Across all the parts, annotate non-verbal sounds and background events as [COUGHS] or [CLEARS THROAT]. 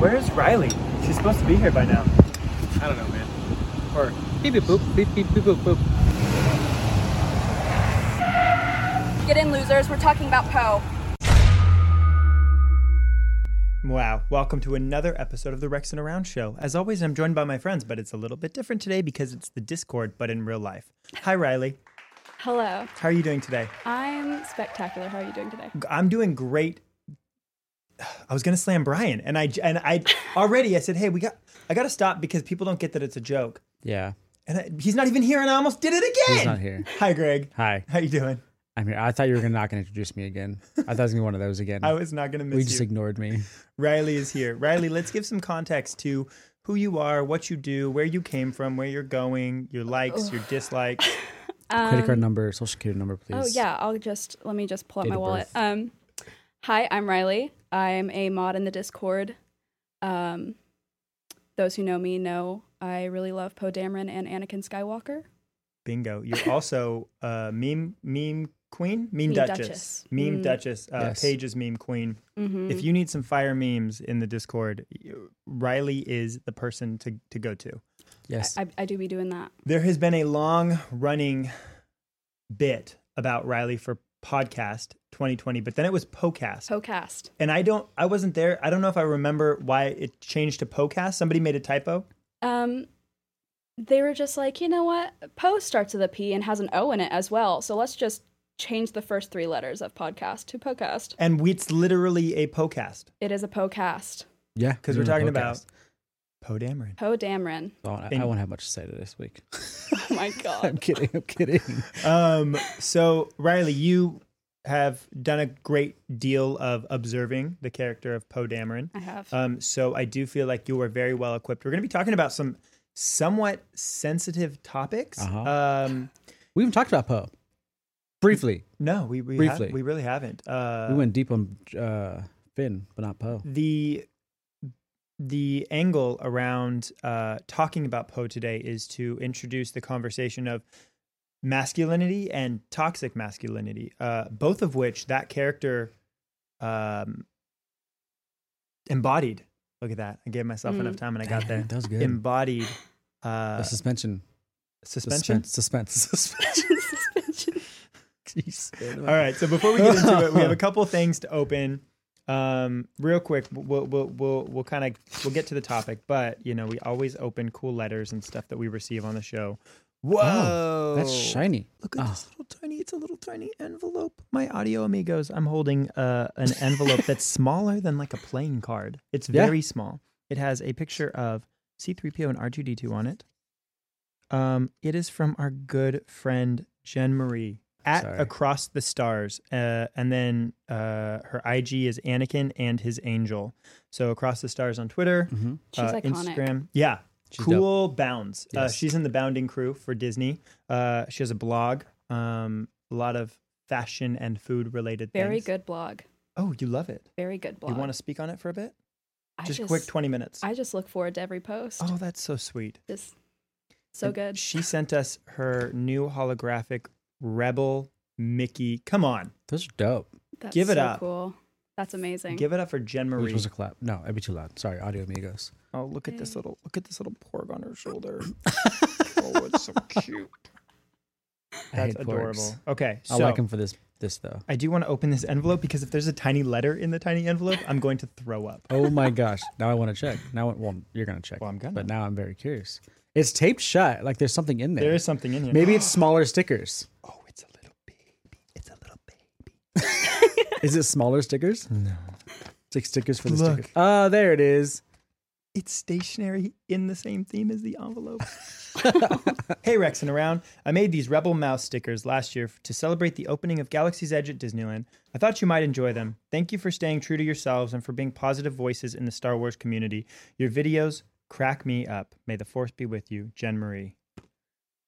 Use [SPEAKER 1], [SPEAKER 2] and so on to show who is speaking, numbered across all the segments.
[SPEAKER 1] Where is Riley? She's supposed to be here by now.
[SPEAKER 2] I don't know, man.
[SPEAKER 1] Or
[SPEAKER 2] Beep beep boop beep beep beep boop boop.
[SPEAKER 3] Get in, losers. We're talking about Poe.
[SPEAKER 1] Wow, welcome to another episode of the Rex and Around Show. As always, I'm joined by my friends, but it's a little bit different today because it's the Discord, but in real life. Hi, Riley.
[SPEAKER 4] Hello.
[SPEAKER 1] How are you doing today?
[SPEAKER 4] I'm spectacular. How are you doing today?
[SPEAKER 1] I'm doing great. [SIGHS] I was gonna slam Brian, and I and I [LAUGHS] already I said, hey, we got I gotta stop because people don't get that it's a joke,
[SPEAKER 5] Yeah,
[SPEAKER 1] and I, he's not even here, and I almost did it again.
[SPEAKER 5] he's not here.
[SPEAKER 1] Hi, Greg.
[SPEAKER 5] Hi,
[SPEAKER 1] How you doing?
[SPEAKER 5] I'm here. I thought you were gonna not gonna introduce me again. I thought it was gonna be one of those
[SPEAKER 1] [LAUGHS]
[SPEAKER 5] again.
[SPEAKER 1] I was not gonna miss
[SPEAKER 5] we
[SPEAKER 1] you.
[SPEAKER 5] just ignored me.
[SPEAKER 4] [LAUGHS]
[SPEAKER 1] Riley is here. Riley, let's give some context to who you are, what you do, where you came from, where you're going, your likes, your dislikes.
[SPEAKER 5] Credit card number, social security number, please.
[SPEAKER 4] Um, Oh yeah, I'll just let me just pull up
[SPEAKER 5] Date
[SPEAKER 4] my
[SPEAKER 5] of
[SPEAKER 4] wallet.
[SPEAKER 5] birth.
[SPEAKER 4] Um, hi, I'm Riley. I'm a mod in the Discord. Um, those who know me know I really love Poe Dameron and Anakin Skywalker.
[SPEAKER 1] Bingo. You're also a meme meme queen, meme,
[SPEAKER 4] Meme
[SPEAKER 1] duchess.
[SPEAKER 4] duchess.
[SPEAKER 1] meme
[SPEAKER 4] Mm.
[SPEAKER 1] duchess. Uh,
[SPEAKER 5] Yes.
[SPEAKER 1] Paige's meme queen.
[SPEAKER 4] Mm-hmm.
[SPEAKER 1] If you need some fire memes in the Discord, you- Riley is the person to to go to.
[SPEAKER 5] Yes.
[SPEAKER 4] I, I do be doing that.
[SPEAKER 1] There has been a long running bit about Riley for podcast 2020, but then it was podcast.
[SPEAKER 4] Pocast.
[SPEAKER 1] and I don't I wasn't there. I don't know if I remember why it changed to podcast. Somebody made a typo.
[SPEAKER 4] Um, they were just like, you know what? Poe starts with a P and has an O in it as well. So let's just change the first three letters of podcast to Pocast.
[SPEAKER 1] And we- it's literally a podcast.
[SPEAKER 4] It is a Pocast.
[SPEAKER 5] yeah.
[SPEAKER 1] Because we're talking about Poe Dameron.
[SPEAKER 4] Poe Dameron.
[SPEAKER 5] about. I,
[SPEAKER 1] And-
[SPEAKER 5] I won't have much to say to this
[SPEAKER 1] [LAUGHS]
[SPEAKER 5] week.
[SPEAKER 4] Oh [LAUGHS] my
[SPEAKER 5] I'm
[SPEAKER 4] god.
[SPEAKER 5] kidding. I'm kidding.
[SPEAKER 1] Um so Riley, you have done a great deal of observing the character of Poe Dameron.
[SPEAKER 4] I have.
[SPEAKER 5] Uh,
[SPEAKER 1] Um, so I do feel like you are very well equipped. We're going to be talking about some somewhat sensitive topics.
[SPEAKER 5] Uh-huh.
[SPEAKER 1] Um,
[SPEAKER 5] [LAUGHS] we even talked about Poe briefly.
[SPEAKER 1] no, we we, have,
[SPEAKER 5] Briefly.
[SPEAKER 1] we really haven't. Uh,
[SPEAKER 5] we went deep on uh, Finn, but
[SPEAKER 1] [LAUGHS]
[SPEAKER 5] not Poe.
[SPEAKER 1] the the angle around uh, talking about Poe today is to introduce the conversation of masculinity and toxic masculinity, uh, both of which that character um, embodied. Look at that! I gave myself
[SPEAKER 4] Mm.
[SPEAKER 1] enough time and I got there.
[SPEAKER 5] That was good.
[SPEAKER 1] Embodied uh,
[SPEAKER 5] the suspension.
[SPEAKER 1] suspension.
[SPEAKER 5] Suspense. [LAUGHS] Suspense.
[SPEAKER 4] [LAUGHS] Suspension.
[SPEAKER 5] Jeez. [LAUGHS]
[SPEAKER 1] All right. So before we get into it, we have a couple things to open. Um, real quick, we'll we'll we'll, we'll kind of we'll get to the topic, but you know we always open cool letters and stuff that we receive on the show. Whoa,
[SPEAKER 5] Oh, That's shiny.
[SPEAKER 1] Look at
[SPEAKER 5] Oh.
[SPEAKER 1] this little tiny. It's a little tiny envelope. My audio amigos, I'm holding uh, an
[SPEAKER 5] [LAUGHS]
[SPEAKER 1] envelope that's smaller than like a playing card. It's
[SPEAKER 5] Yeah.
[SPEAKER 1] very small. It has a picture of C3PO and R2D2 on it. Um, it is from our good friend Jen Marie at
[SPEAKER 5] Sorry.
[SPEAKER 1] Across the Stars, uh, and then uh, her IG is Anakin and His Angel. So Across the Stars on Twitter,
[SPEAKER 5] Mhm.
[SPEAKER 4] She's
[SPEAKER 1] uh,
[SPEAKER 4] iconic.
[SPEAKER 1] Instagram, yeah.
[SPEAKER 5] She's dope.
[SPEAKER 1] cool bounds. Uh,
[SPEAKER 5] Yes.
[SPEAKER 1] she's in the bounding crew for Disney. Uh, she has a blog, um, a lot of fashion and food related
[SPEAKER 4] Very
[SPEAKER 1] things.
[SPEAKER 4] good blog.
[SPEAKER 1] Oh, you love it.
[SPEAKER 4] Very good blog.
[SPEAKER 1] You want to speak on it for a bit?
[SPEAKER 4] I
[SPEAKER 1] just, quick 20 minutes.
[SPEAKER 4] I just look forward to every post.
[SPEAKER 1] oh, that's so sweet.
[SPEAKER 4] Just so
[SPEAKER 1] And
[SPEAKER 4] good.
[SPEAKER 1] She sent us her new holographic Rebel Mickey. Come on.
[SPEAKER 5] Those are dope.
[SPEAKER 4] That's
[SPEAKER 1] give it
[SPEAKER 4] so
[SPEAKER 1] up.
[SPEAKER 4] Cool. That's amazing.
[SPEAKER 1] Give it up for Jen
[SPEAKER 5] Which
[SPEAKER 1] Marie.
[SPEAKER 5] was a clap. No, I'd be too loud. Sorry, audio amigos.
[SPEAKER 1] oh, look at this
[SPEAKER 4] Okay.
[SPEAKER 1] little look at this little porg on her
[SPEAKER 5] [COUGHS]
[SPEAKER 1] shoulder. [LAUGHS] oh, it's so cute.
[SPEAKER 5] [LAUGHS] I hate
[SPEAKER 1] [LAUGHS] That's
[SPEAKER 5] forks.
[SPEAKER 1] adorable. Okay. So
[SPEAKER 5] I like him for this. This though.
[SPEAKER 1] I do want to open this envelope because if there's a tiny letter in the tiny envelope, I'm going to throw up.
[SPEAKER 5] Oh my gosh! Now I want to check. Now, I- well, you're gonna check.
[SPEAKER 1] Well, I'm gonna.
[SPEAKER 5] But now I'm very curious. It's taped shut. Like there's something in there.
[SPEAKER 1] There is something in here. [GASPS]
[SPEAKER 5] Maybe it's smaller stickers.
[SPEAKER 1] Oh, it's a little baby. It's a little baby.
[SPEAKER 5] Is it smaller stickers? No. Six stickers for the
[SPEAKER 1] Look.
[SPEAKER 5] stickers. Ah, there it is.
[SPEAKER 1] It's stationary in the same theme as the [LAUGHS] envelope. hey, Rex and around. I made these Rebel Mouse stickers last year to celebrate the opening of Galaxy's Edge at Disneyland. I thought you might enjoy them. Thank you for staying true to yourselves and for being positive voices in the Star Wars community. Your videos crack me up. May the force be with you, Jen Marie.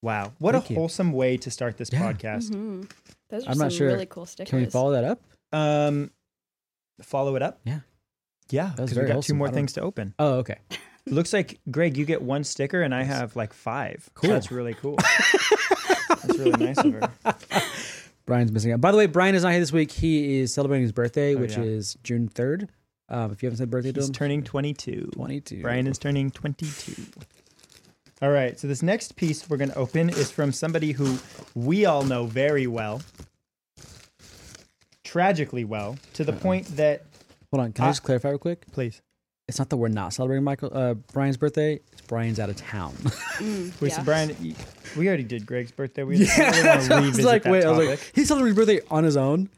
[SPEAKER 1] Wow, what
[SPEAKER 5] Thank
[SPEAKER 1] a
[SPEAKER 5] you.
[SPEAKER 1] wholesome way to start this
[SPEAKER 5] Yeah.
[SPEAKER 1] podcast.
[SPEAKER 4] Mhm. Those are
[SPEAKER 5] I'm
[SPEAKER 4] some
[SPEAKER 5] not sure.
[SPEAKER 4] really cool stickers.
[SPEAKER 5] Can we follow that up?
[SPEAKER 1] Um, follow it up.
[SPEAKER 5] Yeah.
[SPEAKER 1] Yeah,
[SPEAKER 5] was
[SPEAKER 1] because we
[SPEAKER 5] very
[SPEAKER 1] got two
[SPEAKER 5] wholesome.
[SPEAKER 1] more
[SPEAKER 5] I don't-
[SPEAKER 1] things to open.
[SPEAKER 5] Oh, okay.
[SPEAKER 1] Looks like Greg, you get one sticker, and I have like five.
[SPEAKER 5] Cool.
[SPEAKER 1] That's really cool. That's really
[SPEAKER 5] [LAUGHS]
[SPEAKER 1] nice of her.
[SPEAKER 5] Brian's missing out. By the way, Brian is not here this week. He is celebrating his birthday, which
[SPEAKER 1] Oh, yeah.
[SPEAKER 5] is June 3rd. Um, if you haven't said birthday to
[SPEAKER 1] He's
[SPEAKER 5] him,
[SPEAKER 1] turning 22.
[SPEAKER 5] 22.
[SPEAKER 1] Brian is turning 22. All right, so this next piece we're going to open is from somebody who we all know very well, tragically well, to the point that,
[SPEAKER 5] Hold on. Can I just clarify real quick?
[SPEAKER 1] please,
[SPEAKER 5] It's not that we're not celebrating Michael uh, Brian's birthday. It's Brian's out of town. [LAUGHS]
[SPEAKER 1] wait,
[SPEAKER 4] Yeah.
[SPEAKER 1] so Brian, y- we already did Greg's birthday.
[SPEAKER 5] [LAUGHS]
[SPEAKER 1] We really want to
[SPEAKER 5] I was
[SPEAKER 1] revisit
[SPEAKER 5] like,
[SPEAKER 1] that
[SPEAKER 5] wait. I
[SPEAKER 1] topic.
[SPEAKER 5] was like, he's celebrating his birthday on his own.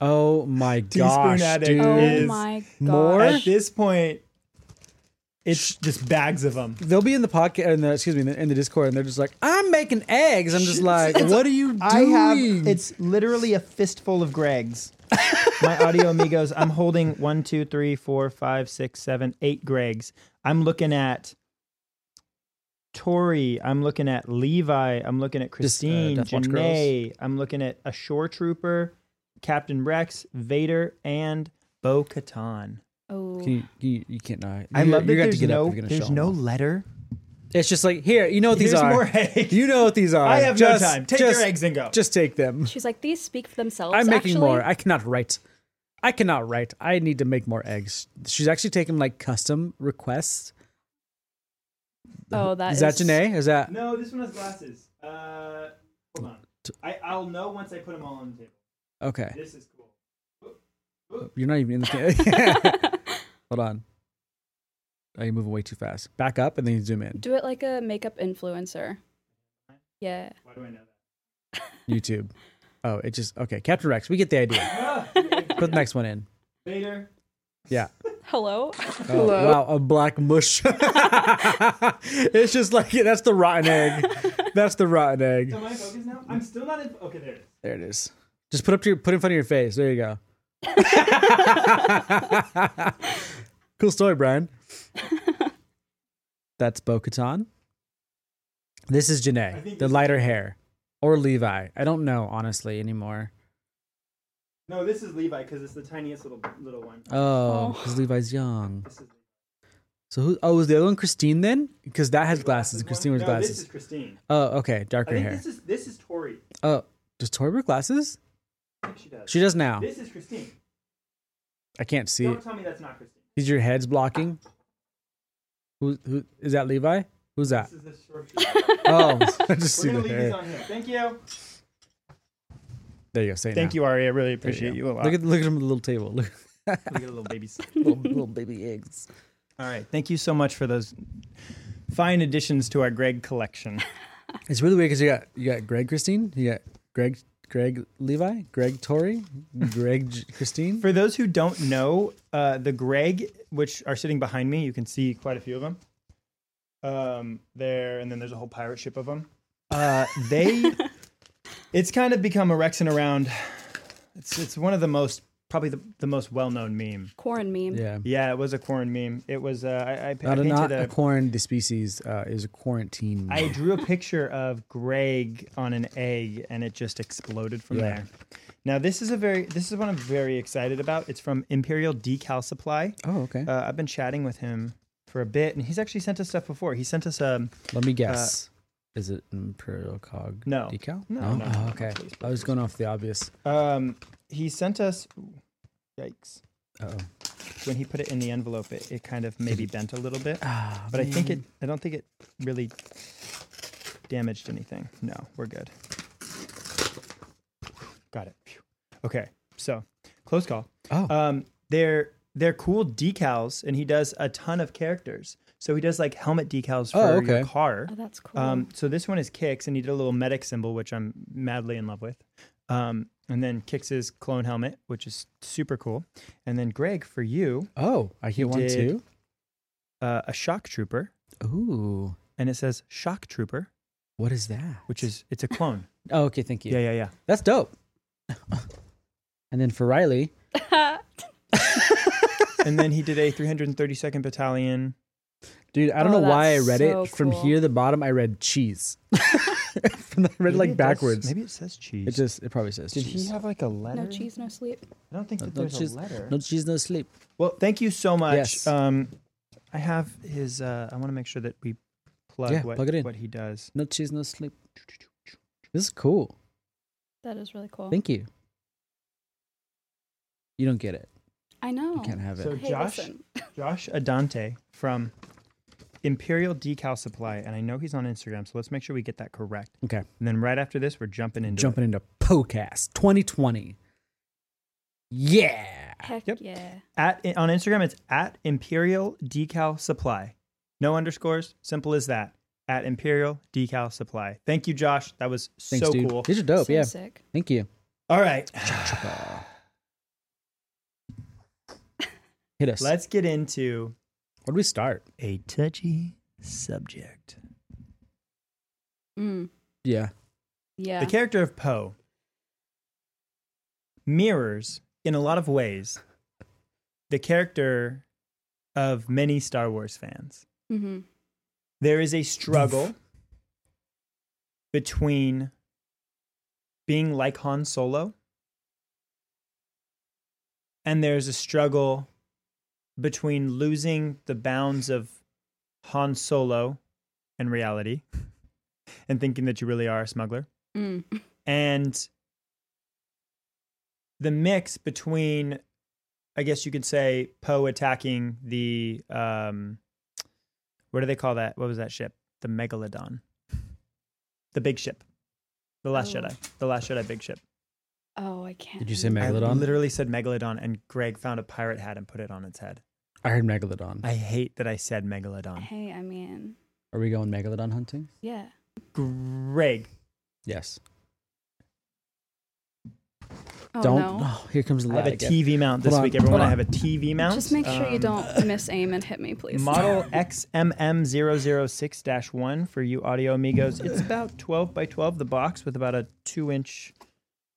[SPEAKER 5] Oh
[SPEAKER 1] [LAUGHS]
[SPEAKER 5] my
[SPEAKER 1] Teaspoon
[SPEAKER 5] gosh,
[SPEAKER 1] addict.
[SPEAKER 5] dude!
[SPEAKER 4] Oh
[SPEAKER 1] Is
[SPEAKER 4] my god.
[SPEAKER 5] more-
[SPEAKER 1] At this point, it's just bags of them.
[SPEAKER 5] They'll be in the podcast, in the, excuse me, in the, in the Discord, and they're just like, "I'm making eggs." I'm just like, "What are you doing?"
[SPEAKER 1] I have. It's literally a fistful of Gregs. My audio amigos. I'm holding one, two, three, four, five, six, seven, eight Gregs. I'm looking at Tori. I'm looking at Levi. I'm looking at
[SPEAKER 5] Just, uh,
[SPEAKER 1] Christine,
[SPEAKER 5] Death Watch
[SPEAKER 1] Janae. I'm looking at a shore trooper, Captain Rex, Vader, and Bo Katan.
[SPEAKER 4] Oh.
[SPEAKER 5] Can you, you, you can't. No,
[SPEAKER 1] I
[SPEAKER 5] you-
[SPEAKER 1] love
[SPEAKER 5] you
[SPEAKER 1] that
[SPEAKER 5] got
[SPEAKER 1] there's
[SPEAKER 5] to get up
[SPEAKER 1] no
[SPEAKER 5] if you're gonna show
[SPEAKER 1] there's
[SPEAKER 5] 'em
[SPEAKER 1] no
[SPEAKER 5] off.
[SPEAKER 1] letter.
[SPEAKER 5] It's just like here. You know what these
[SPEAKER 1] Here's
[SPEAKER 5] are.
[SPEAKER 1] more [LAUGHS] eggs.
[SPEAKER 5] [LAUGHS] You know what these are.
[SPEAKER 1] I have
[SPEAKER 5] just,
[SPEAKER 1] no time. Take
[SPEAKER 5] just,
[SPEAKER 1] your eggs and go.
[SPEAKER 5] Just take them.
[SPEAKER 4] She's like, these speak for themselves.
[SPEAKER 5] I'm making
[SPEAKER 4] actually.
[SPEAKER 5] more. I cannot write. I cannot write. I need to make more eggs. She's actually taking like custom requests.
[SPEAKER 4] oh, that
[SPEAKER 5] Is
[SPEAKER 4] is
[SPEAKER 5] that Janae? [LAUGHS] Is that
[SPEAKER 1] No, this one has glasses. Uh, hold on. I, I'll know once I put them all on the table.
[SPEAKER 5] okay?
[SPEAKER 1] This is cool.
[SPEAKER 5] You're not even in the
[SPEAKER 4] [LAUGHS]
[SPEAKER 5] game. [LAUGHS] Hold on. Oh, you're moving way too fast. Back up and then you zoom in.
[SPEAKER 4] [LAUGHS] Do it like a makeup influencer. Yeah.
[SPEAKER 1] Why do I know that?
[SPEAKER 5] YouTube. Oh, it just okay. Captain Rex. We get the idea.
[SPEAKER 1] [LAUGHS]
[SPEAKER 5] Put the next one in.
[SPEAKER 1] Later.
[SPEAKER 5] Yeah. [LAUGHS]
[SPEAKER 4] Hello.
[SPEAKER 5] Oh, Wow, a black mush. [LAUGHS] it's just like yeah, that's the rotten egg. That's the rotten egg.
[SPEAKER 1] Am I focused now? I'm still not in. Okay, there it is.
[SPEAKER 5] There it is. Just put up to your put in front of your face. There you [LAUGHS] go. cool story, Brian. [LAUGHS] That's Bo Katan. This is Janae, the lighter hair. Or Levi. I don't know, honestly, anymore.
[SPEAKER 1] No, this is Levi because it's the tiniest little little one.
[SPEAKER 5] Oh,
[SPEAKER 4] Oh.
[SPEAKER 5] because Levi's young.
[SPEAKER 1] This is
[SPEAKER 5] So who? Oh, is the other one Christine then? Because that has glasses.
[SPEAKER 1] one.
[SPEAKER 5] Christine wears
[SPEAKER 1] no,
[SPEAKER 5] glasses.
[SPEAKER 1] This is Christine.
[SPEAKER 5] oh, okay,
[SPEAKER 1] I
[SPEAKER 5] darker
[SPEAKER 1] think
[SPEAKER 5] hair.
[SPEAKER 1] this is this is Tori.
[SPEAKER 5] oh, does Tori wear glasses?
[SPEAKER 1] I think she does.
[SPEAKER 5] She does now.
[SPEAKER 1] This is Christine.
[SPEAKER 5] I can't see.
[SPEAKER 1] Don't
[SPEAKER 5] it.
[SPEAKER 1] tell me that's not Christine.
[SPEAKER 5] Is your head's blocking? Who? Who is that? Levi? Who's that?
[SPEAKER 1] [LAUGHS] This is the
[SPEAKER 5] [LAUGHS]
[SPEAKER 1] short. We're
[SPEAKER 5] Oh, I just see
[SPEAKER 1] gonna
[SPEAKER 5] the
[SPEAKER 1] leave these
[SPEAKER 5] hair.
[SPEAKER 1] on him. Thank you.
[SPEAKER 5] There you go. Say it
[SPEAKER 1] Thank
[SPEAKER 5] now.
[SPEAKER 1] you, Ari. I really
[SPEAKER 5] There
[SPEAKER 1] appreciate you,
[SPEAKER 5] go.
[SPEAKER 1] a lot. [LAUGHS]
[SPEAKER 5] Look at look at him at the little table. Look,
[SPEAKER 1] look at the little babies.
[SPEAKER 5] [LAUGHS] little, little baby eggs.
[SPEAKER 1] All right. Thank you so much for those fine additions to our Greg collection.
[SPEAKER 5] It's really weird because you got you got Greg Christine, you got Greg Greg Levi, Greg Tori, Greg J-
[SPEAKER 1] [LAUGHS]
[SPEAKER 5] Christine.
[SPEAKER 1] For those who don't know, uh, the Greg, which are sitting behind me, you can see quite a few of them. Um, there, and then there's a whole pirate ship of them. Uh, they, it's kind of become a Rex and around. It's it's one of the most probably the, the most well known meme.
[SPEAKER 4] Corn meme.
[SPEAKER 5] Yeah.
[SPEAKER 1] Yeah, it was a corn meme. It was uh, I, I, I
[SPEAKER 5] Not, a,
[SPEAKER 1] painted
[SPEAKER 5] not a
[SPEAKER 1] a
[SPEAKER 5] quarant. The species uh, is a quarantine.
[SPEAKER 1] I drew a picture of Greg on an egg, and it just exploded from
[SPEAKER 5] Yeah.
[SPEAKER 1] there. Now this is a very this is one I'm very excited about. It's from Imperial Decal Supply.
[SPEAKER 5] oh, okay.
[SPEAKER 1] Uh, I've been chatting with him for a bit, and he's actually sent us stuff before. He sent us um,
[SPEAKER 5] Let me guess. is it Imperial Cog?
[SPEAKER 1] No.
[SPEAKER 5] Decal?
[SPEAKER 1] No, no, no,
[SPEAKER 5] Oh,
[SPEAKER 1] no.
[SPEAKER 5] okay. I was going off the obvious.
[SPEAKER 1] um he sent us ooh, yikes
[SPEAKER 5] Uh-oh.
[SPEAKER 1] when he put it in the envelope. It, it kind of
[SPEAKER 5] [LAUGHS]
[SPEAKER 1] maybe bent a little bit,
[SPEAKER 5] Ah,
[SPEAKER 1] but I think it I don't think it really damaged anything. No, we're good. Got it. Phew. Okay, so close call.
[SPEAKER 5] Oh.
[SPEAKER 1] um, they're they're cool decals, and he does a ton of characters. So he does like helmet decals for
[SPEAKER 5] Oh,
[SPEAKER 1] your
[SPEAKER 5] okay.
[SPEAKER 1] car.
[SPEAKER 4] Oh, that's cool. [LAUGHS]
[SPEAKER 1] Um, so this one is Kix, and he did a little medic symbol, which I'm madly in love with. Um, and then Kix's clone helmet, which is super cool. And then Greg, for you,
[SPEAKER 5] oh, I hear one
[SPEAKER 1] did-
[SPEAKER 5] too.
[SPEAKER 1] uh, a shock trooper,
[SPEAKER 5] Ooh.
[SPEAKER 1] and it says shock trooper,
[SPEAKER 5] What is that?
[SPEAKER 1] which is it's a
[SPEAKER 5] [LAUGHS]
[SPEAKER 1] clone.
[SPEAKER 5] Oh, okay. Thank you.
[SPEAKER 1] yeah, yeah, yeah.
[SPEAKER 5] That's dope. [LAUGHS] and then for Riley,
[SPEAKER 1] and then he did a 332nd Battalion.
[SPEAKER 5] dude, I don't
[SPEAKER 4] Oh,
[SPEAKER 5] know why I
[SPEAKER 4] that's
[SPEAKER 5] read
[SPEAKER 4] so
[SPEAKER 5] it. From
[SPEAKER 4] cool.
[SPEAKER 5] here to the bottom, I read cheese. [LAUGHS] From the, I read
[SPEAKER 1] Maybe
[SPEAKER 5] like
[SPEAKER 1] it does-
[SPEAKER 5] backwards.
[SPEAKER 1] maybe it says cheese.
[SPEAKER 5] It just, it probably says
[SPEAKER 1] did
[SPEAKER 5] cheese.
[SPEAKER 1] he have like a letter?
[SPEAKER 4] no cheese, no sleep.
[SPEAKER 1] I don't think that
[SPEAKER 5] no
[SPEAKER 1] there's
[SPEAKER 5] cheese.
[SPEAKER 1] a letter.
[SPEAKER 5] no cheese, no sleep.
[SPEAKER 1] Well, thank you so much.
[SPEAKER 5] Yes.
[SPEAKER 1] Um, I have his. Uh, I want to make sure that we plug
[SPEAKER 5] Yeah,
[SPEAKER 1] what
[SPEAKER 5] plug it in.
[SPEAKER 1] what he does.
[SPEAKER 5] No cheese, no sleep. This is cool.
[SPEAKER 4] Oh. That is really cool.
[SPEAKER 5] Thank you. You don't get it.
[SPEAKER 4] I know.
[SPEAKER 5] Can't have it.
[SPEAKER 1] So
[SPEAKER 4] Hey,
[SPEAKER 1] Josh,
[SPEAKER 4] listen.
[SPEAKER 1] Josh Adante from Imperial Decal Supply, and I know he's on Instagram, so let's make sure we get that correct.
[SPEAKER 5] okay.
[SPEAKER 1] And then right after this, we're jumping into
[SPEAKER 5] Jumping into Podcast 2020. Yeah.
[SPEAKER 4] Heck
[SPEAKER 1] Yep.
[SPEAKER 4] yeah.
[SPEAKER 1] it. at on Instagram. It's at Imperial Decal Supply, no underscores. Simple as that. At Imperial Decal Supply. Thank you, Josh. That was
[SPEAKER 5] Thanks,
[SPEAKER 1] so
[SPEAKER 5] dude.
[SPEAKER 1] cool.
[SPEAKER 5] These are dope.
[SPEAKER 4] so
[SPEAKER 5] yeah.
[SPEAKER 4] sick.
[SPEAKER 5] Thank you.
[SPEAKER 1] All right,
[SPEAKER 5] Hit us.
[SPEAKER 1] let's get into
[SPEAKER 5] Where do we start?
[SPEAKER 1] a touchy subject.
[SPEAKER 4] Mm,
[SPEAKER 5] Yeah.
[SPEAKER 4] yeah.
[SPEAKER 1] The character of Poe mirrors, in a lot of ways, the character of many Star Wars fans.
[SPEAKER 4] mm-hmm.
[SPEAKER 1] There is a struggle between being like Han Solo, and there's a struggle between losing the bounds of Han Solo and reality [LAUGHS] and thinking that you really are a smuggler
[SPEAKER 4] Mm.
[SPEAKER 1] and the mix between i guess you could say poe attacking the um what do they call that what was that ship the megalodon the big ship the last
[SPEAKER 4] Oh.
[SPEAKER 1] jedi the last jedi big ship
[SPEAKER 4] Oh, I can't.
[SPEAKER 5] Did you say
[SPEAKER 4] remember.
[SPEAKER 1] i
[SPEAKER 5] Megalodon?
[SPEAKER 1] literally said megalodon and greg found a pirate hat and put it on its head
[SPEAKER 5] I heard Megalodon.
[SPEAKER 1] i hate that i said megalodon
[SPEAKER 4] Hey, I mean,
[SPEAKER 5] Are we going Megalodon hunting?
[SPEAKER 4] yeah.
[SPEAKER 1] greg
[SPEAKER 5] Yes.
[SPEAKER 4] Oh,
[SPEAKER 5] Don't.
[SPEAKER 4] No.
[SPEAKER 5] Oh, here comes the
[SPEAKER 1] i have
[SPEAKER 5] lag.
[SPEAKER 1] a tv mount this
[SPEAKER 5] Hold on,
[SPEAKER 1] week everyone
[SPEAKER 5] hold
[SPEAKER 1] i
[SPEAKER 5] on.
[SPEAKER 1] have a tv mount
[SPEAKER 4] Just make sure you
[SPEAKER 1] Um, [LAUGHS]
[SPEAKER 4] don't miss aim and hit me, please.
[SPEAKER 1] Model XMM006-1 for you audio amigos. It's about 12 by 12, the box with about a 2-inch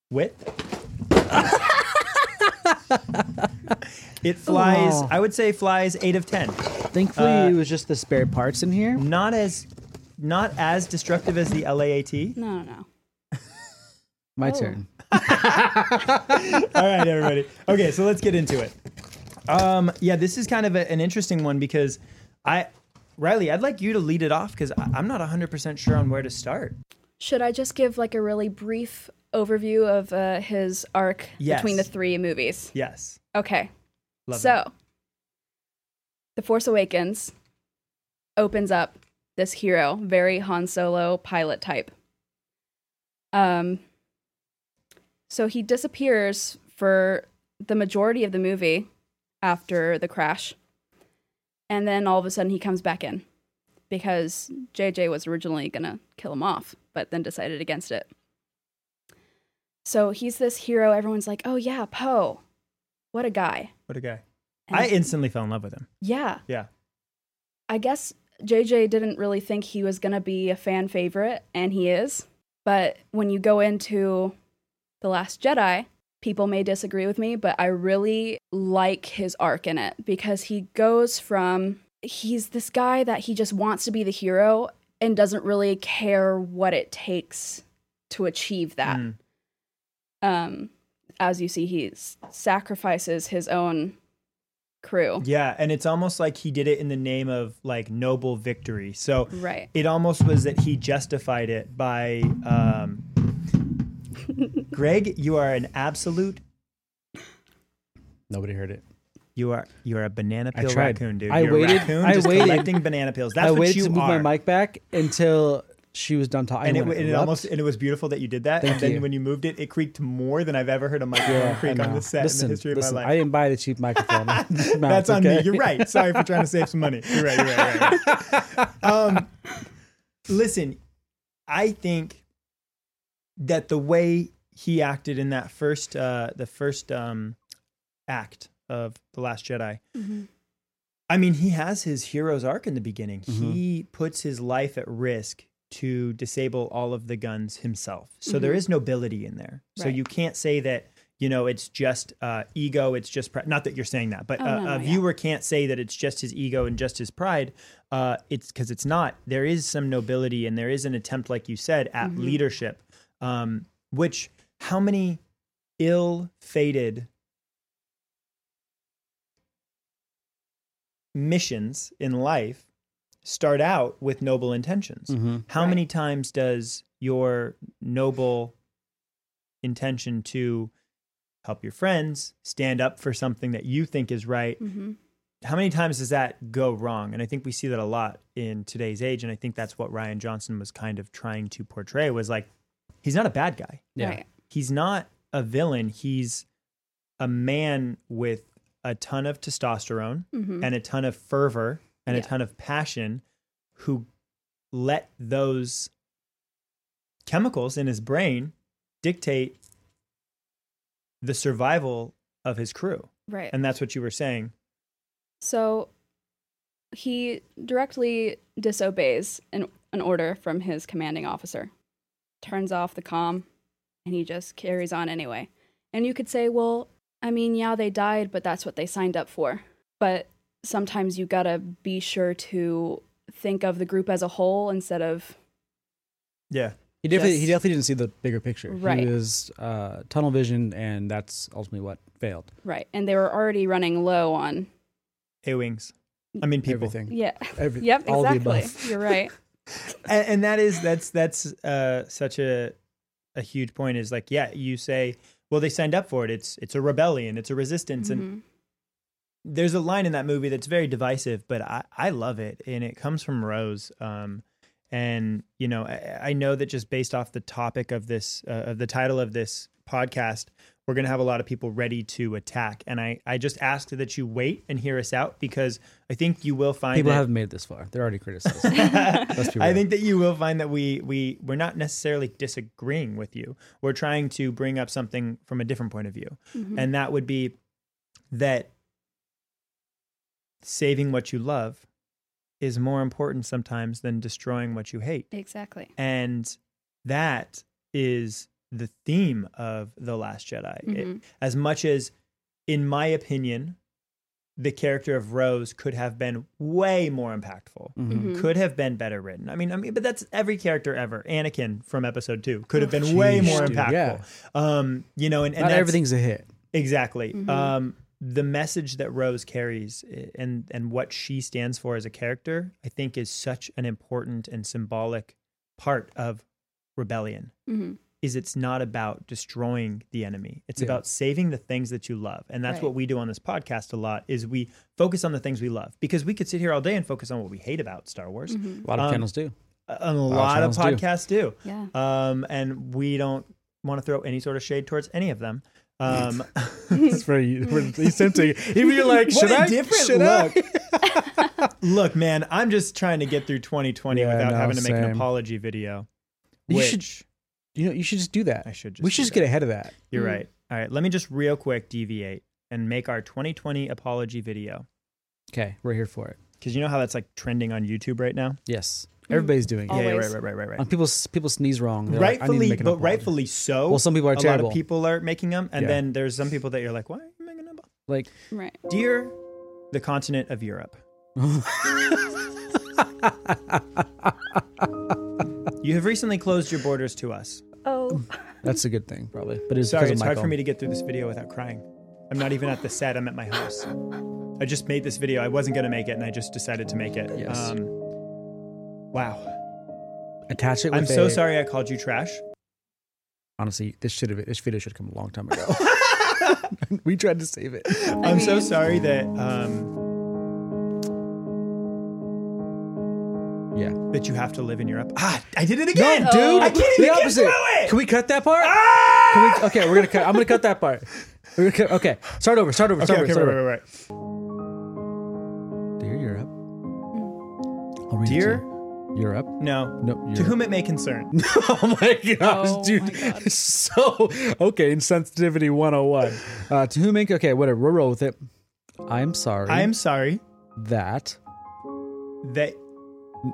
[SPEAKER 1] width. [LAUGHS] it flies,
[SPEAKER 5] Aw.
[SPEAKER 1] I would say flies 8 of 10.
[SPEAKER 5] Thankfully,
[SPEAKER 1] Uh,
[SPEAKER 5] it was just the spare parts in here.
[SPEAKER 1] Not as not as destructive as the LAAT.
[SPEAKER 4] [LAUGHS] No, no, no.
[SPEAKER 5] My
[SPEAKER 4] Oh.
[SPEAKER 5] turn.
[SPEAKER 1] All right, everybody. Okay, so let's get into it. Um, yeah, this is kind of a, an interesting one because I Riley, I'd like you to lead it off because I'm not 100% sure on where to start.
[SPEAKER 4] Should I just give like a really brief overview of uh, his arc
[SPEAKER 1] Yes.
[SPEAKER 4] between the three movies?
[SPEAKER 1] Yes.
[SPEAKER 4] Okay.
[SPEAKER 1] Love
[SPEAKER 4] so,
[SPEAKER 1] that.
[SPEAKER 4] The Force Awakens opens up this hero, very Han Solo pilot type. Um, so he disappears for the majority of the movie after the crash. And then all of a sudden he comes back in because JJ was originally going to kill him off, but then decided against it. So he's this hero. Everyone's like, oh, yeah, Poe. What a guy.
[SPEAKER 1] What a guy.
[SPEAKER 4] And
[SPEAKER 1] I
[SPEAKER 4] it's-
[SPEAKER 1] instantly fell in love with him.
[SPEAKER 4] yeah.
[SPEAKER 1] Yeah.
[SPEAKER 4] I guess JJ didn't really think he was going to be a fan favorite, and he is. But when you go into The Last Jedi, people may disagree with me, but I really like his arc in it because he goes from he's this guy that he just wants to be the hero and doesn't really care what it takes to achieve that.
[SPEAKER 1] Mm.
[SPEAKER 4] Um, as you see, he s- sacrifices his own crew.
[SPEAKER 1] Yeah, and it's almost like he did it in the name of like noble victory. So
[SPEAKER 4] Right.
[SPEAKER 1] it almost was that he justified it by
[SPEAKER 4] [LAUGHS]
[SPEAKER 1] um Greg, you are an absolute
[SPEAKER 5] Nobody heard it.
[SPEAKER 1] you are you are a banana
[SPEAKER 5] I
[SPEAKER 1] peel
[SPEAKER 5] tried.
[SPEAKER 1] raccoon, dude.
[SPEAKER 5] I
[SPEAKER 1] You're
[SPEAKER 5] waited-
[SPEAKER 1] A raccoon
[SPEAKER 5] I
[SPEAKER 1] just
[SPEAKER 5] waited-
[SPEAKER 1] collecting banana peels. That's
[SPEAKER 5] I
[SPEAKER 1] what
[SPEAKER 5] waited
[SPEAKER 1] you
[SPEAKER 5] to move
[SPEAKER 1] are.
[SPEAKER 5] my mic back until she was done talking.
[SPEAKER 1] and it, it almost and it was beautiful that you did that.
[SPEAKER 5] Thank
[SPEAKER 1] and then
[SPEAKER 5] you.
[SPEAKER 1] when you moved it, it creaked more than I've ever heard a microphone
[SPEAKER 5] yeah,
[SPEAKER 1] creak
[SPEAKER 5] I
[SPEAKER 1] on
[SPEAKER 5] know.
[SPEAKER 1] the set
[SPEAKER 5] listen,
[SPEAKER 1] in the history
[SPEAKER 5] listen,
[SPEAKER 1] of my life.
[SPEAKER 5] I didn't buy the cheap microphone.
[SPEAKER 1] [LAUGHS]
[SPEAKER 5] [LAUGHS]
[SPEAKER 1] That's on me.
[SPEAKER 5] okay?
[SPEAKER 1] You're right. Sorry for trying to save some money. You're right. You're right. You're right. Um, listen, I think that the way he acted in that first, uh, the first um, act of the Last Jedi.
[SPEAKER 4] Mm-hmm.
[SPEAKER 1] I mean, he has his hero's arc in the beginning. He puts his life at risk to disable all of the guns himself. So there is nobility in there. So
[SPEAKER 4] Mm-hmm. Right.
[SPEAKER 1] you can't say that you know it's just uh, ego. It's just pri- not that you're saying that, but
[SPEAKER 4] Oh,
[SPEAKER 1] uh,
[SPEAKER 4] no, no,
[SPEAKER 1] a
[SPEAKER 4] yeah.
[SPEAKER 1] viewer can't say that it's just his ego and just his pride. Uh, it's because it's not. There is some nobility and there is an attempt, like you said, at leadership. Um, which how many ill-fated missions in life start out with noble intentions.
[SPEAKER 5] Mhm.
[SPEAKER 1] How
[SPEAKER 4] Right.
[SPEAKER 1] many times does your noble intention to help your friends, stand up for something that you think is right.
[SPEAKER 4] Mm-hmm.
[SPEAKER 1] How many times does that go wrong? And I think we see that a lot in today's age. And I think that's what Ryan Johnson was kind of trying to portray was like, he's not a bad guy.
[SPEAKER 5] Yeah.
[SPEAKER 4] Right.
[SPEAKER 1] He's not a villain. He's a man with a ton of testosterone
[SPEAKER 4] Mhm.
[SPEAKER 1] and a ton of fervor and a
[SPEAKER 4] Yeah.
[SPEAKER 1] ton of passion who let those chemicals in his brain dictate the survival of his crew.
[SPEAKER 4] Right.
[SPEAKER 1] And that's what you were saying.
[SPEAKER 4] So he directly disobeys an, an order from his commanding officer, turns off the comm, and he just carries on anyway. And you could say, well, I mean, yeah, they died, but that's what they signed up for. But sometimes you gotta be sure to think of the group as a whole instead of,
[SPEAKER 1] Yeah.
[SPEAKER 5] He definitely he
[SPEAKER 4] Just-
[SPEAKER 5] definitely didn't see the bigger picture. He
[SPEAKER 4] Right.
[SPEAKER 5] was uh, tunnel vision, and that's ultimately what failed
[SPEAKER 4] right. And they were already running low on,
[SPEAKER 1] A wings. I mean people.
[SPEAKER 5] everything. [LAUGHS]
[SPEAKER 4] yeah. [LAUGHS]
[SPEAKER 5] Every-
[SPEAKER 4] Yep,
[SPEAKER 5] all the
[SPEAKER 4] exactly.
[SPEAKER 5] above. [LAUGHS]
[SPEAKER 4] You're right.
[SPEAKER 1] and, and that is that's that's uh, such a a huge point is like yeah you say well they signed up for it it's it's a rebellion it's a resistance and
[SPEAKER 4] Mm-hmm.
[SPEAKER 1] there's a line in that movie that's very divisive but I I love it and it comes from Rose um and you know I, I know that just based off the topic of this uh, of the title of this podcast we're going to have a lot of people ready to attack and I I just ask that you wait and hear us out because I think you will find
[SPEAKER 5] People
[SPEAKER 1] that-
[SPEAKER 5] haven't made it this far. They're
[SPEAKER 1] [LAUGHS]
[SPEAKER 5] already criticized. Let's be
[SPEAKER 1] I
[SPEAKER 5] real.
[SPEAKER 1] think that you will find that we we we're not necessarily disagreeing with you. We're trying to bring up something from a different point of view, and that would be that saving what you love is more important sometimes than destroying what you hate.
[SPEAKER 4] Exactly.
[SPEAKER 1] And that is the theme of The Last Jedi. It-
[SPEAKER 4] Mhm.
[SPEAKER 1] as much as, in my opinion, the character of Rose could have been way more impactful,
[SPEAKER 5] Mm-hmm.
[SPEAKER 4] Mhm.
[SPEAKER 1] could have been better written. I mean, I mean, but that's every character ever. Anakin from episode two could have been way
[SPEAKER 5] Jeez,
[SPEAKER 1] more
[SPEAKER 5] dude,
[SPEAKER 1] impactful.
[SPEAKER 5] yeah.
[SPEAKER 1] Um, you know, and, and
[SPEAKER 5] Not
[SPEAKER 1] that's-
[SPEAKER 5] everything's a hit.
[SPEAKER 1] Exactly. Um, the message that Rose carries i- and and what she stands for as a character, I think, is such an important and symbolic part of rebellion.
[SPEAKER 4] Mhm.
[SPEAKER 1] Is it's not about destroying the enemy; it's
[SPEAKER 5] Yeah.
[SPEAKER 1] about saving the things that you love, and that's
[SPEAKER 4] Right.
[SPEAKER 1] what we do on this podcast a lot. Is we focus on the things we love because we could sit here all day and focus on what we hate about Star Wars.
[SPEAKER 5] A lot of
[SPEAKER 1] Um,
[SPEAKER 5] channels do.
[SPEAKER 1] A, a lot of
[SPEAKER 5] channels do.
[SPEAKER 1] podcasts do
[SPEAKER 4] Yeah.
[SPEAKER 1] um, and we don't want to throw any sort of shade towards any of them. Um,
[SPEAKER 5] [LAUGHS] It's very
[SPEAKER 1] [LAUGHS]
[SPEAKER 5] he's tempting. He'd be like,
[SPEAKER 1] What
[SPEAKER 5] should
[SPEAKER 1] a
[SPEAKER 5] I?
[SPEAKER 1] different
[SPEAKER 5] should I?"
[SPEAKER 1] look, man, I'm just trying to get through 2020
[SPEAKER 5] Yeah,
[SPEAKER 1] without
[SPEAKER 5] no,
[SPEAKER 1] having to make an
[SPEAKER 5] same.
[SPEAKER 1] apology video.
[SPEAKER 5] You
[SPEAKER 1] Which
[SPEAKER 5] should- You know, you should just do that.
[SPEAKER 1] I should just
[SPEAKER 5] we
[SPEAKER 1] do
[SPEAKER 5] should just
[SPEAKER 1] that. Hmm.
[SPEAKER 5] get ahead of that.
[SPEAKER 1] you're right. All right, let me just real quick deviate and make our 2020 apology video
[SPEAKER 5] Okay, we're here for it.
[SPEAKER 1] because you know how that's like trending on YouTube right now.
[SPEAKER 5] Yes, Mm-hmm. everybody's doing it.
[SPEAKER 1] Yeah, yeah,
[SPEAKER 4] Always.
[SPEAKER 1] right, right, right, right, right.
[SPEAKER 5] When people people sneeze wrong, they're like, I need to
[SPEAKER 1] rightfully,
[SPEAKER 5] make an
[SPEAKER 1] but
[SPEAKER 5] apology.
[SPEAKER 1] rightfully so.
[SPEAKER 5] Well, some people are
[SPEAKER 1] a lot
[SPEAKER 5] terrible.
[SPEAKER 1] of people are making them, and
[SPEAKER 5] Yeah.
[SPEAKER 1] then there's some people that you're like, why are you making them?
[SPEAKER 5] like
[SPEAKER 4] Right.
[SPEAKER 1] Dear the continent of Europe. you have recently closed your borders to us.
[SPEAKER 4] Oh.
[SPEAKER 5] that's a good thing probably. But it's
[SPEAKER 1] Sorry,
[SPEAKER 5] because
[SPEAKER 1] it's
[SPEAKER 5] of
[SPEAKER 1] hard
[SPEAKER 5] Michael.
[SPEAKER 1] for me to get through this video without crying. I'm not even at the set, I'm at my house. I just made this video. I wasn't going to make it, and I just decided to make it. Um,
[SPEAKER 5] Yes.
[SPEAKER 1] wow.
[SPEAKER 5] attach it. With
[SPEAKER 1] I'm so
[SPEAKER 5] a-
[SPEAKER 1] sorry I called you trash.
[SPEAKER 5] Honestly, this should have this video should have come a long time
[SPEAKER 1] [LAUGHS]
[SPEAKER 5] ago. [LAUGHS] we tried to save it.
[SPEAKER 1] I'm so
[SPEAKER 4] mean-
[SPEAKER 1] sorry that um,
[SPEAKER 5] Yeah,
[SPEAKER 1] that you have to live in Europe. Ah, I did it again,
[SPEAKER 4] dude.
[SPEAKER 1] I can't
[SPEAKER 5] the
[SPEAKER 1] even get
[SPEAKER 5] opposite.
[SPEAKER 1] through it.
[SPEAKER 5] Can we cut that part?
[SPEAKER 1] Ah!
[SPEAKER 5] Can we, okay, we're gonna cut. I'm gonna cut that part. We're gonna cut, okay, start over. Start over.
[SPEAKER 1] Okay,
[SPEAKER 5] Start
[SPEAKER 1] okay,
[SPEAKER 5] over. Start
[SPEAKER 1] right,
[SPEAKER 5] over.
[SPEAKER 1] right, right.
[SPEAKER 5] Dear Europe. I'll read
[SPEAKER 1] Dear-
[SPEAKER 5] It to you. Europe.
[SPEAKER 1] No.
[SPEAKER 5] No.
[SPEAKER 1] To
[SPEAKER 5] Europe.
[SPEAKER 1] whom it may concern.
[SPEAKER 5] [LAUGHS] oh my gosh,
[SPEAKER 4] Oh
[SPEAKER 5] dude.
[SPEAKER 4] my God.
[SPEAKER 5] It's [LAUGHS] So okay, insensitivity 101. Uh, to whom make okay, whatever. We'll roll with it. I'm sorry.
[SPEAKER 1] I am sorry
[SPEAKER 5] that.
[SPEAKER 1] that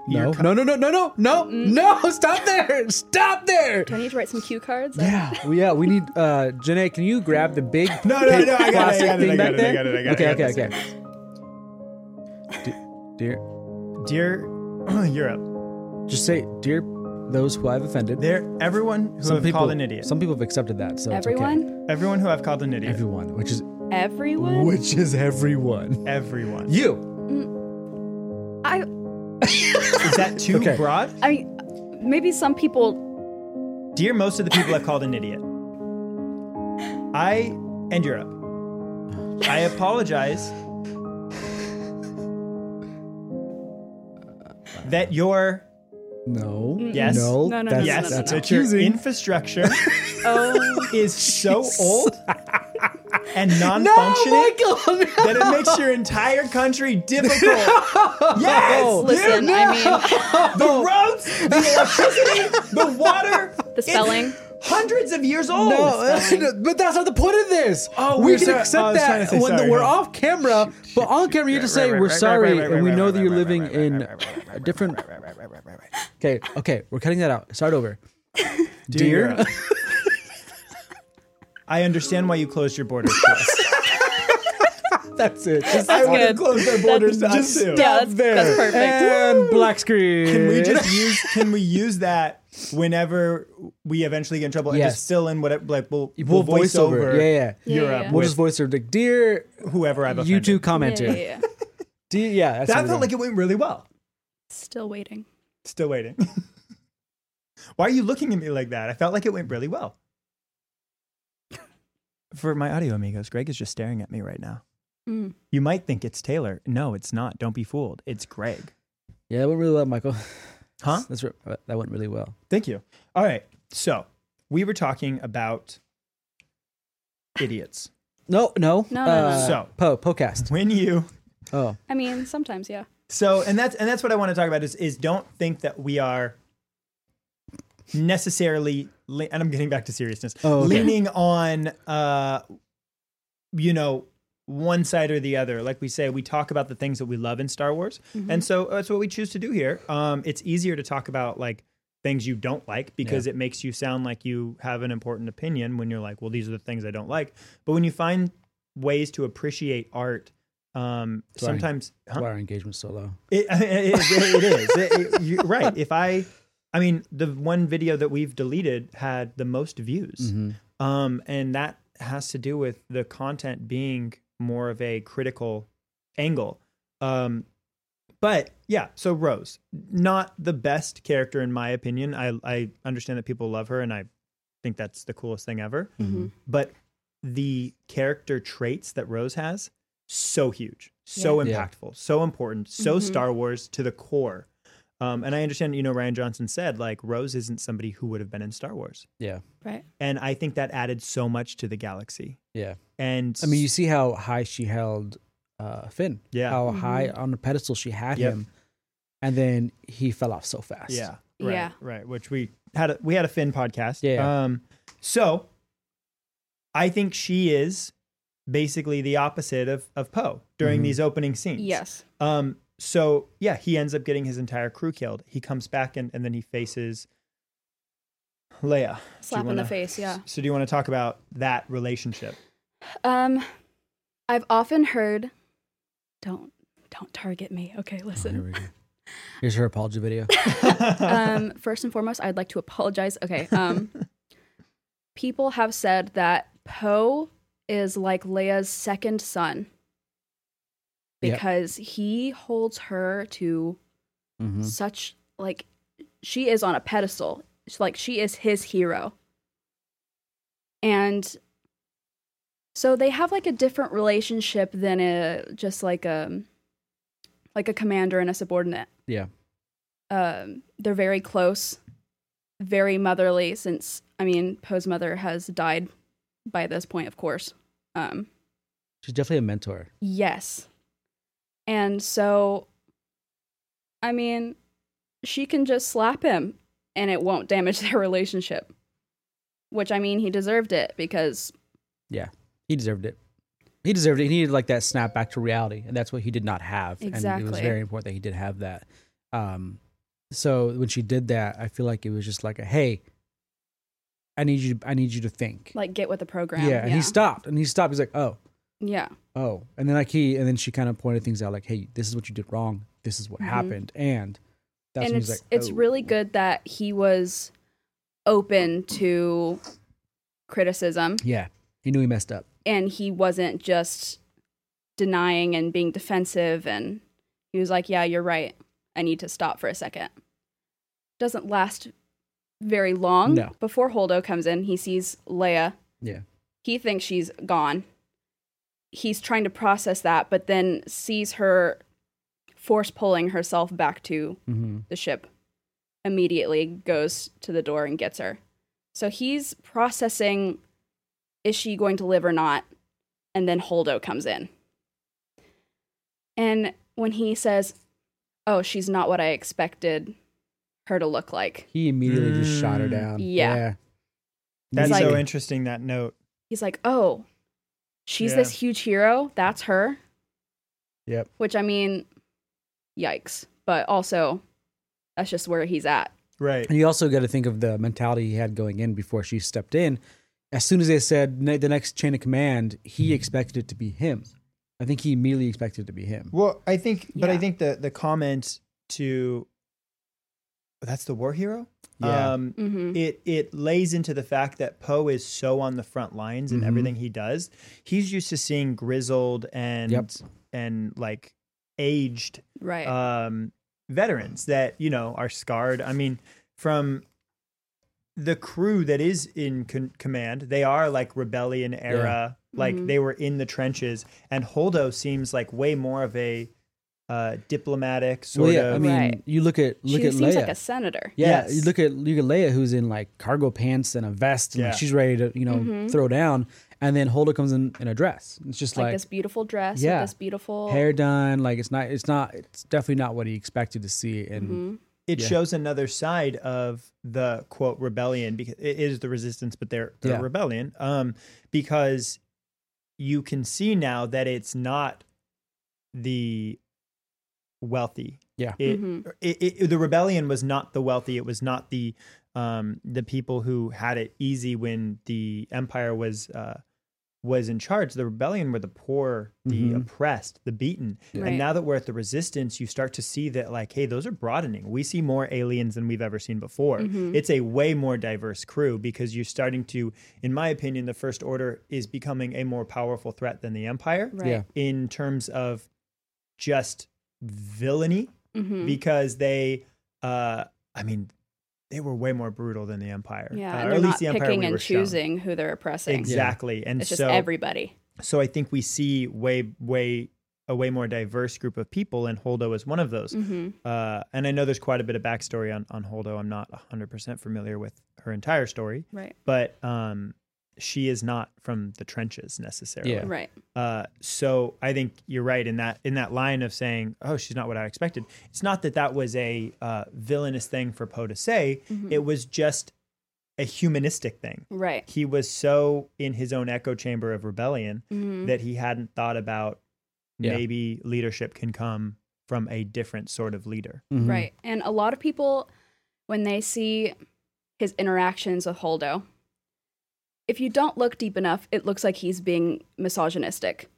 [SPEAKER 5] No.
[SPEAKER 1] Your co-
[SPEAKER 5] no. No. No. No. No. No.
[SPEAKER 4] Mm.
[SPEAKER 5] No. Stop there. Stop there.
[SPEAKER 4] Do I need to
[SPEAKER 5] [LAUGHS]
[SPEAKER 4] write some cue cards?
[SPEAKER 5] Yeah. Well, yeah. We need. uh Janae, can you grab the big
[SPEAKER 1] [LAUGHS] No, no,
[SPEAKER 5] pink
[SPEAKER 1] no, I got it, I
[SPEAKER 5] plastic
[SPEAKER 1] got it, I got
[SPEAKER 5] thing back
[SPEAKER 1] it, I
[SPEAKER 5] there?
[SPEAKER 1] got it, I got it,
[SPEAKER 5] okay.
[SPEAKER 1] I got
[SPEAKER 5] okay. Okay. D- dear,
[SPEAKER 1] dear [CLEARS THROAT] Europe,
[SPEAKER 5] just say dear those who I've offended.
[SPEAKER 1] there everyone who I've
[SPEAKER 5] people
[SPEAKER 1] called an idiot.
[SPEAKER 5] Some people have accepted that. So it's okay.
[SPEAKER 4] Everyone?
[SPEAKER 1] everyone who I've called an idiot.
[SPEAKER 5] Everyone, which is
[SPEAKER 4] Everyone?
[SPEAKER 5] which is everyone.
[SPEAKER 1] everyone.
[SPEAKER 5] You.
[SPEAKER 4] I
[SPEAKER 1] Is that too
[SPEAKER 5] Okay.
[SPEAKER 1] broad?
[SPEAKER 4] I mean maybe some people
[SPEAKER 1] Dear most of the people I've called an idiot. I and Europe. I apologize that your
[SPEAKER 5] No.
[SPEAKER 1] Yes.
[SPEAKER 5] No.
[SPEAKER 4] No, no, no,
[SPEAKER 5] that's,
[SPEAKER 1] yes
[SPEAKER 5] That's
[SPEAKER 4] no.
[SPEAKER 1] that your
[SPEAKER 5] accusing.
[SPEAKER 1] infrastructure [LAUGHS]
[SPEAKER 4] Oh,
[SPEAKER 1] is
[SPEAKER 5] [LAUGHS]
[SPEAKER 1] so old and non-functioning that it makes
[SPEAKER 5] [LAUGHS]
[SPEAKER 1] your entire country difficult.
[SPEAKER 5] Oh,
[SPEAKER 1] yes,
[SPEAKER 4] listen,
[SPEAKER 1] dude,
[SPEAKER 4] I
[SPEAKER 1] the roads,
[SPEAKER 5] [LAUGHS]
[SPEAKER 1] the electricity, the water,
[SPEAKER 4] mean, the spelling.
[SPEAKER 1] hundreds of years old.
[SPEAKER 5] [LAUGHS] No, but that's not the point of this.
[SPEAKER 1] Oh,
[SPEAKER 5] we
[SPEAKER 1] we're
[SPEAKER 5] can
[SPEAKER 1] sorry.
[SPEAKER 5] accept
[SPEAKER 1] I was trying to
[SPEAKER 5] that
[SPEAKER 1] say
[SPEAKER 5] when
[SPEAKER 1] sorry,
[SPEAKER 5] we're
[SPEAKER 1] no.
[SPEAKER 5] off camera, but on camera you just say we're sorry and we know that you're living in a different. Okay, okay, we're cutting that out. Start over.
[SPEAKER 1] Dear, I understand why you closed your
[SPEAKER 5] [LAUGHS]
[SPEAKER 1] borders to us. [LAUGHS]
[SPEAKER 5] That's it. Just
[SPEAKER 1] I would have
[SPEAKER 4] good.
[SPEAKER 1] closed their borders to us
[SPEAKER 5] just
[SPEAKER 1] too.
[SPEAKER 5] stop
[SPEAKER 4] Yeah, that's-
[SPEAKER 5] there.
[SPEAKER 4] that's perfect.
[SPEAKER 5] And black screen.
[SPEAKER 1] Can we just use? Can we use that whenever we eventually get in trouble? And
[SPEAKER 5] Yes.
[SPEAKER 1] just fill in what it, like we'll,
[SPEAKER 5] [LAUGHS] We'll voice over. Yeah, yeah.
[SPEAKER 4] Yeah,
[SPEAKER 1] Europe.
[SPEAKER 4] yeah.
[SPEAKER 5] We'll
[SPEAKER 1] with
[SPEAKER 5] just voice over like, dear
[SPEAKER 1] whoever I've
[SPEAKER 5] you
[SPEAKER 1] offended.
[SPEAKER 5] two
[SPEAKER 4] Yeah,
[SPEAKER 5] commenter.
[SPEAKER 4] yeah, yeah.
[SPEAKER 5] Do you- yeah, that's
[SPEAKER 1] That
[SPEAKER 5] what
[SPEAKER 1] felt
[SPEAKER 5] we're
[SPEAKER 1] like it went really well.
[SPEAKER 4] Still waiting.
[SPEAKER 1] Still waiting. [LAUGHS] Why are you looking at me like that? I felt like it went really well. For my audio amigos, Greg is just staring at me right now.
[SPEAKER 4] Mm.
[SPEAKER 1] You might think it's Taylor. No, it's not. Don't be fooled. It's Greg.
[SPEAKER 5] doing. yeah, that went really well, Michael.
[SPEAKER 1] Huh?
[SPEAKER 5] That's re- uh, that went really well.
[SPEAKER 1] Thank you. All right. So we were talking about idiots.
[SPEAKER 5] No, no,
[SPEAKER 4] No, no, no,
[SPEAKER 5] uh,
[SPEAKER 1] no. So.
[SPEAKER 5] po podcast.
[SPEAKER 1] When you
[SPEAKER 5] Oh,
[SPEAKER 4] I mean, sometimes, yeah.
[SPEAKER 1] so and that's and that's what I want to talk about is is don't think that we are necessarily le- and I'm getting back to seriousness
[SPEAKER 5] Oh, okay.
[SPEAKER 1] leaning on uh you know one side or the other like we say we talk about the things that we love in Star Wars and so that's what we choose to do here um it's easier to talk about like things you don't like because it makes you sound like you have an important opinion when you're like well these are the things I don't like but when you find ways to appreciate art um
[SPEAKER 5] That's why-
[SPEAKER 1] sometimes
[SPEAKER 5] that's why our engagement's so low.
[SPEAKER 1] it, [LAUGHS] it, it- it is. It- it- you're right. If I, I mean, the one video that we've deleted had the most views. Um, and that has to do with the content being more of a critical angle. Um, but yeah, so Rose, not the best character in my opinion. I, I understand that people love her and I think that's the coolest thing ever.
[SPEAKER 4] Mm-hmm.
[SPEAKER 1] But the character traits that Rose has, so huge, so
[SPEAKER 5] Yeah. Yeah.
[SPEAKER 1] impactful, so important, so
[SPEAKER 4] Mm-hmm.
[SPEAKER 1] Star Wars to the core. Um, and I understand, you know, Ryan Johnson said like Rose isn't somebody who would have been in Star Wars.
[SPEAKER 5] Yeah,
[SPEAKER 4] Right.
[SPEAKER 1] And I think that added so much to the galaxy.
[SPEAKER 5] yeah.
[SPEAKER 1] And
[SPEAKER 5] I mean, you see how high she held uh, Finn.
[SPEAKER 1] Yeah.
[SPEAKER 5] How
[SPEAKER 4] Mm-hmm.
[SPEAKER 5] high on the pedestal she had
[SPEAKER 1] Yep.
[SPEAKER 5] him, and then he fell off so fast.
[SPEAKER 1] Yeah. Right.
[SPEAKER 4] Yeah.
[SPEAKER 1] Right. Which we had a we had a Finn podcast.
[SPEAKER 5] Yeah.
[SPEAKER 1] Um so I think she is basically the opposite of of Poe during
[SPEAKER 5] Mm-hmm.
[SPEAKER 1] these opening scenes.
[SPEAKER 4] Yes.
[SPEAKER 1] Um so yeah, he ends up getting his entire crew killed. He comes back and, and then he faces Leia. Do you
[SPEAKER 4] Slap in
[SPEAKER 1] wanna-
[SPEAKER 4] the face, yeah.
[SPEAKER 1] So do you want to talk about that relationship?
[SPEAKER 4] Um, I've often heard, don't don't target me. Okay,
[SPEAKER 5] Here
[SPEAKER 4] listen.
[SPEAKER 5] we go. Here's her apology
[SPEAKER 4] [LAUGHS]
[SPEAKER 5] video.
[SPEAKER 4] [LAUGHS] um, first and foremost, I'd like to apologize. Okay. Um, people have said that Poe is like Leia's second son
[SPEAKER 5] Yep.
[SPEAKER 4] because he holds her to
[SPEAKER 5] Mhm.
[SPEAKER 4] such like she is on a pedestal. It's like she is his hero. And so they have like a different relationship than a just like a like a commander and a subordinate.
[SPEAKER 5] Yeah.
[SPEAKER 4] Um they're very close, very motherly since I mean Poe's mother has died by this point, of course. Um
[SPEAKER 5] She's definitely a mentor.
[SPEAKER 4] Yes. And so, I mean, she can just slap him and it won't damage [LAUGHS] their relationship. Which, I mean, he deserved it because,
[SPEAKER 5] Yeah, he deserved it. He deserved it. He needed like that snap back to reality, and that's what he did not have. And it was
[SPEAKER 4] Exactly.
[SPEAKER 5] very important that he did have that. Um, so when she did that, I feel like it was just like a hey, I need you. I need you to think.
[SPEAKER 4] like, get with the program.
[SPEAKER 5] yeah, and he stopped, and he stopped. He's like, oh,
[SPEAKER 4] Yeah.
[SPEAKER 5] oh, and then like he, and then she kind of pointed things out, like, hey, this is what you did wrong. This is what
[SPEAKER 4] Mhm.
[SPEAKER 5] happened, and that's
[SPEAKER 4] and
[SPEAKER 5] when
[SPEAKER 4] it's
[SPEAKER 5] he's like,
[SPEAKER 4] it's
[SPEAKER 5] "Oh."
[SPEAKER 4] really good that he was open to criticism
[SPEAKER 5] Yeah, he knew he messed up.
[SPEAKER 4] and he wasn't just denying and being defensive and he was like yeah you're right i need to stop for a second doesn't last very long
[SPEAKER 5] No.
[SPEAKER 4] before holdo comes in he sees leia
[SPEAKER 5] Yeah.
[SPEAKER 4] He thinks she's gone. He's trying to process that, but then sees her force pulling herself back to
[SPEAKER 5] Mm-hmm.
[SPEAKER 4] the ship immediately goes to the door and gets her. So he's processing is she going to live or not? And then Holdo comes in. And when he says, Oh, she's not what I expected her to look like,
[SPEAKER 5] He immediately just shot her
[SPEAKER 1] Mm.
[SPEAKER 5] down.
[SPEAKER 4] Yeah.
[SPEAKER 1] That's
[SPEAKER 4] It's
[SPEAKER 1] so
[SPEAKER 4] like-
[SPEAKER 1] interesting. That note.
[SPEAKER 4] he's like, Oh, she's
[SPEAKER 1] Yeah.
[SPEAKER 4] this huge hero. That's her.
[SPEAKER 5] Yep.
[SPEAKER 4] Which I mean, yikes. But also, that's just where he's at.
[SPEAKER 1] Right.
[SPEAKER 5] And you also got to think of the mentality he had going in before she stepped in. As soon as they said ne- the next chain of command,
[SPEAKER 1] Mm-hmm.
[SPEAKER 5] he expected it to be him. I think he immediately expected it to be him.
[SPEAKER 1] Well, I think, but I
[SPEAKER 4] Yeah.
[SPEAKER 1] think the the comment to that's the war hero.
[SPEAKER 5] Yeah.
[SPEAKER 1] Um,
[SPEAKER 4] hmm
[SPEAKER 1] it it lays into the fact that Poe is so on the front lines in
[SPEAKER 5] Mhm.
[SPEAKER 1] everything he does. He's used to seeing grizzled and
[SPEAKER 5] Yep.
[SPEAKER 1] and like aged
[SPEAKER 4] Right.
[SPEAKER 5] Uh,
[SPEAKER 1] um, veterans that you know are scarred. I mean, from the crew that is in con- command, they are like rebellion era, like
[SPEAKER 4] Mhm.
[SPEAKER 1] they were in the trenches. And Holdo seems like way more of a uh, diplomatic sort
[SPEAKER 5] Well, yeah.
[SPEAKER 1] of.
[SPEAKER 5] I mean,
[SPEAKER 4] Right.
[SPEAKER 5] you look at look
[SPEAKER 4] she
[SPEAKER 5] at
[SPEAKER 4] seems
[SPEAKER 5] Leia.
[SPEAKER 4] like a senator.
[SPEAKER 5] yeah,
[SPEAKER 1] Yes.
[SPEAKER 5] you look at you look at Leia, who's in like cargo pants and a vest, and like,
[SPEAKER 1] Yeah.
[SPEAKER 5] she's ready to you know
[SPEAKER 4] Mhm.
[SPEAKER 5] throw down. And then Holder comes in in a dress. It's just
[SPEAKER 4] like,
[SPEAKER 5] like,
[SPEAKER 4] this beautiful dress
[SPEAKER 5] Yeah.
[SPEAKER 4] with this beautiful
[SPEAKER 5] hair done. Like it's not. It's not. It's definitely not what he expected to see. And
[SPEAKER 4] Mhm.
[SPEAKER 1] it
[SPEAKER 5] Yeah.
[SPEAKER 1] shows another side of the quote rebellion because it is the resistance, but they're, they're
[SPEAKER 5] Yeah.
[SPEAKER 1] rebellion. Um, because you can see now that it's not the wealthy.
[SPEAKER 5] Yeah.
[SPEAKER 1] It,
[SPEAKER 4] Mhm.
[SPEAKER 1] it, it, the rebellion was not the wealthy. It was not the um, the people who had it easy when the empire was uh, was in charge. The rebellion were the poor, the
[SPEAKER 5] Mhm.
[SPEAKER 1] oppressed, the beaten.
[SPEAKER 4] Right.
[SPEAKER 1] And now that we're at the resistance, you start to see that like, hey, those are broadening. We see more aliens than we've ever seen before.
[SPEAKER 4] Mhm.
[SPEAKER 1] It's a way more diverse crew because you're starting to, in my opinion, the First Order is becoming a more powerful threat than the Empire
[SPEAKER 4] Right.
[SPEAKER 5] Yeah.
[SPEAKER 1] in terms of just villainy
[SPEAKER 4] Mhm.
[SPEAKER 1] because they uh i mean they were way more brutal than the empire
[SPEAKER 4] yeah,
[SPEAKER 1] Uh,
[SPEAKER 4] and
[SPEAKER 1] or
[SPEAKER 4] they're
[SPEAKER 1] at
[SPEAKER 4] not
[SPEAKER 1] least the empire
[SPEAKER 4] picking
[SPEAKER 1] we
[SPEAKER 4] and
[SPEAKER 1] were shown.
[SPEAKER 4] choosing who they're oppressing.
[SPEAKER 1] exactly and
[SPEAKER 4] It's just
[SPEAKER 1] so
[SPEAKER 4] everybody.
[SPEAKER 1] so i think we see way way a way more diverse group of people and holdo is one of those
[SPEAKER 4] hmm
[SPEAKER 1] uh and i know there's quite a bit of backstory on on holdo i'm not 100% familiar with her entire story
[SPEAKER 4] Right.
[SPEAKER 1] but um she is not from the trenches necessarily
[SPEAKER 5] Yeah.
[SPEAKER 4] Right.
[SPEAKER 1] uh, so I think you're right in that in that line of saying, "Oh, she's not what I expected." It's not that that was a uh, villainous thing for Poe to say. It was just a humanistic thing.
[SPEAKER 4] Right.
[SPEAKER 1] He was so in his own echo chamber of rebellion
[SPEAKER 4] Mhm.
[SPEAKER 1] that he hadn't thought about
[SPEAKER 5] Yeah.
[SPEAKER 1] maybe leadership can come from a different sort of leader.
[SPEAKER 5] Mhm.
[SPEAKER 4] Right. And a lot of people, when they see his interactions with Holdo, if you don't look deep enough, it looks like he's being misogynistic.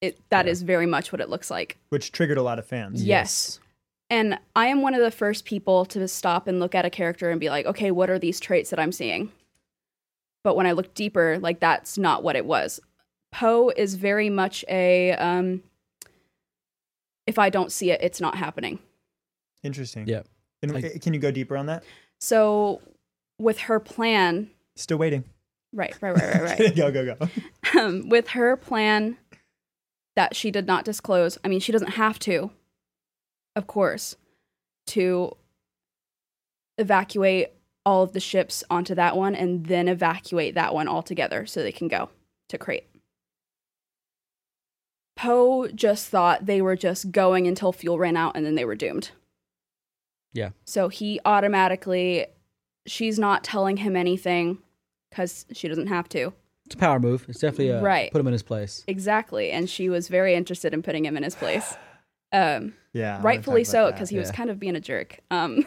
[SPEAKER 4] It that is very much what it looks like.
[SPEAKER 1] Which triggered a lot of fans.
[SPEAKER 4] Yes. And I am one of the first people to stop and look at a character and be like, okay, what are these traits that I'm seeing? But when I look deeper, like that's not what it was. Poe is very much a um, if I don't see it, it's not happening.
[SPEAKER 1] Interesting.
[SPEAKER 5] Yeah.
[SPEAKER 1] And
[SPEAKER 5] I-
[SPEAKER 1] can you go deeper on that?
[SPEAKER 4] So with her plan,
[SPEAKER 1] Still waiting.
[SPEAKER 4] right, right, right, right,
[SPEAKER 1] [LAUGHS]
[SPEAKER 4] right.
[SPEAKER 1] go go go.
[SPEAKER 4] um, with her plan that she did not disclose. I mean, she doesn't have to, of course, to evacuate all of the ships onto that one and then evacuate that one altogether so they can go to Crate. Poe just thought they were just going until fuel ran out and then they were doomed.
[SPEAKER 5] Yeah.
[SPEAKER 4] So he automatically, she's not telling him anything because she doesn't have to.
[SPEAKER 5] It's a power move. It's definitely a,
[SPEAKER 4] Right.
[SPEAKER 5] Put him in his place.
[SPEAKER 4] Exactly, and she was very interested in putting him in
[SPEAKER 1] [SIGHS]
[SPEAKER 4] his place. Um,
[SPEAKER 1] Yeah. I wanna talk
[SPEAKER 4] rightfully
[SPEAKER 1] about
[SPEAKER 4] so,
[SPEAKER 1] that.
[SPEAKER 4] because he was
[SPEAKER 5] yeah.
[SPEAKER 4] kind of being a jerk.
[SPEAKER 1] [COUGHS]
[SPEAKER 4] Um,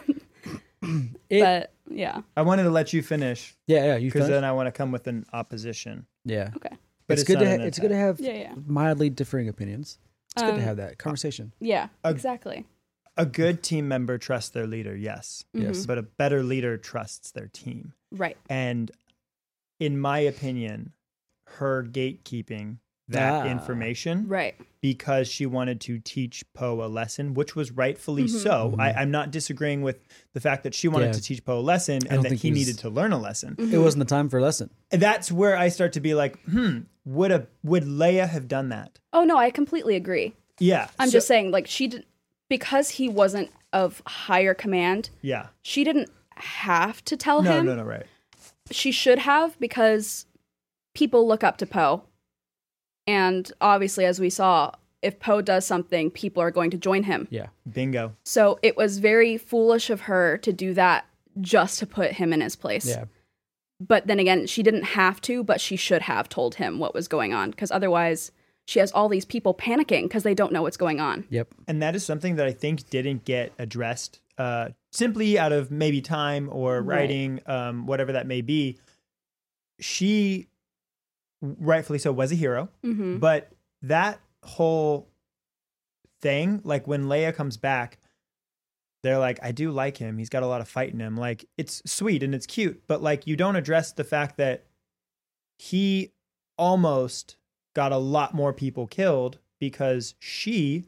[SPEAKER 5] It-
[SPEAKER 4] but yeah,
[SPEAKER 1] I wanted to let you finish
[SPEAKER 5] yeah, yeah. You
[SPEAKER 1] because
[SPEAKER 5] finished?
[SPEAKER 1] then I want to come with an opposition.
[SPEAKER 5] yeah.
[SPEAKER 4] okay,
[SPEAKER 1] But
[SPEAKER 5] it's, good
[SPEAKER 1] not
[SPEAKER 5] to
[SPEAKER 1] an
[SPEAKER 5] ha- it's good to
[SPEAKER 1] attack.
[SPEAKER 5] have
[SPEAKER 4] yeah, yeah,
[SPEAKER 5] mildly differing opinions. It's good
[SPEAKER 4] Um,
[SPEAKER 5] to have that conversation.
[SPEAKER 4] yeah,
[SPEAKER 1] Uh,
[SPEAKER 4] exactly.
[SPEAKER 1] a good team member trusts their leader, yes,
[SPEAKER 4] mm-hmm.
[SPEAKER 5] Yes.
[SPEAKER 1] but a better leader trusts their team.
[SPEAKER 4] Right.
[SPEAKER 1] And in my opinion, her gatekeeping that
[SPEAKER 5] Ah.
[SPEAKER 1] information
[SPEAKER 4] Right.
[SPEAKER 1] because she wanted to teach Poe a lesson, which was rightfully
[SPEAKER 4] Mm-hmm.
[SPEAKER 1] so. I, I'm not disagreeing with the fact that she wanted
[SPEAKER 5] Mm-hmm. Yeah.
[SPEAKER 1] to teach Poe a lesson and
[SPEAKER 5] don't
[SPEAKER 1] that
[SPEAKER 5] think
[SPEAKER 1] he
[SPEAKER 5] it was-
[SPEAKER 1] needed to learn a lesson.
[SPEAKER 4] Mm. Mm-hmm.
[SPEAKER 5] It wasn't the time for a lesson.
[SPEAKER 1] That's where I start to be like, hmm, would a would Leia have done that?
[SPEAKER 4] Oh no, I completely agree.
[SPEAKER 1] Yeah,
[SPEAKER 4] I'm
[SPEAKER 1] so-
[SPEAKER 4] just saying, like she did because he wasn't of higher command.
[SPEAKER 1] yeah.
[SPEAKER 4] She didn't have to tell
[SPEAKER 1] No,
[SPEAKER 4] him.
[SPEAKER 1] no, no, right.
[SPEAKER 4] She should have because people look up to Poe, and obviously, as we saw, if Poe does something, people are going to join him.
[SPEAKER 5] Yeah.
[SPEAKER 1] Bingo.
[SPEAKER 4] So it was very foolish of her to do that just to put him in his place.
[SPEAKER 5] Yeah.
[SPEAKER 4] But then again, she didn't have to, but she should have told him what was going on because otherwise, she has all these people panicking because they don't know what's going on.
[SPEAKER 5] Yep.
[SPEAKER 1] And that is something that I think didn't get addressed uh, simply out of maybe time or
[SPEAKER 4] Right.
[SPEAKER 1] writing, um, whatever that may be. She, rightfully so, was a hero.
[SPEAKER 4] Mm-hmm.
[SPEAKER 1] But that whole thing, like when Leia comes back, they're like, I do like him. He's got a lot of fight in him. Like, it's sweet and it's cute, but like, you don't address the fact that he almost got a lot more people killed because she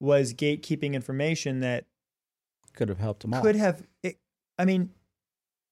[SPEAKER 1] was gatekeeping information that
[SPEAKER 5] Could have helped him out.
[SPEAKER 1] could have. It, I mean,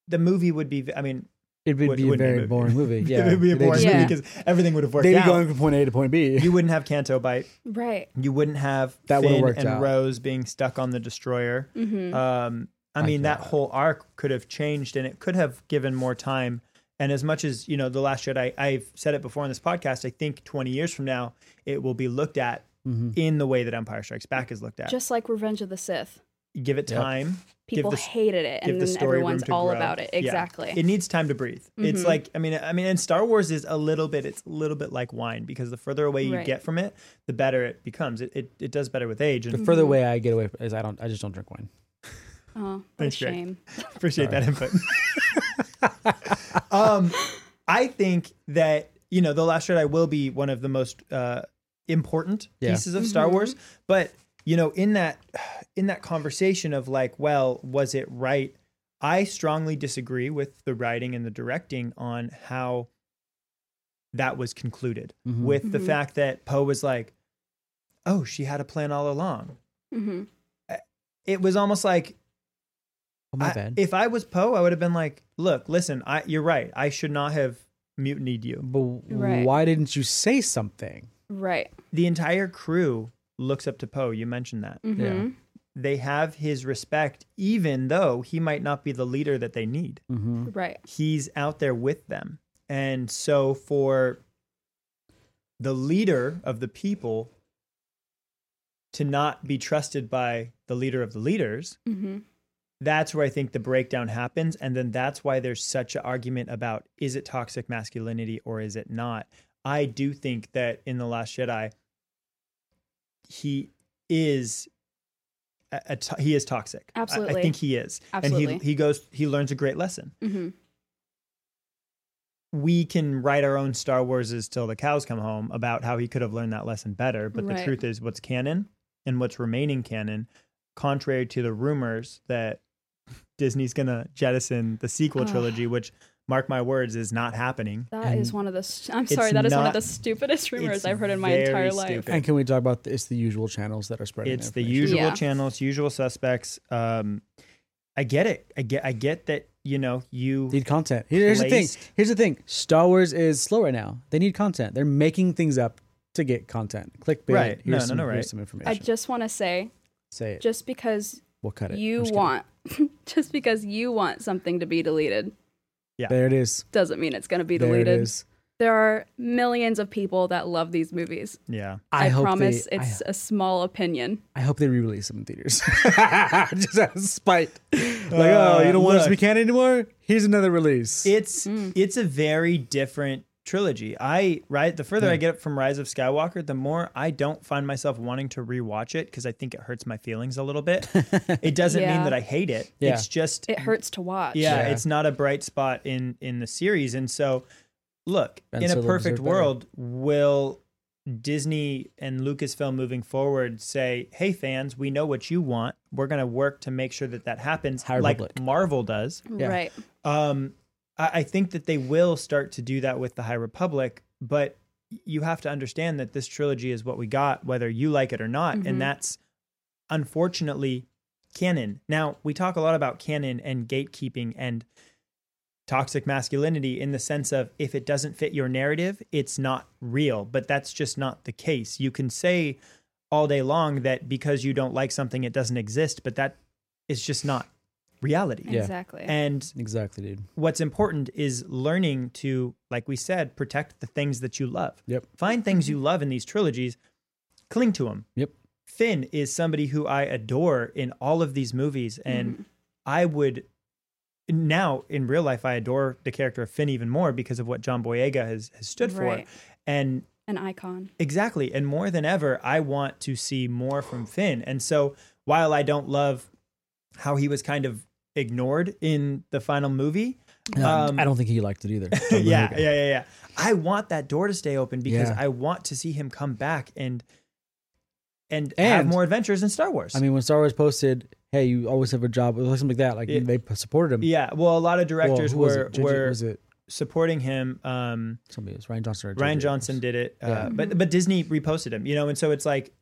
[SPEAKER 1] the movie would be, I mean, [LAUGHS]
[SPEAKER 5] It would
[SPEAKER 1] would-
[SPEAKER 5] be a
[SPEAKER 1] wouldn't be a movie.
[SPEAKER 5] very
[SPEAKER 1] [LAUGHS]
[SPEAKER 5] boring movie. Yeah.
[SPEAKER 1] it would be a
[SPEAKER 5] They'd
[SPEAKER 1] boring
[SPEAKER 5] just
[SPEAKER 1] movie
[SPEAKER 4] Yeah.
[SPEAKER 1] because everything would have worked
[SPEAKER 5] They'd be
[SPEAKER 1] out.
[SPEAKER 5] going from point A to point B.
[SPEAKER 1] you wouldn't have Canto Bite.
[SPEAKER 4] Right.
[SPEAKER 1] you wouldn't have
[SPEAKER 5] That would've
[SPEAKER 1] Finn
[SPEAKER 5] worked
[SPEAKER 1] and
[SPEAKER 5] out.
[SPEAKER 1] Rose being stuck on the destroyer.
[SPEAKER 4] Mm-hmm.
[SPEAKER 1] Um, I
[SPEAKER 5] I
[SPEAKER 1] mean, that
[SPEAKER 5] get it.
[SPEAKER 1] whole arc could have changed, and it could have given more time. And as much as you know, the Last Jedi, I've said it before on this podcast. I think twenty years from now, it will be looked at
[SPEAKER 5] Mhm.
[SPEAKER 1] in the way that Empire Strikes Back is looked at.
[SPEAKER 4] Just like Revenge of the Sith.
[SPEAKER 1] give it
[SPEAKER 5] Yep.
[SPEAKER 1] time.
[SPEAKER 4] People
[SPEAKER 1] give the,
[SPEAKER 4] hated it,
[SPEAKER 1] give
[SPEAKER 4] and
[SPEAKER 1] the
[SPEAKER 4] then
[SPEAKER 1] story room
[SPEAKER 4] everyone's
[SPEAKER 1] to
[SPEAKER 4] all
[SPEAKER 1] grow.
[SPEAKER 4] about it.
[SPEAKER 1] Yeah.
[SPEAKER 4] Exactly.
[SPEAKER 1] It needs time to breathe. It's
[SPEAKER 4] Mhm.
[SPEAKER 1] like I mean, I mean, and Star Wars is a little bit. It's a little bit like wine because the further away you
[SPEAKER 4] Right.
[SPEAKER 1] get from it, the better it becomes. It it, it does better with age.
[SPEAKER 5] The
[SPEAKER 1] And
[SPEAKER 5] further away I get away from is I don't I just don't drink wine.
[SPEAKER 4] oh, what
[SPEAKER 1] [LAUGHS] Thanks,
[SPEAKER 4] a
[SPEAKER 1] Greg.
[SPEAKER 4] shame.
[SPEAKER 1] appreciate that input. [LAUGHS] um, I think that you know, The Last Jedi will be one of the most uh, important
[SPEAKER 5] Yeah.
[SPEAKER 1] pieces of Star Wars, but you know, in that in that conversation of like, well, was it right? I strongly disagree with the writing and the directing on how that was concluded
[SPEAKER 5] Mhm.
[SPEAKER 1] with the
[SPEAKER 4] Mhm.
[SPEAKER 1] fact that Poe was like, "Oh, she had a plan all along."
[SPEAKER 4] Mm-hmm.
[SPEAKER 1] It was almost like
[SPEAKER 5] Oh my
[SPEAKER 1] I-
[SPEAKER 5] bad.
[SPEAKER 1] If I was Poe, I would have been like, "Look, listen, I, you're right. I should not have mutinied you."
[SPEAKER 5] but
[SPEAKER 4] Right.
[SPEAKER 5] why didn't you say something?
[SPEAKER 4] Right.
[SPEAKER 1] The entire crew looks up to Poe. You mentioned that
[SPEAKER 4] Mm-hmm.
[SPEAKER 1] they have his respect, even though he might not be the leader that they need.
[SPEAKER 5] Mm-hmm.
[SPEAKER 4] Right.
[SPEAKER 1] He's out there with them, and so for the leader of the people to not be trusted by the leader of the leaders
[SPEAKER 4] Mm-hmm.
[SPEAKER 1] that's where I think the breakdown happens. And then that's why there's such an argument about is it toxic masculinity or is it not? I do think that in The Last Jedi, he is. A, a to- he is toxic. I- I,
[SPEAKER 4] Absolutely.
[SPEAKER 1] think he is. And
[SPEAKER 4] Absolutely.
[SPEAKER 1] he, he goes, he learns a great lesson.
[SPEAKER 4] Mm-hmm.
[SPEAKER 1] We can write our own Star Warses till the cows come home about how he could have learned that lesson better. But the
[SPEAKER 4] Right.
[SPEAKER 1] truth is, what's canon and what's remaining canon, contrary to the rumors that Disney's going to jettison the sequel
[SPEAKER 4] Ugh.
[SPEAKER 1] trilogy, which, mark my words, is not happening.
[SPEAKER 4] That is
[SPEAKER 5] And
[SPEAKER 4] one of the. St- I'm
[SPEAKER 1] it's
[SPEAKER 4] sorry. That is one
[SPEAKER 1] not-
[SPEAKER 4] of the stupidest rumors
[SPEAKER 1] it's
[SPEAKER 4] I've heard in my
[SPEAKER 1] very
[SPEAKER 4] entire life.
[SPEAKER 1] stupid.
[SPEAKER 5] And can we talk about the, it's the usual channels that are spreading?
[SPEAKER 1] It's the
[SPEAKER 5] information?
[SPEAKER 1] usual
[SPEAKER 4] Yeah.
[SPEAKER 1] channels, usual suspects. Um, I get it. I get. I get that. You know, you
[SPEAKER 5] Need content. Here's the thing.
[SPEAKER 1] Placed.
[SPEAKER 5] Here's the thing. Star Wars is slow right now. They need content. They're making things up to get content. Clickbait.
[SPEAKER 1] Right. No,
[SPEAKER 5] Here's
[SPEAKER 1] no,
[SPEAKER 5] some,
[SPEAKER 1] no, right.
[SPEAKER 5] Here's some information.
[SPEAKER 4] I just want to say,
[SPEAKER 5] Say it.
[SPEAKER 4] just because
[SPEAKER 5] we'll cut it. I'm
[SPEAKER 4] you
[SPEAKER 5] just kidding.
[SPEAKER 4] want, [LAUGHS] just because you want something to be deleted,
[SPEAKER 5] There it is.
[SPEAKER 4] doesn't mean it's going to be
[SPEAKER 5] There it
[SPEAKER 4] deleted.
[SPEAKER 5] is.
[SPEAKER 4] There are millions of people that love these movies.
[SPEAKER 1] yeah.
[SPEAKER 5] I, hope
[SPEAKER 4] promise
[SPEAKER 5] they,
[SPEAKER 4] it's a small opinion.
[SPEAKER 5] I, I hope they re-release them in theaters. [LAUGHS] just out of spite. Like, oh, you don't want us to be
[SPEAKER 1] Uh, look.
[SPEAKER 5] canon anymore? Here's another release.
[SPEAKER 1] It's
[SPEAKER 4] Mm.
[SPEAKER 1] it's a very different trilogy. I right the further I get from Rise of Skywalker, the more I don't find myself wanting to rewatch it because I think it hurts my feelings a little
[SPEAKER 4] [LAUGHS]
[SPEAKER 1] bit. it doesn't mean
[SPEAKER 4] Yeah.
[SPEAKER 1] that I hate it.
[SPEAKER 5] Yeah.
[SPEAKER 1] It's just
[SPEAKER 5] Mm.
[SPEAKER 4] It hurts to watch.
[SPEAKER 1] yeah,
[SPEAKER 5] Yeah.
[SPEAKER 1] it's not a bright spot in in the series. And so, look,
[SPEAKER 5] Ben
[SPEAKER 1] in a
[SPEAKER 5] Solo
[SPEAKER 1] perfect
[SPEAKER 5] deserved better.
[SPEAKER 1] world, will Disney and Lucasfilm moving forward say, "Hey fans, we know what you want. We're going to work to make sure that that happens,"
[SPEAKER 5] High
[SPEAKER 1] like
[SPEAKER 5] Republic.
[SPEAKER 1] Marvel does.
[SPEAKER 5] Yeah.
[SPEAKER 4] Right.
[SPEAKER 1] Um, I, I think that they will start to do that with the High Republic, but you have to understand that this trilogy is what we got, whether you like it or not.
[SPEAKER 4] Mhm.
[SPEAKER 1] And that's unfortunately canon. Now, we talk a lot about canon and gatekeeping and toxic masculinity in the sense of if it doesn't fit your narrative, it's not real. But that's just not the case. You can say all day long that because you don't like something, it doesn't exist, but that is just not reality.
[SPEAKER 5] Yeah.
[SPEAKER 4] Exactly.
[SPEAKER 1] And
[SPEAKER 5] Exactly, dude.
[SPEAKER 1] what's important is learning to, like we said, protect the things that you love.
[SPEAKER 5] Yep.
[SPEAKER 1] Find things you love in these trilogies, cling to them.
[SPEAKER 5] Yep.
[SPEAKER 1] Finn is somebody who I adore in all of these movies, and I would now in real life I adore the character of Finn even more because of what John Boyega has has stood
[SPEAKER 4] Right.
[SPEAKER 1] for. And
[SPEAKER 4] An icon.
[SPEAKER 1] Exactly. And more than ever, I want to see more from Finn. And so while I don't love how he was kind of ignored in the final movie, um,
[SPEAKER 5] I don't think he liked
[SPEAKER 1] [LAUGHS]
[SPEAKER 5] it either. [LAUGHS]
[SPEAKER 1] yeah, yeah, yeah, yeah. I want that door to stay open because
[SPEAKER 5] Yeah.
[SPEAKER 1] I want to see him come back and and, have
[SPEAKER 5] And-
[SPEAKER 1] more adventures in Star Wars.
[SPEAKER 5] I mean, when Star Wars posted, "Hey, you always have a job," or something like that, like
[SPEAKER 1] Yeah.
[SPEAKER 5] they supported him.
[SPEAKER 1] yeah, well, a lot of
[SPEAKER 5] Well,
[SPEAKER 1] directors
[SPEAKER 5] who was
[SPEAKER 1] were
[SPEAKER 5] it? J.J.
[SPEAKER 1] were
[SPEAKER 5] was it
[SPEAKER 1] supporting him. Um,
[SPEAKER 5] somebody? It was Ryan Johnson. Or J.J.
[SPEAKER 1] Ryan
[SPEAKER 5] Abrams.
[SPEAKER 1] Johnson did it, uh,
[SPEAKER 5] Yeah.
[SPEAKER 1] but but Disney reposted him, you know, and so it's like,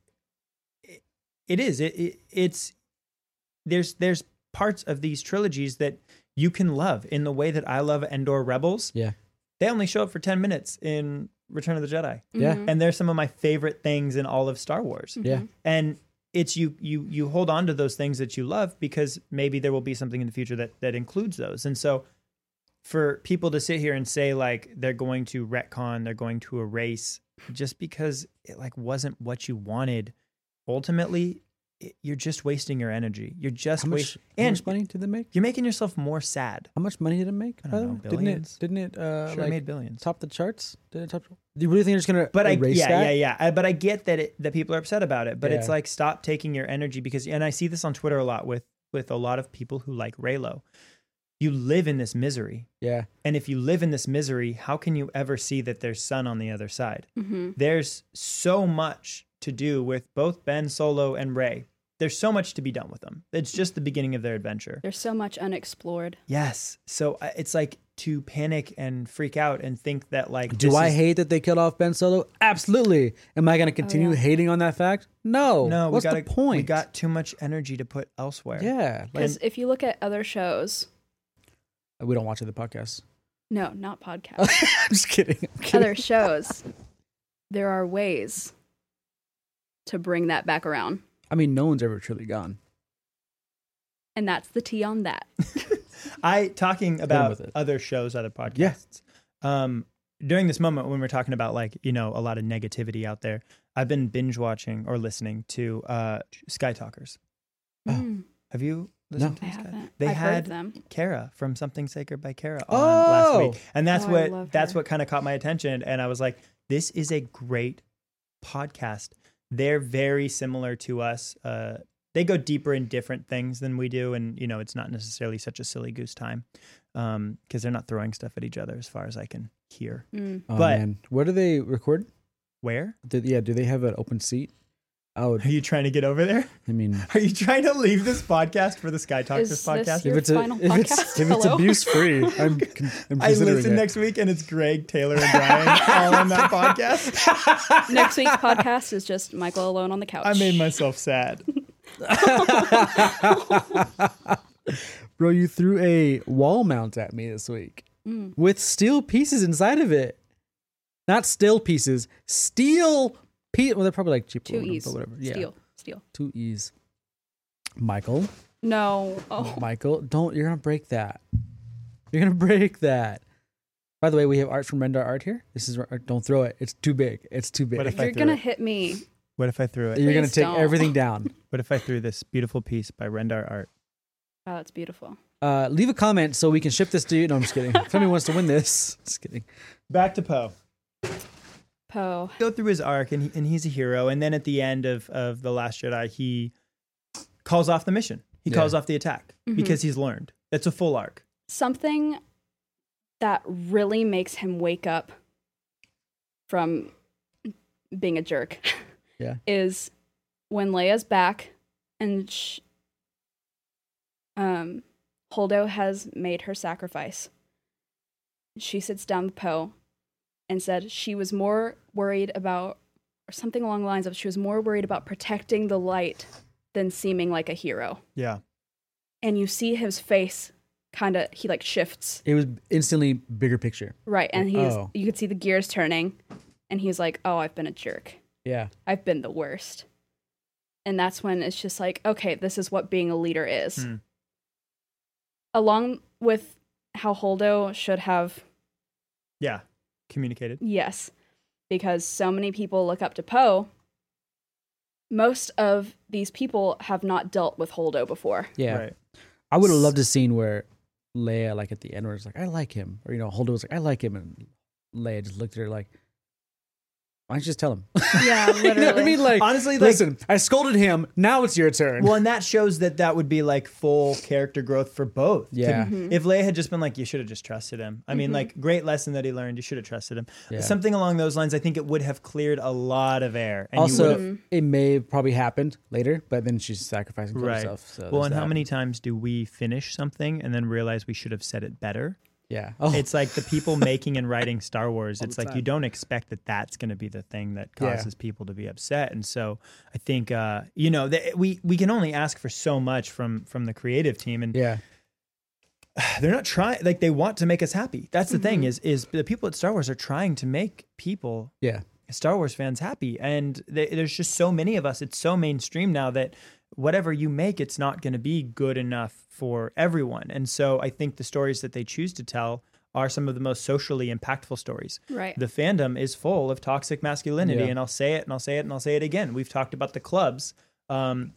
[SPEAKER 1] it, it is it, it it's there's there's parts of these trilogies that you can love in the way that I love Endor Rebels.
[SPEAKER 5] Yeah.
[SPEAKER 1] they only show up for ten minutes in Return of the Jedi,
[SPEAKER 5] Yeah.
[SPEAKER 4] Mhm.
[SPEAKER 1] Mm-hmm. and they're some of my favorite things in all of Star Wars.
[SPEAKER 5] Mm-hmm. Yeah.
[SPEAKER 1] And it's you you you hold on to those things that you love because maybe there will be something in the future that that includes those, and so for people to sit here and say like they're going to retcon, they're going to erase just because it like wasn't what you wanted. Ultimately, it, you're just wasting your energy. You're just
[SPEAKER 5] How much,
[SPEAKER 1] wasting,
[SPEAKER 5] how
[SPEAKER 1] and
[SPEAKER 5] much money did they make?
[SPEAKER 1] you're making yourself more sad.
[SPEAKER 5] How much money did it make?
[SPEAKER 1] I
[SPEAKER 5] by
[SPEAKER 1] don't
[SPEAKER 5] the
[SPEAKER 1] know,
[SPEAKER 5] way? Didn't it?
[SPEAKER 1] billions?
[SPEAKER 5] Didn't it? Uh,
[SPEAKER 1] sure,
[SPEAKER 5] like
[SPEAKER 1] made billions.
[SPEAKER 5] top the charts? Did it top? Do you really think they're just gonna
[SPEAKER 1] But I,
[SPEAKER 5] erase
[SPEAKER 1] yeah,
[SPEAKER 5] that?
[SPEAKER 1] yeah, yeah, I- But I get that it, that people are upset about it. But it's
[SPEAKER 5] Yeah.
[SPEAKER 1] like stop taking your energy because, and I see this on Twitter a lot with with a lot of people who like Raylo. You live in this misery,
[SPEAKER 5] yeah,
[SPEAKER 1] and if you live in this misery, how can you ever see that there's sun on the other side?
[SPEAKER 4] Mhm.
[SPEAKER 1] There's so much to do with both Ben Solo and Ray. There's so much to be done with them. It's just the beginning of their adventure.
[SPEAKER 4] There's so much unexplored.
[SPEAKER 1] Yes. So I- it's like to panic and freak out and think that like
[SPEAKER 5] Do
[SPEAKER 1] this
[SPEAKER 5] I
[SPEAKER 1] is-
[SPEAKER 5] hate that they killed off Ben Solo? Absolutely. Am I gonna continue
[SPEAKER 4] yeah.
[SPEAKER 5] hating on that fact? No.
[SPEAKER 1] no,
[SPEAKER 5] Oh, What's
[SPEAKER 1] we got
[SPEAKER 5] the point?
[SPEAKER 1] We got too much energy to put elsewhere.
[SPEAKER 5] yeah. Like,
[SPEAKER 4] Because if you look at other shows,
[SPEAKER 5] we don't watch other podcasts. [LAUGHS]
[SPEAKER 4] no, not podcasts,
[SPEAKER 5] I'm just kidding. [LAUGHS] I'm kidding.
[SPEAKER 4] other shows, there are ways to bring that back around.
[SPEAKER 5] I mean, no one's ever truly gone.
[SPEAKER 4] And that's the tea on that.
[SPEAKER 1] I talking
[SPEAKER 5] with
[SPEAKER 1] about
[SPEAKER 5] it.
[SPEAKER 1] other shows, other
[SPEAKER 5] Yeah.
[SPEAKER 1] podcasts. Um, during this moment when we're talking about like you know a lot of negativity out there, I've been binge watchhy or listening to uh, Sky Talkers.
[SPEAKER 5] Oh.
[SPEAKER 4] Mm,
[SPEAKER 1] Have you?
[SPEAKER 5] No.
[SPEAKER 1] listened
[SPEAKER 4] I
[SPEAKER 1] to Sky?
[SPEAKER 4] haven't.
[SPEAKER 1] They
[SPEAKER 4] I've
[SPEAKER 1] had
[SPEAKER 4] heard
[SPEAKER 1] [LAUGHS]
[SPEAKER 4] of them. [LAUGHS]
[SPEAKER 1] Kara from Something Sacred by Kara on
[SPEAKER 5] Oh!
[SPEAKER 1] last week, and that's
[SPEAKER 4] Oh, I love
[SPEAKER 1] what that's
[SPEAKER 4] her.
[SPEAKER 1] what kind of caught my attention, and I was like, "This is a great podcast. They're very similar to us. Uh, they go deeper in different things than we do, and you know, it's not necessarily such a silly goose time because they're not throwing stuff at each other, as far as I can hear.
[SPEAKER 4] Mm.
[SPEAKER 5] Oh,
[SPEAKER 1] But-
[SPEAKER 5] man. where do they record?
[SPEAKER 1] Where [LAUGHS]
[SPEAKER 5] Do- yeah, do they have an open seat? I would.
[SPEAKER 1] are you trying to get over there? [LAUGHS]
[SPEAKER 5] I mean,
[SPEAKER 1] Are you trying to leave this podcast for the Sky Talkers
[SPEAKER 4] Is this
[SPEAKER 1] podcast?
[SPEAKER 4] Your
[SPEAKER 5] if it's a,
[SPEAKER 4] final
[SPEAKER 5] if it's,
[SPEAKER 4] podcast?
[SPEAKER 5] if it's
[SPEAKER 4] Hello?
[SPEAKER 5] abuse
[SPEAKER 4] [LAUGHS]
[SPEAKER 5] free, I'm, con- I'm
[SPEAKER 1] I
[SPEAKER 5] considering
[SPEAKER 1] listen
[SPEAKER 5] it.
[SPEAKER 1] next week, and it's Greg, Taylor, and
[SPEAKER 4] [LAUGHS]
[SPEAKER 1] Brian all on that podcast.
[SPEAKER 4] Next week's podcast
[SPEAKER 1] [LAUGHS]
[SPEAKER 4] is just Michael alone on the couch.
[SPEAKER 1] I made myself sad.
[SPEAKER 5] Bro, you threw a wall mount at me this week
[SPEAKER 4] Mm.
[SPEAKER 5] with steel pieces inside of it. Not steel pieces, steel pieces. Well, they're probably like cheap
[SPEAKER 4] two
[SPEAKER 5] aluminum,
[SPEAKER 4] E's.
[SPEAKER 5] but whatever. Yeah,
[SPEAKER 4] Steal. Steal.
[SPEAKER 5] two E's. Michael,
[SPEAKER 1] [LAUGHS]
[SPEAKER 4] No. Oh.
[SPEAKER 5] Michael, don't. You're gonna break that. You're gonna break that. By the way, we have art from Rendar Art here. This is our- don't throw it. It's too big. It's too big.
[SPEAKER 1] What if I
[SPEAKER 4] You're
[SPEAKER 1] threw
[SPEAKER 4] going
[SPEAKER 1] it?
[SPEAKER 4] to hit me.
[SPEAKER 1] What if I threw it?
[SPEAKER 5] You're gonna
[SPEAKER 4] Please
[SPEAKER 5] take
[SPEAKER 4] don't.
[SPEAKER 5] everything
[SPEAKER 4] [LAUGHS]
[SPEAKER 5] down.
[SPEAKER 1] What if I threw this beautiful piece by Rendar Art?
[SPEAKER 4] Wow, Oh, that's beautiful.
[SPEAKER 5] Uh, leave a comment so we can ship this to you. No, I'm just kidding. if anybody wants to win this, [LAUGHS] just kidding.
[SPEAKER 1] Back to Poe.
[SPEAKER 4] Poe.
[SPEAKER 1] Go through his arc, and, he, and he's a hero. And then at the end of, of The Last Jedi, he calls off the mission. He calls
[SPEAKER 5] Yeah.
[SPEAKER 1] off the attack
[SPEAKER 4] Mhm.
[SPEAKER 1] because he's learned. That's a full arc.
[SPEAKER 4] something that really makes him wake up from being a jerk [LAUGHS]
[SPEAKER 5] Yeah.
[SPEAKER 4] is when Leia's back and sh- um Holdo has made her sacrifice. She sits down with Poe and said she was more worried about, or something along the lines of, she was more worried about protecting the light than seeming like a hero.
[SPEAKER 1] Yeah.
[SPEAKER 4] And you see his face kind of, he like shifts,
[SPEAKER 5] It was instantly bigger picture.
[SPEAKER 4] right? And he's,
[SPEAKER 5] Oh.
[SPEAKER 4] you could see the gears turning, and he's like, oh, I've been a jerk.
[SPEAKER 5] Yeah.
[SPEAKER 4] I've been the worst. And that's when it's just like, okay, this is what being a leader is.
[SPEAKER 1] Hmm.
[SPEAKER 4] Along with how Holdo should have,
[SPEAKER 1] Yeah. Communicated.
[SPEAKER 4] yes, because so many people look up to Poe. Most of these people have not dealt with Holdo before.
[SPEAKER 5] Yeah.
[SPEAKER 1] Right.
[SPEAKER 5] I would have loved a scene where Leia, like at the end, where it's like, I like him. Or, you know, Holdo was like, I like him. And Leia just looked at her like, why don't you just tell him? [LAUGHS]
[SPEAKER 4] Yeah, literally.
[SPEAKER 5] you know what I mean? Like,
[SPEAKER 1] Honestly, like-
[SPEAKER 5] listen, I scolded him. Now it's your turn.
[SPEAKER 1] Well, and that shows that that would be like full character growth for both.
[SPEAKER 5] Yeah.
[SPEAKER 1] To- If Leia had just been like, you should have just trusted him. I mean, like, great lesson that he learned. You should have trusted him.
[SPEAKER 5] Yeah.
[SPEAKER 1] Something along those lines, I think it would have cleared a lot of air. And you
[SPEAKER 5] also,
[SPEAKER 1] would've-
[SPEAKER 4] Mm-hmm.
[SPEAKER 5] it may have probably happened later, but then she's sacrificing for
[SPEAKER 1] right.
[SPEAKER 5] herself. So
[SPEAKER 1] well,
[SPEAKER 5] there's
[SPEAKER 1] and how
[SPEAKER 5] that.
[SPEAKER 1] many times do we finish something and then realize we should have said it better?
[SPEAKER 5] Yeah. Oh,
[SPEAKER 1] It's like the people
[SPEAKER 5] [LAUGHS]
[SPEAKER 1] making and writing Star Wars. It's like you
[SPEAKER 5] time.
[SPEAKER 1] don't expect that that's going to be the thing that
[SPEAKER 5] Yeah.
[SPEAKER 1] causes people to be upset. And so I think uh, you know that we we can only ask for so much from from the creative team. And
[SPEAKER 5] yeah.
[SPEAKER 1] they're not trying like they want to make us happy. That's the
[SPEAKER 5] Mm-hmm.
[SPEAKER 1] thing is is the people at Star Wars are trying to make people
[SPEAKER 5] Yeah.
[SPEAKER 1] Star Wars fans happy. And th- there's just so many of us. It's so mainstream now that whatever you make, it's not going to be good enough for everyone. And so I think the stories that they choose to tell are some of the most socially impactful stories.
[SPEAKER 4] Right.
[SPEAKER 1] The fandom is full of toxic masculinity,
[SPEAKER 5] Yeah.
[SPEAKER 1] and I'll say it and I'll say it and I'll say it again. We've talked about the clubs. Um,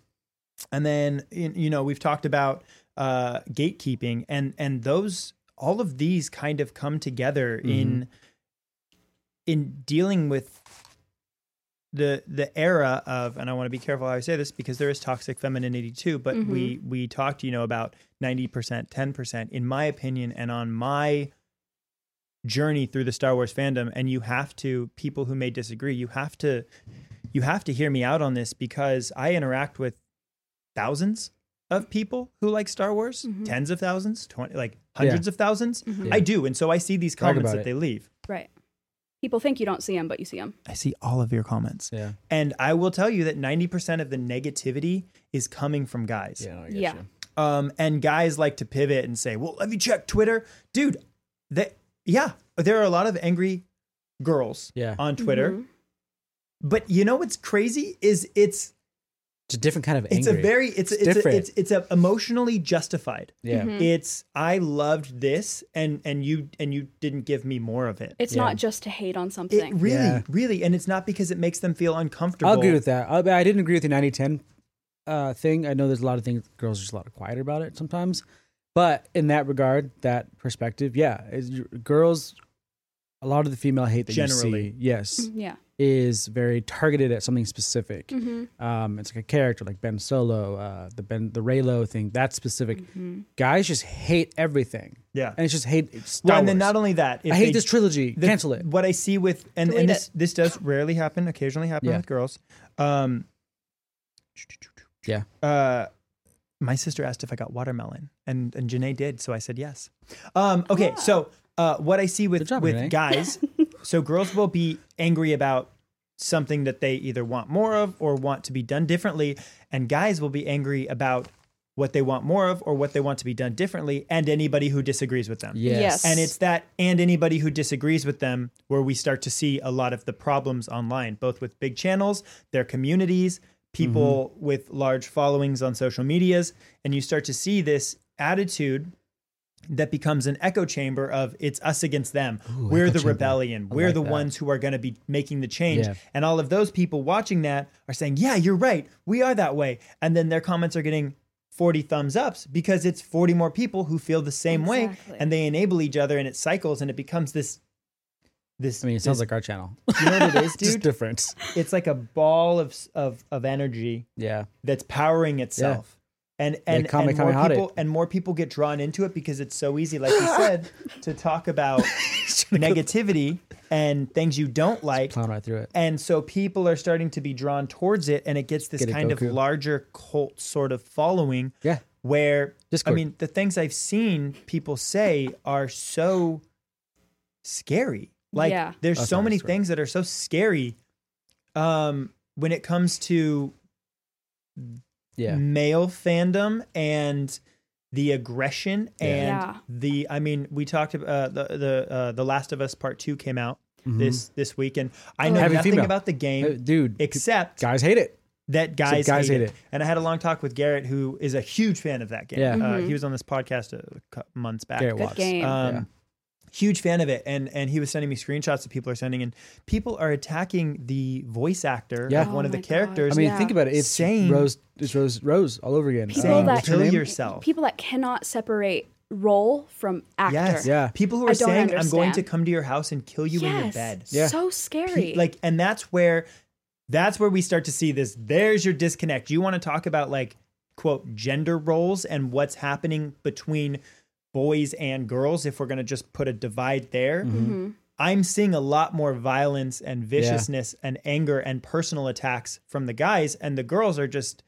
[SPEAKER 1] and then y- you know we've talked about uh, gatekeeping and and those all of these kind of come together in in dealing with the the era of and I want to be careful how I say this because there is toxic femininity too but we we talked you know about 90% 10% in my opinion and on my journey through the Star Wars fandom and you have to people who may disagree you have to you have to hear me out on this because I interact with thousands of people who like Star Wars tens of thousands 20 like hundreds of 1000s
[SPEAKER 5] Yeah.
[SPEAKER 1] I do and so I see these
[SPEAKER 5] Talk
[SPEAKER 1] comments
[SPEAKER 5] about
[SPEAKER 1] that
[SPEAKER 5] it.
[SPEAKER 1] they leave
[SPEAKER 4] Right. People think you don't see him, but you see him.
[SPEAKER 1] I see all of your comments
[SPEAKER 5] Yeah.
[SPEAKER 1] and I will tell you that 90% of the negativity is coming from guys.
[SPEAKER 5] Yeah. I get
[SPEAKER 4] Yeah.
[SPEAKER 5] you.
[SPEAKER 1] Um, and guys like to pivot and say, well, have you checked Twitter? Dude, that, yeah, there are a lot of angry girls
[SPEAKER 5] Yeah.
[SPEAKER 1] on Twitter. But you know what's crazy is it's
[SPEAKER 5] It's a different kind of angry.
[SPEAKER 1] it's a very it's
[SPEAKER 5] It's
[SPEAKER 1] it's it's, a,
[SPEAKER 5] different.
[SPEAKER 1] it's it's a emotionally justified.
[SPEAKER 5] yeah.
[SPEAKER 1] It's I loved this and and you and you didn't give me more of it.
[SPEAKER 4] It's
[SPEAKER 5] Yeah.
[SPEAKER 4] not just to hate on
[SPEAKER 1] It
[SPEAKER 4] something.
[SPEAKER 1] really,
[SPEAKER 5] Yeah.
[SPEAKER 1] really, and it's not because it makes them feel uncomfortable.
[SPEAKER 5] I'll agree with that. I, I didn't agree with the 90 10 uh, thing. I know there's a lot of things, girls are just a lot quieter about it sometimes. But in that regard, that perspective, yeah, is your, girls, a lot of the female hate that you
[SPEAKER 1] Generally.
[SPEAKER 5] see, yes,
[SPEAKER 4] yeah.
[SPEAKER 5] is very targeted at something specific. Um, it's like a character, like Ben Solo, uh, the Ben, the Raylo thing. That's specific. Guys just hate everything,
[SPEAKER 1] Yeah.
[SPEAKER 5] and it's just hate. Star
[SPEAKER 1] Well, and then
[SPEAKER 5] Wars.
[SPEAKER 1] not only that, if
[SPEAKER 5] I hate
[SPEAKER 1] they-
[SPEAKER 5] this trilogy.
[SPEAKER 1] the-
[SPEAKER 5] Cancel
[SPEAKER 1] [LAUGHS]
[SPEAKER 5] it.
[SPEAKER 1] What I see with and,
[SPEAKER 4] Delete
[SPEAKER 1] and this this does rarely happen, occasionally happen
[SPEAKER 5] Yeah.
[SPEAKER 1] with girls. Um,
[SPEAKER 5] Yeah.
[SPEAKER 1] uh, my sister asked if I got watermelon, and and Janae did, so I said yes. Um, okay, so uh, what I see with
[SPEAKER 5] Good job,
[SPEAKER 1] with
[SPEAKER 5] Renee.
[SPEAKER 1] guys,
[SPEAKER 5] [LAUGHS]
[SPEAKER 1] so girls will be angry about something that they either want more of or want to be done differently, and guys will be angry about what they want more of or what they want to be done differently, and anybody who disagrees with them.
[SPEAKER 4] Yes.
[SPEAKER 1] And it's that and anybody who disagrees with them where we start to see a lot of the problems online, both with big channels, their communities, people
[SPEAKER 5] Mm-hmm.
[SPEAKER 1] with large followings on social medias. And you start to see this attitude that becomes an echo chamber of it's us against them. We're
[SPEAKER 5] echo
[SPEAKER 1] the
[SPEAKER 5] chamber.
[SPEAKER 1] rebellion. We're
[SPEAKER 5] like
[SPEAKER 1] the
[SPEAKER 5] that.
[SPEAKER 1] ones who are going to be making the change.
[SPEAKER 5] Yeah.
[SPEAKER 1] And all of those people watching that are saying, yeah, you're right. We are that way. And then their comments are getting 40 thumbs ups because it's 40 more people who feel the same way
[SPEAKER 4] Exactly.
[SPEAKER 1] and they enable each other and it cycles and it becomes this this
[SPEAKER 5] I mean, it sounds
[SPEAKER 1] this-
[SPEAKER 5] like our channel.
[SPEAKER 1] [LAUGHS]
[SPEAKER 5] [LAUGHS]
[SPEAKER 1] you know what it is
[SPEAKER 5] just
[SPEAKER 1] dude
[SPEAKER 5] different.
[SPEAKER 1] it's like a ball of s- of of energy
[SPEAKER 5] Yeah.
[SPEAKER 1] that's powering itself and and,
[SPEAKER 5] Kame
[SPEAKER 1] and more
[SPEAKER 5] Kamehame.
[SPEAKER 1] people and more people get drawn into it because it's so easy like you said to talk
[SPEAKER 5] [LAUGHS]
[SPEAKER 1] about negativity and things you don't like
[SPEAKER 5] Plowing right through it.
[SPEAKER 1] and so people are starting to be drawn towards it and it gets this
[SPEAKER 5] Get it,
[SPEAKER 1] kind
[SPEAKER 5] Goku.
[SPEAKER 1] of larger cult sort of following
[SPEAKER 5] Yeah.
[SPEAKER 1] where
[SPEAKER 5] Discord.
[SPEAKER 1] i mean the things i've seen people say are so scary Like
[SPEAKER 4] Yeah.
[SPEAKER 1] there's
[SPEAKER 5] Oh,
[SPEAKER 1] so
[SPEAKER 5] sorry,
[SPEAKER 1] many
[SPEAKER 5] sorry.
[SPEAKER 1] things that are so scary um when it comes to
[SPEAKER 5] Yeah.
[SPEAKER 1] male fandom and the aggression
[SPEAKER 5] Yeah.
[SPEAKER 1] and
[SPEAKER 4] Yeah.
[SPEAKER 1] the I mean we talked about uh, the the uh, the Last of Us Part 2 came out this this week and I
[SPEAKER 4] Oh.
[SPEAKER 1] know
[SPEAKER 5] Mm-hmm. Heavy
[SPEAKER 1] nothing
[SPEAKER 5] female.
[SPEAKER 1] about the
[SPEAKER 5] Mhm.
[SPEAKER 1] game
[SPEAKER 5] Uh, dude,
[SPEAKER 1] except
[SPEAKER 5] guys hate it.
[SPEAKER 1] that guys,
[SPEAKER 5] guys
[SPEAKER 1] hate,
[SPEAKER 5] hate
[SPEAKER 1] it.
[SPEAKER 5] it.
[SPEAKER 1] And I had a long talk with Garrett who is a huge fan of that game.
[SPEAKER 5] Yeah.
[SPEAKER 4] Mm-hmm.
[SPEAKER 1] Uh, he was on this podcast a cou- months back.
[SPEAKER 5] Garrett
[SPEAKER 4] Good
[SPEAKER 5] Watts.
[SPEAKER 4] game.
[SPEAKER 1] Um,
[SPEAKER 5] Yeah.
[SPEAKER 1] Huge fan of it, and and he was sending me screenshots that people are sending, and people are attacking the voice actor
[SPEAKER 5] Yeah.
[SPEAKER 1] of one
[SPEAKER 4] Oh
[SPEAKER 1] of the
[SPEAKER 4] my God.
[SPEAKER 1] characters.
[SPEAKER 5] I mean,
[SPEAKER 4] Yeah.
[SPEAKER 5] think about it. It's
[SPEAKER 1] Same.
[SPEAKER 5] Rose. It's Rose. Rose all over again.
[SPEAKER 4] People
[SPEAKER 5] Uh,
[SPEAKER 1] saying
[SPEAKER 4] that-
[SPEAKER 5] what's her
[SPEAKER 1] kill
[SPEAKER 5] name?
[SPEAKER 1] yourself.
[SPEAKER 4] People that cannot separate role from actor.
[SPEAKER 1] yes,
[SPEAKER 5] Yeah.
[SPEAKER 1] People who
[SPEAKER 4] I
[SPEAKER 1] are
[SPEAKER 4] don't
[SPEAKER 1] saying, "I'm going
[SPEAKER 4] understand.
[SPEAKER 1] to come to your house and kill you in your
[SPEAKER 4] Yes.
[SPEAKER 1] bed."
[SPEAKER 5] Yeah.
[SPEAKER 4] So scary.
[SPEAKER 1] Pe- Like, and that's where, that's where we start to see this. There's your disconnect. You want to talk about like quote gender roles and what's happening between boys and girls if we're going to just put a divide there.
[SPEAKER 5] Mm-hmm.
[SPEAKER 4] Mhm.
[SPEAKER 1] I'm seeing a lot more violence and viciousness and anger and personal attacks from the guys, and the girls are just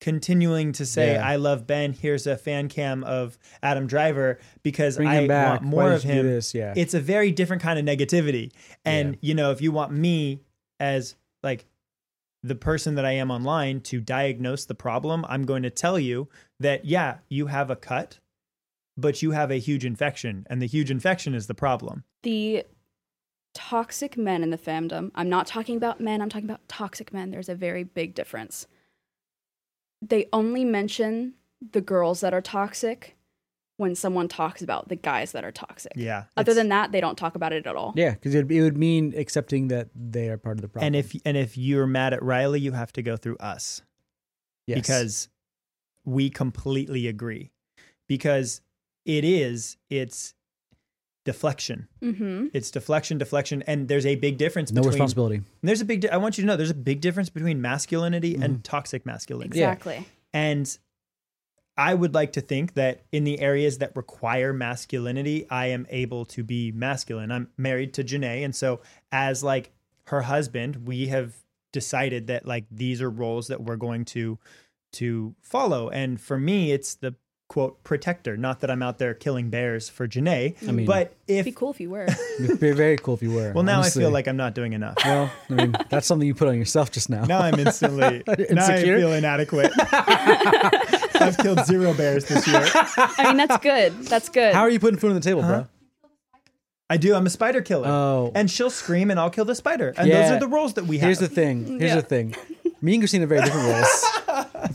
[SPEAKER 1] continuing to say,
[SPEAKER 5] Yeah.
[SPEAKER 1] "I love Ben." Here's a fan cam of Adam Driver because
[SPEAKER 5] Bring
[SPEAKER 1] I
[SPEAKER 5] him back.
[SPEAKER 1] want more
[SPEAKER 5] Why
[SPEAKER 1] of
[SPEAKER 5] did you
[SPEAKER 1] him.
[SPEAKER 5] do this? Yeah.
[SPEAKER 1] It's a very different kind of negativity, and
[SPEAKER 5] Yeah.
[SPEAKER 1] you know, if you want me as like the person that I am online to diagnose the problem, I'm going to tell you that yeah, you have a cut, but you have a huge infection, and the huge infection is the problem.
[SPEAKER 4] the toxic men in the fandom. I'm not talking about men, I'm talking about toxic men. There's a very big difference. They only mention the girls that are toxic when someone talks about the guys that are toxic.
[SPEAKER 1] Yeah.
[SPEAKER 4] Other
[SPEAKER 1] it's-
[SPEAKER 4] than that, they don't talk about it at all.
[SPEAKER 5] Yeah, because it, it would mean accepting that they are part of the problem.
[SPEAKER 1] and if and if you're mad at Riley, you have to go through us
[SPEAKER 5] Yes.
[SPEAKER 1] because we completely agree. Because it is it's deflection.
[SPEAKER 4] Mm-hmm.
[SPEAKER 1] It's deflection, deflection, and there's a big difference
[SPEAKER 5] no
[SPEAKER 1] between.
[SPEAKER 5] responsibility.
[SPEAKER 1] and there's a big. Di- I want you to know there's a big difference between masculinity
[SPEAKER 5] Mm-hmm.
[SPEAKER 1] and toxic masculinity.
[SPEAKER 4] Exactly.
[SPEAKER 1] And I would like to think that in the areas that require masculinity, I am able to be masculine. I'm married to Janae. And so, as like her husband, we have decided that like these are roles that we're going to to follow. And for me, it's the quote protector. Not that I'm out there killing bears for Janae.
[SPEAKER 5] I mean,
[SPEAKER 1] but if
[SPEAKER 4] It'd be cool if you were.
[SPEAKER 5] it'd be very cool if you were.
[SPEAKER 1] well now
[SPEAKER 5] honestly.
[SPEAKER 1] I feel like I'm not doing enough.
[SPEAKER 5] Well, I mean, [LAUGHS] that's something you put on yourself just now.
[SPEAKER 1] Now I'm
[SPEAKER 5] [LAUGHS]
[SPEAKER 1] instantly now I
[SPEAKER 5] Insecure?
[SPEAKER 1] feel
[SPEAKER 5] [LAUGHS]
[SPEAKER 1] inadequate. I've killed zero bears this year.
[SPEAKER 4] I
[SPEAKER 1] [LAUGHS]
[SPEAKER 4] mean, that's good. That's good.
[SPEAKER 5] How are you putting food on the table, bro?
[SPEAKER 1] I do. I'm a spider killer.
[SPEAKER 5] Oh.
[SPEAKER 1] And she'll scream and I'll kill the spider. And those
[SPEAKER 5] Yeah.
[SPEAKER 1] are the roles that we have.
[SPEAKER 5] Here's the thing. Here's
[SPEAKER 4] Yeah.
[SPEAKER 5] the thing. Me and Christine are very different roles.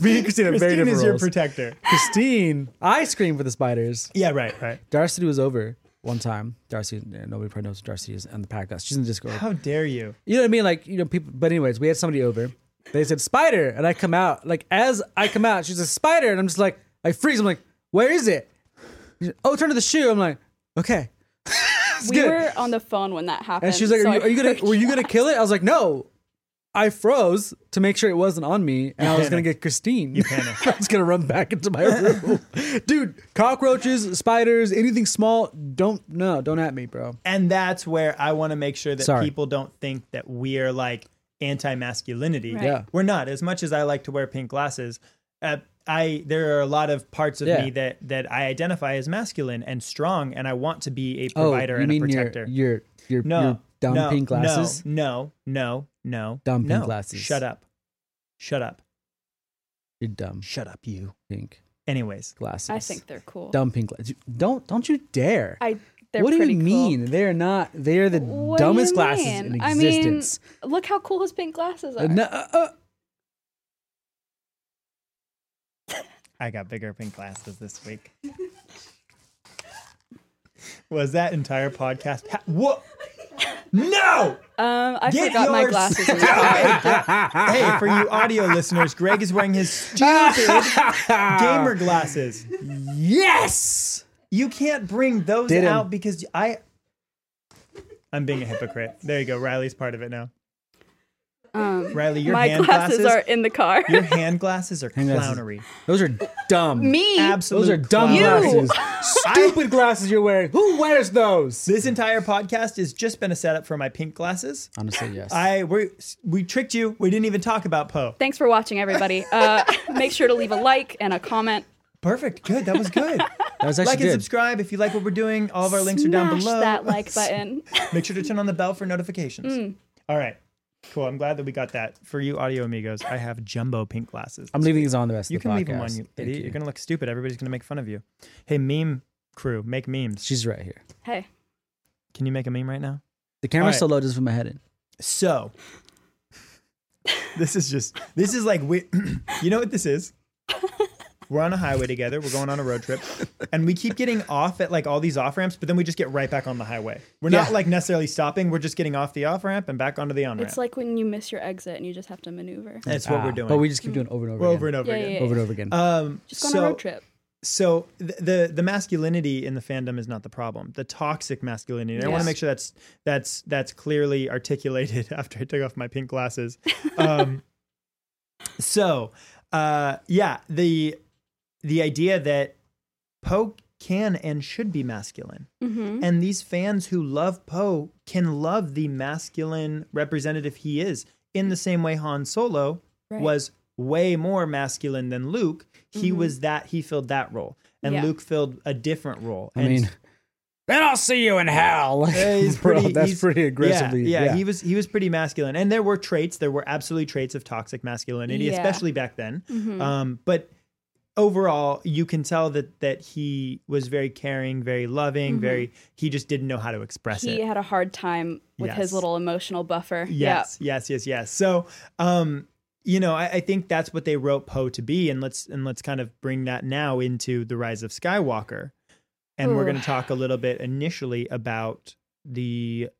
[SPEAKER 1] [LAUGHS]
[SPEAKER 5] Me and Christine are very
[SPEAKER 1] Christine
[SPEAKER 5] different
[SPEAKER 1] is your
[SPEAKER 5] roles.
[SPEAKER 1] protector.
[SPEAKER 5] Christine, I scream for the spiders.
[SPEAKER 1] Yeah, right, right. Darcy.
[SPEAKER 5] Darcy was over one time. Darcy, yeah, nobody probably knows who Darcy is on the podcast. She's in the Discord.
[SPEAKER 1] How dare you?
[SPEAKER 5] You know what I mean? Like, you know, people, but anyways, we had somebody over. They said spider, and I come out. Like, as I come out, she's a spider, and I'm just like, I freeze. I'm like, where is it? She's like, oh, turn to the shoe. I'm like, okay. It's
[SPEAKER 4] we
[SPEAKER 5] good.
[SPEAKER 4] were on the phone when that happened.
[SPEAKER 5] and she's like,
[SPEAKER 4] so
[SPEAKER 5] are you,
[SPEAKER 4] I
[SPEAKER 5] are you gonna
[SPEAKER 4] [LAUGHS] heard
[SPEAKER 5] were you
[SPEAKER 4] that.
[SPEAKER 5] gonna kill it? I was like, no. I froze to make sure it wasn't on me, and I was gonna get Christine.
[SPEAKER 1] panicked.
[SPEAKER 5] [LAUGHS] I was gonna run back into my room, dude. Cockroaches, spiders, anything small, don't no, don't at me, bro.
[SPEAKER 1] And that's where I want to make sure that
[SPEAKER 5] Sorry.
[SPEAKER 1] people don't think that we are like anti masculinity.
[SPEAKER 4] Right.
[SPEAKER 5] Yeah.
[SPEAKER 1] We're not. As much as I like to wear pink glasses, uh, I there are a lot of parts of
[SPEAKER 5] Yeah.
[SPEAKER 1] me that that I identify as masculine and strong, and I want to be a
[SPEAKER 5] Oh,
[SPEAKER 1] provider
[SPEAKER 5] you
[SPEAKER 1] and a
[SPEAKER 5] mean your
[SPEAKER 1] protector.
[SPEAKER 5] your your,
[SPEAKER 1] no,
[SPEAKER 5] your dumb
[SPEAKER 1] no,
[SPEAKER 5] pink glasses?
[SPEAKER 1] No, no, no, no.
[SPEAKER 5] Dumb pink
[SPEAKER 1] no.
[SPEAKER 5] glasses.
[SPEAKER 1] Shut up. Shut up.
[SPEAKER 5] You're dumb
[SPEAKER 1] Shut up, you.
[SPEAKER 5] pink
[SPEAKER 1] Anyways,
[SPEAKER 5] glasses.
[SPEAKER 4] I think they're cool.
[SPEAKER 5] dumb pink glasses. Don't don't you dare.
[SPEAKER 4] I. They're
[SPEAKER 5] what do you
[SPEAKER 4] pretty cool.
[SPEAKER 5] mean? They're not. They're the
[SPEAKER 4] What do you
[SPEAKER 5] dumbest glasses in
[SPEAKER 4] mean?
[SPEAKER 5] existence.
[SPEAKER 4] I mean, look how cool his pink glasses
[SPEAKER 5] Uh,
[SPEAKER 4] are.
[SPEAKER 5] no, uh, uh,
[SPEAKER 1] I got bigger pink glasses this week. [LAUGHS] Was that entire podcast? Ha- what? No!
[SPEAKER 4] Um, I
[SPEAKER 1] Get
[SPEAKER 4] forgot my
[SPEAKER 1] yours.
[SPEAKER 4] glasses.
[SPEAKER 5] [LAUGHS]
[SPEAKER 4] In the car.
[SPEAKER 1] Hey, for you audio listeners, Greg is wearing his
[SPEAKER 5] [LAUGHS]
[SPEAKER 1] stupid gamer glasses.
[SPEAKER 5] yes.
[SPEAKER 1] You can't bring those
[SPEAKER 5] Did him.
[SPEAKER 1] out because I. I'm being a hypocrite. There you go. Riley's part of it now.
[SPEAKER 4] Um,
[SPEAKER 1] Riley, your
[SPEAKER 4] my
[SPEAKER 1] hand
[SPEAKER 4] glasses,
[SPEAKER 1] glasses,
[SPEAKER 4] are in the car.
[SPEAKER 1] Your hand glasses are
[SPEAKER 5] Hand glasses.
[SPEAKER 1] clownery.
[SPEAKER 5] Those are dumb.
[SPEAKER 4] [LAUGHS] Me?
[SPEAKER 1] Absolute
[SPEAKER 5] Those are dumb
[SPEAKER 1] clownery.
[SPEAKER 5] glasses.
[SPEAKER 1] [LAUGHS] I-
[SPEAKER 5] Stupid glasses you're wearing. Who wears those?
[SPEAKER 1] This entire podcast has just been a setup for my pink glasses.
[SPEAKER 5] Honestly, yes.
[SPEAKER 1] I we we tricked you. We didn't even talk about Poe.
[SPEAKER 4] Thanks [LAUGHS] for watching, everybody. Uh, make sure to leave a like and a comment.
[SPEAKER 5] [LAUGHS]
[SPEAKER 1] Perfect. Good. That was good.
[SPEAKER 5] That was actually
[SPEAKER 1] Like and
[SPEAKER 5] good.
[SPEAKER 1] subscribe if you like what we're doing. All of our links are down
[SPEAKER 4] Smash
[SPEAKER 1] below.
[SPEAKER 4] that
[SPEAKER 5] [LAUGHS]
[SPEAKER 4] like button. [LAUGHS]
[SPEAKER 1] Make sure to turn on the bell for notifications.
[SPEAKER 5] Mm.
[SPEAKER 1] All right. Cool. I'm glad that we got that. For you, audio amigos, I have jumbo pink glasses.
[SPEAKER 5] I'm leaving these on the rest
[SPEAKER 1] You
[SPEAKER 5] of the
[SPEAKER 1] can
[SPEAKER 5] podcast.
[SPEAKER 1] leave them on, you
[SPEAKER 5] Thank
[SPEAKER 1] idiot. You're going to look stupid. Everybody's going to make fun of you. Hey, meme crew, make memes.
[SPEAKER 5] She's right here.
[SPEAKER 4] hey,
[SPEAKER 1] Can you make a meme right now?
[SPEAKER 5] The camera's
[SPEAKER 1] All
[SPEAKER 5] so low, it doesn't put my head in.
[SPEAKER 1] So, this is just, this is like, we, [CLEARS THROAT] you know what this is? We're on a highway together. We're going on a road trip. And we keep getting off at like all these off ramps, but then we just get right back on the highway. We're not
[SPEAKER 5] Yeah.
[SPEAKER 1] like necessarily stopping. We're just getting off the off ramp and back onto the on ramp.
[SPEAKER 4] it's like when you miss your exit and you just have to maneuver.
[SPEAKER 1] That's what
[SPEAKER 5] Ah,
[SPEAKER 1] we're doing.
[SPEAKER 5] But we just keep
[SPEAKER 4] Hmm.
[SPEAKER 5] doing over and over
[SPEAKER 1] we're
[SPEAKER 5] again.
[SPEAKER 1] over and over
[SPEAKER 4] Yeah,
[SPEAKER 1] again.
[SPEAKER 4] yeah,
[SPEAKER 5] over and over again.
[SPEAKER 1] Um,
[SPEAKER 4] Just go on
[SPEAKER 1] so,
[SPEAKER 4] a road trip.
[SPEAKER 1] So th- the the masculinity in the fandom is not the problem. The toxic masculinity. and I want to
[SPEAKER 4] Yes.
[SPEAKER 1] make sure that's that's that's clearly articulated [LAUGHS] after I took off my pink glasses. Um, [LAUGHS] so uh, yeah, the the idea that Poe can and should be masculine,
[SPEAKER 4] Mm-hmm.
[SPEAKER 1] and these fans who love Poe can love the masculine representative he is in the same way Han Solo
[SPEAKER 4] Right.
[SPEAKER 1] was way more masculine than Luke. He
[SPEAKER 4] Mhm.
[SPEAKER 1] was that he filled that role, and
[SPEAKER 4] Yeah.
[SPEAKER 1] Luke filled a different role.
[SPEAKER 5] I
[SPEAKER 1] and
[SPEAKER 5] mean, then I'll see you in hell. Like,
[SPEAKER 1] Yeah, [LAUGHS] he's
[SPEAKER 5] [LAUGHS] bro,
[SPEAKER 1] pretty-
[SPEAKER 5] that's
[SPEAKER 1] he's-
[SPEAKER 5] pretty
[SPEAKER 1] yeah,
[SPEAKER 5] aggressively.
[SPEAKER 1] Yeah, he was he was pretty masculine, and there were traits. There were absolutely traits of toxic masculinity,
[SPEAKER 4] Yeah.
[SPEAKER 1] especially back then.
[SPEAKER 4] Mhm.
[SPEAKER 1] Um, but overall, you can tell that that he was very caring, very loving, very. He just didn't know how to express
[SPEAKER 4] Mm-hmm. he
[SPEAKER 1] it.
[SPEAKER 4] had a hard time with
[SPEAKER 1] Yes.
[SPEAKER 4] his little emotional buffer.
[SPEAKER 1] Yes, yes, yes, yes. So, um, you know, I, I think that's what they wrote Poe to be, and let's and let's kind of bring that now into the rise of Skywalker, and we're
[SPEAKER 4] Ooh.
[SPEAKER 1] going to talk a little bit initially about the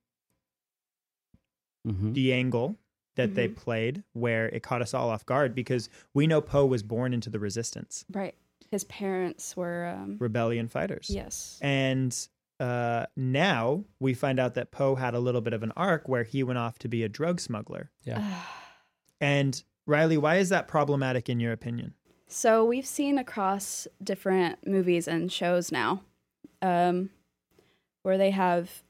[SPEAKER 5] Mhm.
[SPEAKER 1] the angle that they played, where it caught us all off guard because we know Poe was born into the Resistance,
[SPEAKER 4] Yeah. Right. His parents were. Um,
[SPEAKER 1] rebellion fighters,
[SPEAKER 4] yes.
[SPEAKER 1] and uh, now we find out that Poe had a little bit of an arc where he went off to be a drug smuggler. And Riley, why is that problematic in your opinion?
[SPEAKER 4] [SIGHS] So we've seen across different movies and shows now, um, where they have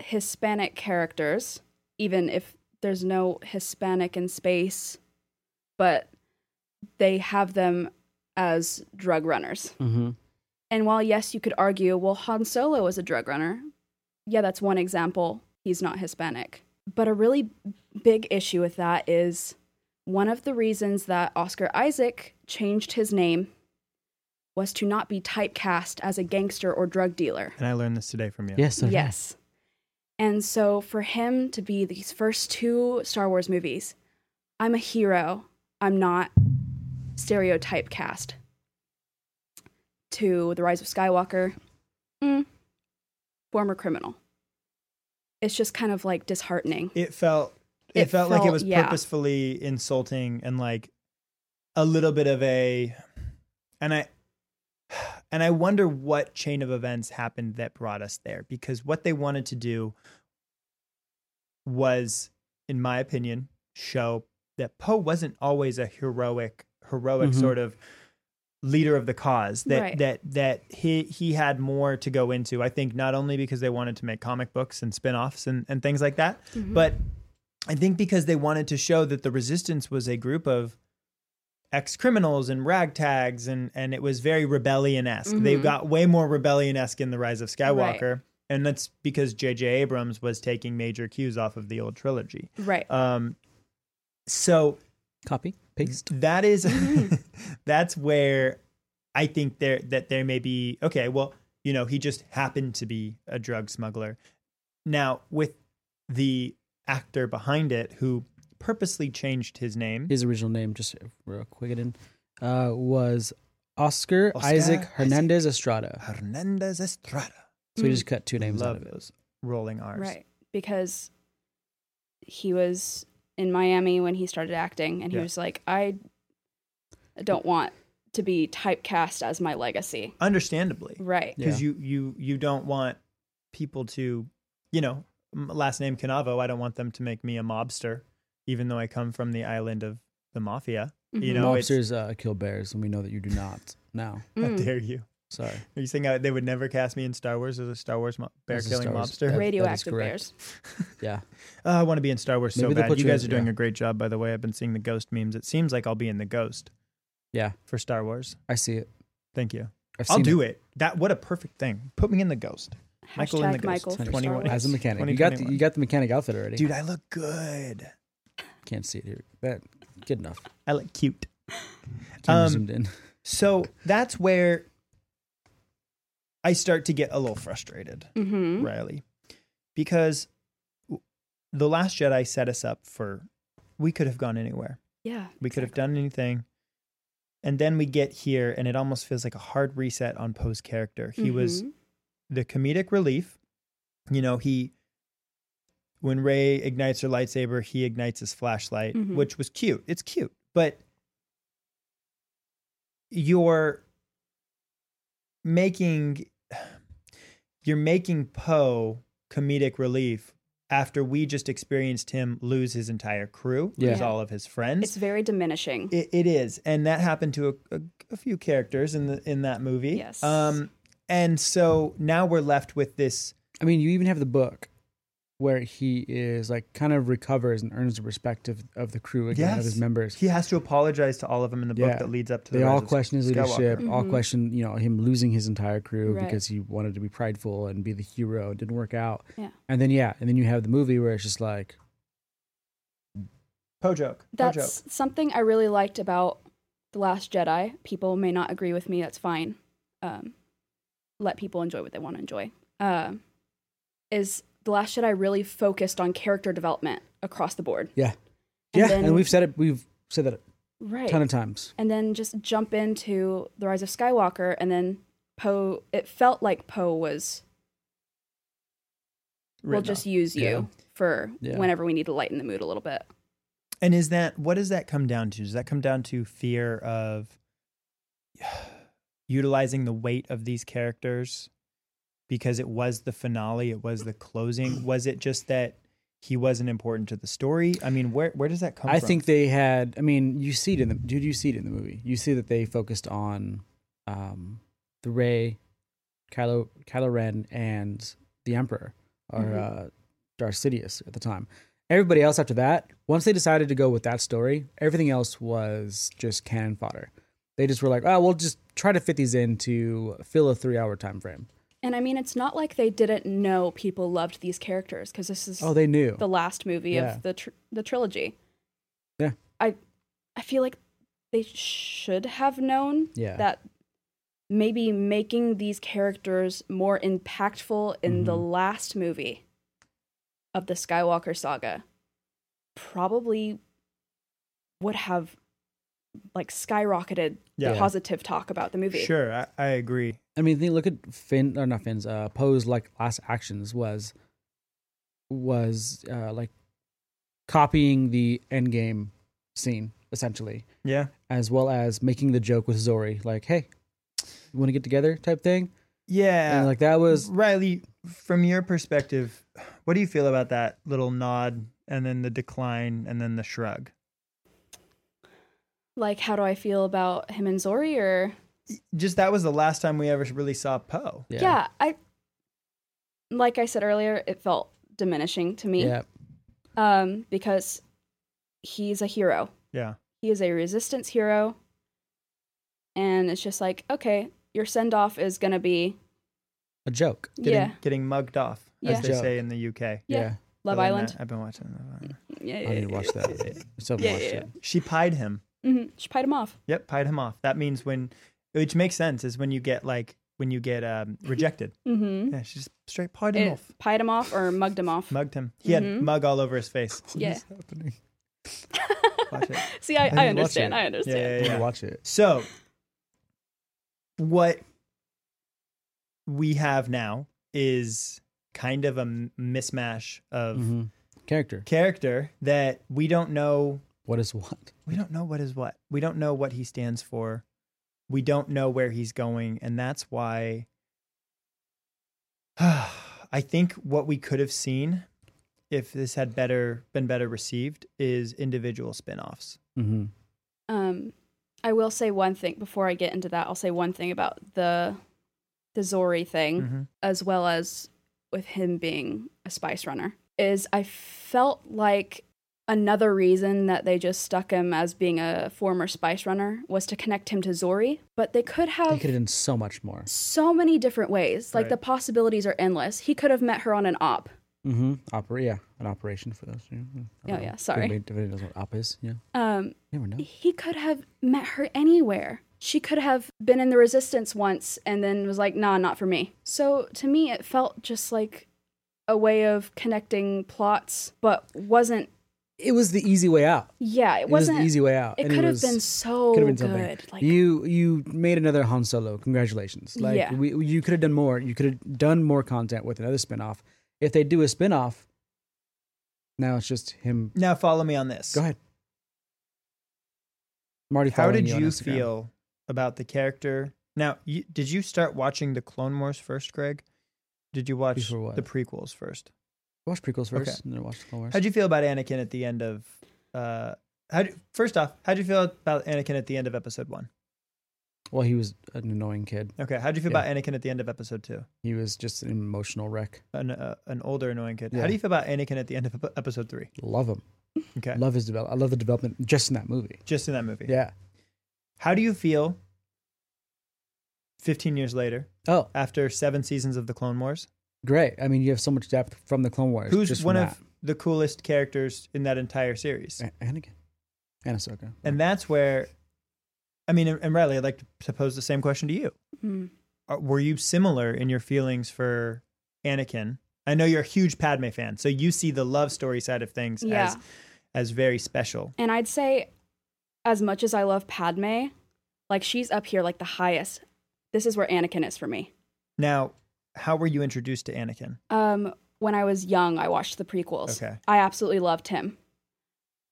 [SPEAKER 4] Hispanic characters, even if there's no Hispanic in space, but they have them as drug runners.
[SPEAKER 5] Mhm.
[SPEAKER 4] And while yes, you could argue, well, Han Solo is a drug runner. Yeah, that's one example. He's not Hispanic. But a really big issue with that is one of the reasons that Oscar Isaac changed his name was to not be typecast as a gangster or drug dealer.
[SPEAKER 1] And I learned this today from you.
[SPEAKER 5] Yes. sir.
[SPEAKER 4] Yes. And so for him to be these first two Star Wars movies, I'm a hero. I'm not stereotype cast. To The Rise of Skywalker, mm, former criminal. It's just kind of like disheartening.
[SPEAKER 1] It felt it,
[SPEAKER 4] It
[SPEAKER 1] felt, like it
[SPEAKER 4] felt-
[SPEAKER 1] was
[SPEAKER 4] yeah.
[SPEAKER 1] purposefully insulting and like a little bit of a and I and I wonder what chain of events happened that brought us there because what they wanted to do was in my opinion show that Poe wasn't always a heroic heroic
[SPEAKER 5] Mhm.
[SPEAKER 1] sort of leader of the cause that
[SPEAKER 4] Right.
[SPEAKER 1] that that he he had more to go into i think not only because they wanted to make comic books and spin-offs and, and things like that
[SPEAKER 4] Mm-hmm.
[SPEAKER 1] but i think because they wanted to show that the resistance was a group of ex-criminals and ragtags and and it was very rebellion-esque they
[SPEAKER 4] Mhm.
[SPEAKER 1] got way more rebellion-esque in the rise of
[SPEAKER 4] Right.
[SPEAKER 1] skywalker and that's because jj abrams was taking major cues off of the old trilogy
[SPEAKER 4] Right.
[SPEAKER 1] um so
[SPEAKER 5] Copy. Paste. Mm-hmm.
[SPEAKER 1] that is- [LAUGHS] that's where I think there that there may be okay, well, you know, he just happened to be a drug smuggler. Now, with the actor behind it who purposely changed his name,
[SPEAKER 5] His original name, just real quick it in, uh, was Oscar,
[SPEAKER 1] Oscar
[SPEAKER 5] Isaac
[SPEAKER 1] Isaac.
[SPEAKER 5] Hernandez Estrada.
[SPEAKER 1] Hernandez Estrada.
[SPEAKER 5] So we just cut two names out
[SPEAKER 1] Love
[SPEAKER 5] of it.
[SPEAKER 1] those rolling R's.
[SPEAKER 4] Right. Because he was in Miami when he started acting and he
[SPEAKER 1] Yeah.
[SPEAKER 4] was like, I don't want to be typecast as my legacy.
[SPEAKER 1] Understandably.
[SPEAKER 4] Right.
[SPEAKER 5] Yeah.
[SPEAKER 1] because you you you don't want people to you know m- last name canavo i don't want them to make me a mobster even though i come from the island of the mafia you
[SPEAKER 4] Mhm.
[SPEAKER 1] know it's-
[SPEAKER 5] Mobsters uh, kill bears, and we know that you do not now.
[SPEAKER 1] how
[SPEAKER 4] Mm.
[SPEAKER 1] dare you
[SPEAKER 5] Sorry.
[SPEAKER 1] are you saying I, they would never cast me in star wars as a star wars mo- bear
[SPEAKER 5] As a
[SPEAKER 1] killing
[SPEAKER 5] Star Wars
[SPEAKER 1] mobster
[SPEAKER 5] bear.
[SPEAKER 4] Radioactive
[SPEAKER 5] correct.
[SPEAKER 4] bears.
[SPEAKER 5] Yeah.
[SPEAKER 1] oh, i want to be in star wars so
[SPEAKER 5] Maybe they'll
[SPEAKER 1] bad
[SPEAKER 5] put
[SPEAKER 1] you
[SPEAKER 5] you
[SPEAKER 1] guys
[SPEAKER 5] in-
[SPEAKER 1] are doing
[SPEAKER 5] yeah.
[SPEAKER 1] a great job by the way i've been seeing the ghost memes it seems like i'll be in the ghost
[SPEAKER 5] Yeah.
[SPEAKER 1] for star wars
[SPEAKER 5] I see it.
[SPEAKER 1] thank you
[SPEAKER 5] I've
[SPEAKER 1] I'll
[SPEAKER 5] seen
[SPEAKER 1] do it. That what a perfect thing. Put me in the ghost. Michael in the
[SPEAKER 4] Hashtag
[SPEAKER 1] ghost.
[SPEAKER 4] Michael for
[SPEAKER 1] 21.
[SPEAKER 4] Star
[SPEAKER 5] As a mechanic, you got the,
[SPEAKER 1] 2021.
[SPEAKER 5] you got the mechanic outfit already.
[SPEAKER 1] Dude, I look good.
[SPEAKER 5] Can't see it here. That good enough.
[SPEAKER 1] I look cute.
[SPEAKER 5] Camera
[SPEAKER 1] Um,
[SPEAKER 5] zoomed in.
[SPEAKER 1] So that's where I start to get a little frustrated,
[SPEAKER 5] Hmm?
[SPEAKER 4] Mm-hmm.
[SPEAKER 1] Riley, because w- the Last Jedi set us up for we could have gone anywhere.
[SPEAKER 4] Yeah.
[SPEAKER 1] We could have done anything. And then we get here, and it almost feels like a hard reset on Poe's character. He was
[SPEAKER 4] Mhm.
[SPEAKER 1] the comedic relief. You know, he when Ray ignites her lightsaber, he ignites his flashlight,
[SPEAKER 4] Mhm.
[SPEAKER 1] which was cute. It's cute, but you're making you're making Poe comedic relief after we just experienced him lose his entire crew, lose
[SPEAKER 5] Yeah.
[SPEAKER 1] all of his friends.
[SPEAKER 4] It's very diminishing.
[SPEAKER 1] It, it is, and that happened to a, a, a few characters in the in that movie.
[SPEAKER 4] Yes.
[SPEAKER 1] Um, and so now we're left with this.
[SPEAKER 5] I mean, you even have the book where he is like kind of recovers and earns the respect of, of the crew again of his
[SPEAKER 1] Yes.
[SPEAKER 5] members.
[SPEAKER 1] He has to apologize to all of them in the book
[SPEAKER 5] Yeah.
[SPEAKER 1] that leads up to.
[SPEAKER 5] they
[SPEAKER 1] the
[SPEAKER 5] all
[SPEAKER 1] Rise of
[SPEAKER 5] question his leadership,
[SPEAKER 1] Skywalker. Mm.
[SPEAKER 5] all
[SPEAKER 4] Mhm.
[SPEAKER 5] question you know him losing his entire crew
[SPEAKER 4] Right.
[SPEAKER 5] because he wanted to be prideful and be the hero. It didn't work out.
[SPEAKER 4] Yeah.
[SPEAKER 5] And then yeah, and then you have the movie where it's just like
[SPEAKER 1] Poe joke. Poe joke.
[SPEAKER 4] That's something I really liked about The Last Jedi. People may not agree with me. That's fine. Um, let people enjoy what they want to enjoy. Um is The Last Jedi really focused on character development across the board?
[SPEAKER 5] yeah,
[SPEAKER 4] And
[SPEAKER 5] yeah.
[SPEAKER 4] then-
[SPEAKER 5] and we've said it. We've said that a
[SPEAKER 4] Right.
[SPEAKER 5] ton of times.
[SPEAKER 4] and then just jump into the rise of skywalker and then poe it felt like poe was we'll
[SPEAKER 1] Written
[SPEAKER 4] just
[SPEAKER 1] off.
[SPEAKER 4] use you
[SPEAKER 5] Yeah.
[SPEAKER 4] for
[SPEAKER 5] Yeah.
[SPEAKER 4] whenever we need to lighten the mood a little bit
[SPEAKER 1] And is that what does that come down to? Does that come down to fear of [SIGHS] utilizing the weight of these characters because it was the finale, it was the closing? Was it just that he wasn't important to the story? I mean, where where does that come
[SPEAKER 5] I
[SPEAKER 1] from?
[SPEAKER 5] think they had. I mean, you see it in the dude. You see it in the movie. You see that they focused on um, the Ray, Kylo, Kylo Ren, and the Emperor, or uh, Darth Sidious at the time. Everybody else after that, once they decided to go with that story, everything else was just cannon fodder. They just were like, oh, we'll just try to fit these in to fill a three-hour time frame.
[SPEAKER 4] and i mean it's not like they didn't know people loved these characters because this is
[SPEAKER 5] Oh, they knew.
[SPEAKER 4] the last movie
[SPEAKER 5] Yeah.
[SPEAKER 4] of the tr- the trilogy
[SPEAKER 5] Yeah.
[SPEAKER 4] i i feel like they should have known
[SPEAKER 5] Yeah.
[SPEAKER 4] that maybe making these characters more impactful in the
[SPEAKER 5] Mm-hmm.
[SPEAKER 4] last movie of the Skywalker saga probably would have like skyrocketed
[SPEAKER 1] Yeah.
[SPEAKER 4] positive talk about the movie.
[SPEAKER 1] Sure, I, I agree.
[SPEAKER 5] I mean, think, look at Finn or not Finn's uh, Poe's like last actions was was uh, like copying the Endgame scene essentially,
[SPEAKER 1] Yeah.
[SPEAKER 5] as well as making the joke with Zori, like, "Hey, you want to get together?" type thing,
[SPEAKER 1] Yeah.
[SPEAKER 5] and like that was
[SPEAKER 1] Riley, from your perspective, what do you feel about that little nod and then the decline and then the shrug?
[SPEAKER 4] Like how do I feel about him and Zori or
[SPEAKER 1] Just that was the last time we ever really saw Poe.
[SPEAKER 5] yeah,
[SPEAKER 4] yeah, I like I said earlier it felt diminishing to me
[SPEAKER 5] yeah.
[SPEAKER 4] um because he's a hero.
[SPEAKER 1] Yeah.
[SPEAKER 4] he is a resistance hero and it's just like okay your send off is gonna be
[SPEAKER 5] a joke.
[SPEAKER 1] Getting,
[SPEAKER 4] yeah
[SPEAKER 1] getting mugged off,
[SPEAKER 4] Yeah.
[SPEAKER 1] as they
[SPEAKER 5] Joke.
[SPEAKER 1] say in the UK.
[SPEAKER 4] Yeah.
[SPEAKER 5] Yeah,
[SPEAKER 4] love
[SPEAKER 1] Other than
[SPEAKER 4] island
[SPEAKER 1] that, I've been watching Love Island.
[SPEAKER 4] yeah,
[SPEAKER 5] I need to watch that. Still haven't
[SPEAKER 4] Yeah,
[SPEAKER 5] watched
[SPEAKER 4] yeah,
[SPEAKER 5] it.
[SPEAKER 1] She pied him.
[SPEAKER 4] hmm she pied him off
[SPEAKER 1] Yep, pied him off. That means when, which makes sense, is when you get like, when you get
[SPEAKER 4] [LAUGHS]
[SPEAKER 1] um, rejected.
[SPEAKER 4] mm-hmm
[SPEAKER 1] yeah, she just straight pied him
[SPEAKER 4] it
[SPEAKER 1] off.
[SPEAKER 4] pied him off or mugged him off
[SPEAKER 1] Mugged him. He had
[SPEAKER 4] Mhm.
[SPEAKER 1] mug all over his face.
[SPEAKER 4] yeah
[SPEAKER 5] Happening.
[SPEAKER 1] Watch it.
[SPEAKER 4] [LAUGHS] see i,
[SPEAKER 1] I need to watch
[SPEAKER 4] I, understand
[SPEAKER 1] it.
[SPEAKER 4] i
[SPEAKER 1] Yeah,
[SPEAKER 4] understand
[SPEAKER 1] yeah,
[SPEAKER 5] I need
[SPEAKER 1] yeah.
[SPEAKER 5] to watch it.
[SPEAKER 1] So, what we have now is kind of a m- mismatch of
[SPEAKER 5] hmm Character,
[SPEAKER 1] character that we don't know.
[SPEAKER 5] what is what?
[SPEAKER 1] We don't know what is what. We don't know what he stands for. We don't know where he's going, and that's why [SIGHS] I think what we could have seen if this had better been better received is individual spin-offs.
[SPEAKER 5] hmm
[SPEAKER 4] um i will say one thing before i get into that i'll say one thing about the the zori thing
[SPEAKER 1] Mhm.
[SPEAKER 4] as well as with him being a spice runner is i felt like another reason that they just stuck him as being a former spice runner was to connect him to Zori, but they could
[SPEAKER 5] They
[SPEAKER 4] have
[SPEAKER 5] could have done so much more.
[SPEAKER 4] so many different ways. Like
[SPEAKER 1] Right.
[SPEAKER 4] the possibilities are endless. He could have met her on an op.
[SPEAKER 5] Mm-hmm. Opera, yeah, an operation for those. Yeah,
[SPEAKER 4] Yeah, Oh, yeah, sorry.
[SPEAKER 5] Everybody knows what op is. Yeah,
[SPEAKER 4] Um,
[SPEAKER 5] never know.
[SPEAKER 4] he could have met her anywhere. She could have been in the resistance once and then was like, nah, not for me. So to me, it felt just like a way of connecting plots, but wasn't,
[SPEAKER 5] It was the easy way out.
[SPEAKER 4] yeah, it,
[SPEAKER 5] It, was
[SPEAKER 4] wasn't.
[SPEAKER 5] the easy way out.
[SPEAKER 4] It
[SPEAKER 5] and
[SPEAKER 4] could have
[SPEAKER 5] was-
[SPEAKER 4] been so
[SPEAKER 5] could have been something.
[SPEAKER 4] good. Like,
[SPEAKER 5] you you made another Han Solo. Congratulations. Like
[SPEAKER 4] Yeah.
[SPEAKER 5] we, you could have done more. You could have done more content with another spinoff. If they do a spinoff, now it's just him.
[SPEAKER 1] Now follow me on this.
[SPEAKER 5] Go ahead. Marty,
[SPEAKER 1] How did you feel about the character? Now, you, did you start watching the Clone Wars first, Greg? Did you watch
[SPEAKER 5] Before what?
[SPEAKER 1] the prequels first?
[SPEAKER 5] Watch prequels
[SPEAKER 1] Okay.
[SPEAKER 5] first, and then watch the Clone Wars.
[SPEAKER 1] How'd you feel about Anakin at the end of? Uh, how first off, how'd you feel about Anakin at the end of Episode One?
[SPEAKER 5] well, he was an annoying kid.
[SPEAKER 1] Okay, how'd you feel
[SPEAKER 5] Yeah.
[SPEAKER 1] about Anakin at the end of Episode Two?
[SPEAKER 5] He was just an emotional wreck.
[SPEAKER 1] An uh, an older annoying kid.
[SPEAKER 5] Yeah.
[SPEAKER 1] How do you feel about Anakin at the end of ep- Episode Three?
[SPEAKER 5] Love him.
[SPEAKER 1] Okay,
[SPEAKER 5] Love his develop. I love the development just in that movie.
[SPEAKER 1] just in that movie.
[SPEAKER 5] Yeah.
[SPEAKER 1] How do you feel? Fifteen years later,
[SPEAKER 5] Oh,
[SPEAKER 1] after seven seasons of the Clone Wars,
[SPEAKER 5] great. I mean, you have so much depth from the Clone Wars.
[SPEAKER 1] who's
[SPEAKER 5] just
[SPEAKER 1] one
[SPEAKER 5] from
[SPEAKER 1] of the coolest characters in that entire series?
[SPEAKER 5] that. A- Anakin and Ahsoka.
[SPEAKER 1] And that's where, I mean, and Riley, I'd like to pose the same question to you.
[SPEAKER 4] hmm.
[SPEAKER 1] Are- Were you similar in your feelings for Anakin? I know you're a huge Padme fan, so you see the love story side of things
[SPEAKER 4] Yeah.
[SPEAKER 1] as as very special.
[SPEAKER 4] And I'd say, as much as I love Padme, like she's up here, like the highest. This is where Anakin is for me.
[SPEAKER 1] Now, how were you introduced to Anakin?
[SPEAKER 4] Um, when I was young, I watched the prequels.
[SPEAKER 1] Okay.
[SPEAKER 4] I absolutely loved him.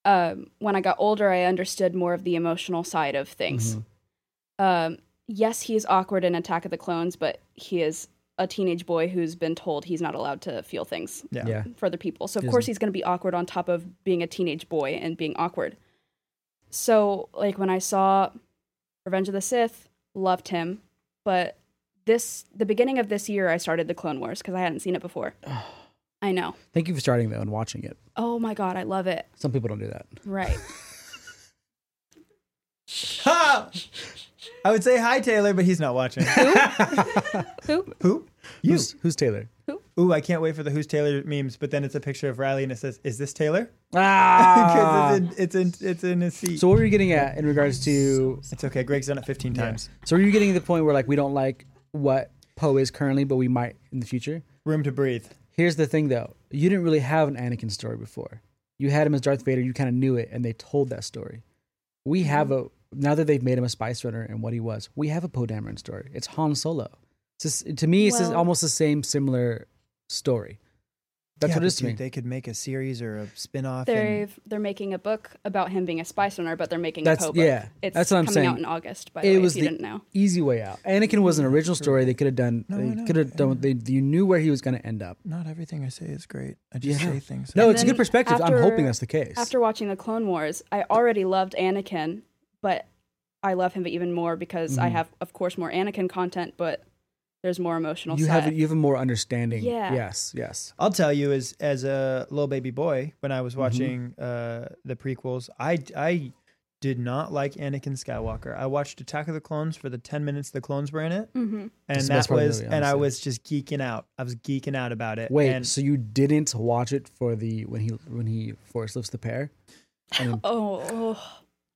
[SPEAKER 4] Um, when I got older, I understood more of the emotional side of things. Um, yes, he is awkward in Attack of the Clones, but he is a teenage boy who's been told he's not allowed to feel things
[SPEAKER 1] Yeah.
[SPEAKER 4] [LAUGHS]
[SPEAKER 5] yeah.
[SPEAKER 4] for other people. So of
[SPEAKER 5] Isn't-
[SPEAKER 4] course he's going to be awkward on top of being a teenage boy and being awkward. So like when I saw Revenge of the Sith, loved him, but this the beginning of this year I started the Clone Wars because I hadn't seen it before. I know.
[SPEAKER 5] Thank you for starting though and watching it.
[SPEAKER 4] Oh my god, I love it.
[SPEAKER 5] Some people don't do that. [LAUGHS]
[SPEAKER 4] Right.
[SPEAKER 1] Ha! I would say hi, Taylor, but he's not watching. [LAUGHS]
[SPEAKER 4] Who?
[SPEAKER 1] Who? You.
[SPEAKER 5] Who's,
[SPEAKER 1] [LAUGHS]
[SPEAKER 5] who's Taylor?
[SPEAKER 1] Ooh, I can't wait for the Who's Taylor memes, but then it's a picture of Riley and it says, Is this Taylor?
[SPEAKER 5] Ah.
[SPEAKER 1] Because it's, in, it's, in, it's in his seat.
[SPEAKER 5] so what were you getting at in regards to?
[SPEAKER 1] it's okay. Greg's done it 15 times.
[SPEAKER 5] So were you getting to the point where like we don't like what Poe is currently, but we might in the future?
[SPEAKER 1] Room to breathe.
[SPEAKER 5] Here's the thing though, you didn't really have an Anakin story before. You had him as Darth Vader, you kind of knew it, and they told that story. We have a now that they've made him a spice runner and what he was, we have a Poe Dameron story. It's Han Solo. It's just, to me, it's just
[SPEAKER 4] Well-
[SPEAKER 5] almost the same similar story. That's
[SPEAKER 1] Yeah,
[SPEAKER 5] what it
[SPEAKER 1] but
[SPEAKER 5] is to
[SPEAKER 1] dude,
[SPEAKER 5] me.
[SPEAKER 1] They could make a series or a spin off.
[SPEAKER 4] They've they're making a book about him being a spy runner, but they're making
[SPEAKER 5] That's-
[SPEAKER 4] a Poe book.
[SPEAKER 5] yeah,
[SPEAKER 4] It's
[SPEAKER 5] that's what I'm
[SPEAKER 4] coming
[SPEAKER 5] saying.
[SPEAKER 4] out in August, by the way, if you didn't know.
[SPEAKER 5] easy way out. Anakin was an original story. They could have done.
[SPEAKER 1] No, I
[SPEAKER 5] they
[SPEAKER 1] know,
[SPEAKER 5] could have done. They you knew where he was going to end up.
[SPEAKER 1] Not everything I say is great. I just
[SPEAKER 5] Yeah.
[SPEAKER 1] say things.
[SPEAKER 5] No,
[SPEAKER 4] And
[SPEAKER 5] it's a good
[SPEAKER 4] then
[SPEAKER 5] perspective. I'm hoping
[SPEAKER 4] after-
[SPEAKER 5] that's the case.
[SPEAKER 4] After watching the Clone Wars, I already loved Anakin, but I love him even more because
[SPEAKER 5] Mm-hmm.
[SPEAKER 4] I have, of course, more Anakin content, but there's more emotional
[SPEAKER 5] you
[SPEAKER 4] side.
[SPEAKER 5] have a- you have a more understanding.
[SPEAKER 4] Yeah.
[SPEAKER 5] Yes. Yes.
[SPEAKER 1] I'll tell you, as as a little baby boy, when I was
[SPEAKER 5] Mm-hmm.
[SPEAKER 1] watching uh, the prequels, I I did not like Anakin Skywalker. I watched Attack of the Clones for the ten minutes the clones were in it, and
[SPEAKER 4] Mm-hmm.
[SPEAKER 5] That's the
[SPEAKER 1] that
[SPEAKER 5] best part of the
[SPEAKER 1] was
[SPEAKER 5] movie,
[SPEAKER 1] and I
[SPEAKER 5] honestly.
[SPEAKER 1] was just geeking out. I was geeking out about it.
[SPEAKER 5] Wait.
[SPEAKER 1] and
[SPEAKER 5] so you didn't watch it for the when he when he force lifts the pair?
[SPEAKER 1] [LAUGHS]
[SPEAKER 4] oh, oh,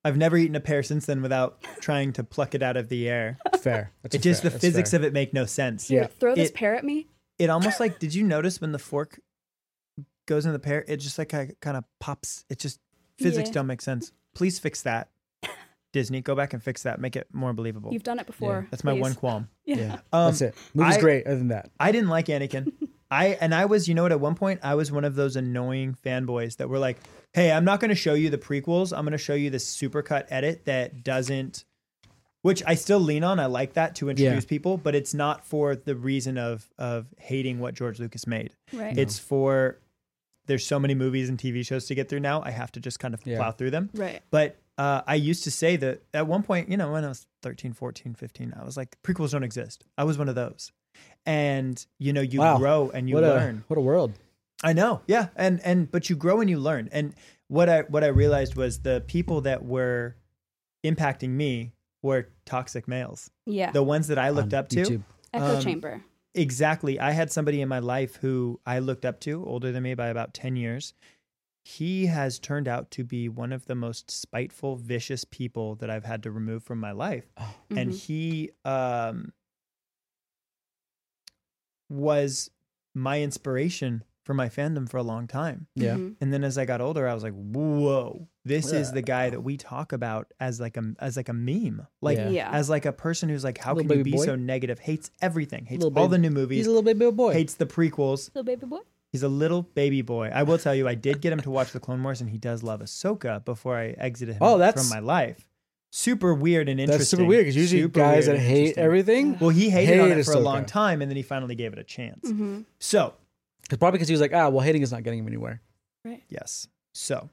[SPEAKER 1] I've never eaten a pear since then without trying to pluck it out of the air.
[SPEAKER 5] Fair. That's
[SPEAKER 1] It just
[SPEAKER 5] fair.
[SPEAKER 1] the
[SPEAKER 5] That's
[SPEAKER 1] physics
[SPEAKER 5] fair.
[SPEAKER 1] of it make no sense.
[SPEAKER 5] Yeah.
[SPEAKER 4] throw this
[SPEAKER 1] It-
[SPEAKER 4] pear at me.
[SPEAKER 1] it almost like did you notice when the fork goes in the pear it just like kind of pops it just physics
[SPEAKER 4] Yeah.
[SPEAKER 1] don't make sense please fix that disney go back and fix that make it more
[SPEAKER 5] Oh.
[SPEAKER 1] believable
[SPEAKER 4] You've done it before.
[SPEAKER 1] that's my one
[SPEAKER 4] please.
[SPEAKER 1] qualm [LAUGHS]
[SPEAKER 5] Yeah.
[SPEAKER 1] um,
[SPEAKER 5] that's it. Movie's
[SPEAKER 1] I-
[SPEAKER 5] great. Other than that,
[SPEAKER 1] i didn't like anakin i and i was you know what at one point i was one of those annoying fanboys that were like hey i'm not going to show you the prequels i'm going to show you this supercut edit that doesn't which i still lean on i like that to introduce people but it's not for the reason of of hating what george lucas made
[SPEAKER 4] [LAUGHS] Right.
[SPEAKER 1] it's for there's so many movies and TV shows to get through now. I have to just kind of
[SPEAKER 5] Yeah.
[SPEAKER 1] plow through them.
[SPEAKER 4] right.
[SPEAKER 1] But uh, I used to say that at one point, you know, when I was 13, 14, 15, I was like, prequels don't exist. I was one of those. And, you know, you
[SPEAKER 5] Wow.
[SPEAKER 1] grow and you
[SPEAKER 5] what
[SPEAKER 1] learn.
[SPEAKER 5] a what a world.
[SPEAKER 1] I know. Yeah, and and but you grow and you learn. And what I what I realized was the people that were impacting me were toxic males.
[SPEAKER 4] Yeah.
[SPEAKER 1] The ones that I looked
[SPEAKER 5] on
[SPEAKER 1] up to.
[SPEAKER 5] YouTube.
[SPEAKER 4] Echo
[SPEAKER 1] um,
[SPEAKER 4] chamber.
[SPEAKER 1] Exactly. I had somebody in my life who I looked up to, older than me by about 10 years. He has turned out to be one of the most spiteful, vicious people that I've had to remove from my life. And
[SPEAKER 4] Mhm.
[SPEAKER 1] he um, was my inspiration for my fandom for a long time.
[SPEAKER 5] Yeah.
[SPEAKER 4] Mhm.
[SPEAKER 1] And then as I got older, I was like, "Whoa, this is
[SPEAKER 5] Yeah.
[SPEAKER 1] the guy that we talk about as like a as like a meme, like
[SPEAKER 5] Yeah.
[SPEAKER 4] Yeah.
[SPEAKER 1] as like a person who's like, how
[SPEAKER 5] Little
[SPEAKER 1] can you
[SPEAKER 5] baby
[SPEAKER 1] be
[SPEAKER 5] boy.
[SPEAKER 1] so negative? Hates everything, hates
[SPEAKER 5] Little
[SPEAKER 1] all
[SPEAKER 5] baby-
[SPEAKER 1] the new movies,
[SPEAKER 5] He's a little baby boy.
[SPEAKER 1] hates the prequels.
[SPEAKER 4] Little baby boy.
[SPEAKER 1] He's a little baby boy. I will tell you, I did get him to watch the Clone Wars, and he does love Ahsoka. Before I exited him
[SPEAKER 5] Oh, that's-
[SPEAKER 1] from my life, super weird and interesting.
[SPEAKER 5] That's super weird because usually
[SPEAKER 1] Super weird
[SPEAKER 5] guys
[SPEAKER 1] and
[SPEAKER 5] that hate
[SPEAKER 1] interesting.
[SPEAKER 5] everything.
[SPEAKER 1] Well, he hated on
[SPEAKER 5] hate
[SPEAKER 1] it for a long
[SPEAKER 5] Ahsoka. Mm.
[SPEAKER 1] time, and then he finally gave it a chance.
[SPEAKER 4] Mm-hmm.
[SPEAKER 1] So
[SPEAKER 5] It's probably because he was like, ah, well, hating is not getting him anywhere.
[SPEAKER 1] Yes. So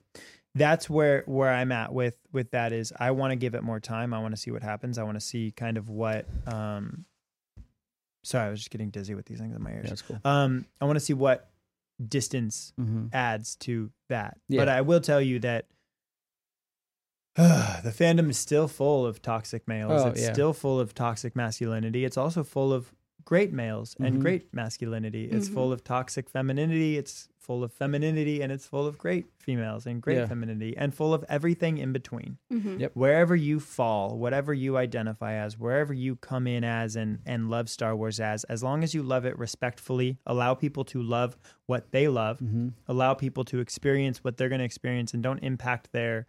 [SPEAKER 1] that's where where I'm at with with that is I want to give it more time. I want to see what happens. I want to see kind of what um sorry, I was just getting dizzy with these things in my ears.
[SPEAKER 5] that's cool.
[SPEAKER 1] Um I want to see what distance
[SPEAKER 5] Mm-hmm.
[SPEAKER 1] adds to that.
[SPEAKER 5] Yeah.
[SPEAKER 1] But I will tell you that [SIGHS] the fandom is still full of toxic males.
[SPEAKER 5] Oh,
[SPEAKER 1] it's
[SPEAKER 5] yeah.
[SPEAKER 1] still full of toxic masculinity. It's also full of great males and
[SPEAKER 5] Mhm.
[SPEAKER 1] great masculinity. It's full of toxic femininity. It's full of femininity and it's full of great females and great
[SPEAKER 5] Yeah.
[SPEAKER 1] femininity and full of everything in between.
[SPEAKER 4] Mm-hmm.
[SPEAKER 5] Yep.
[SPEAKER 1] Wherever you fall, whatever you identify as, wherever you come in as and, and love Star Wars as, as long as you love it respectfully, allow people to love what they love,
[SPEAKER 5] Mm-hmm.
[SPEAKER 1] allow people to experience what they're going to experience and don't impact their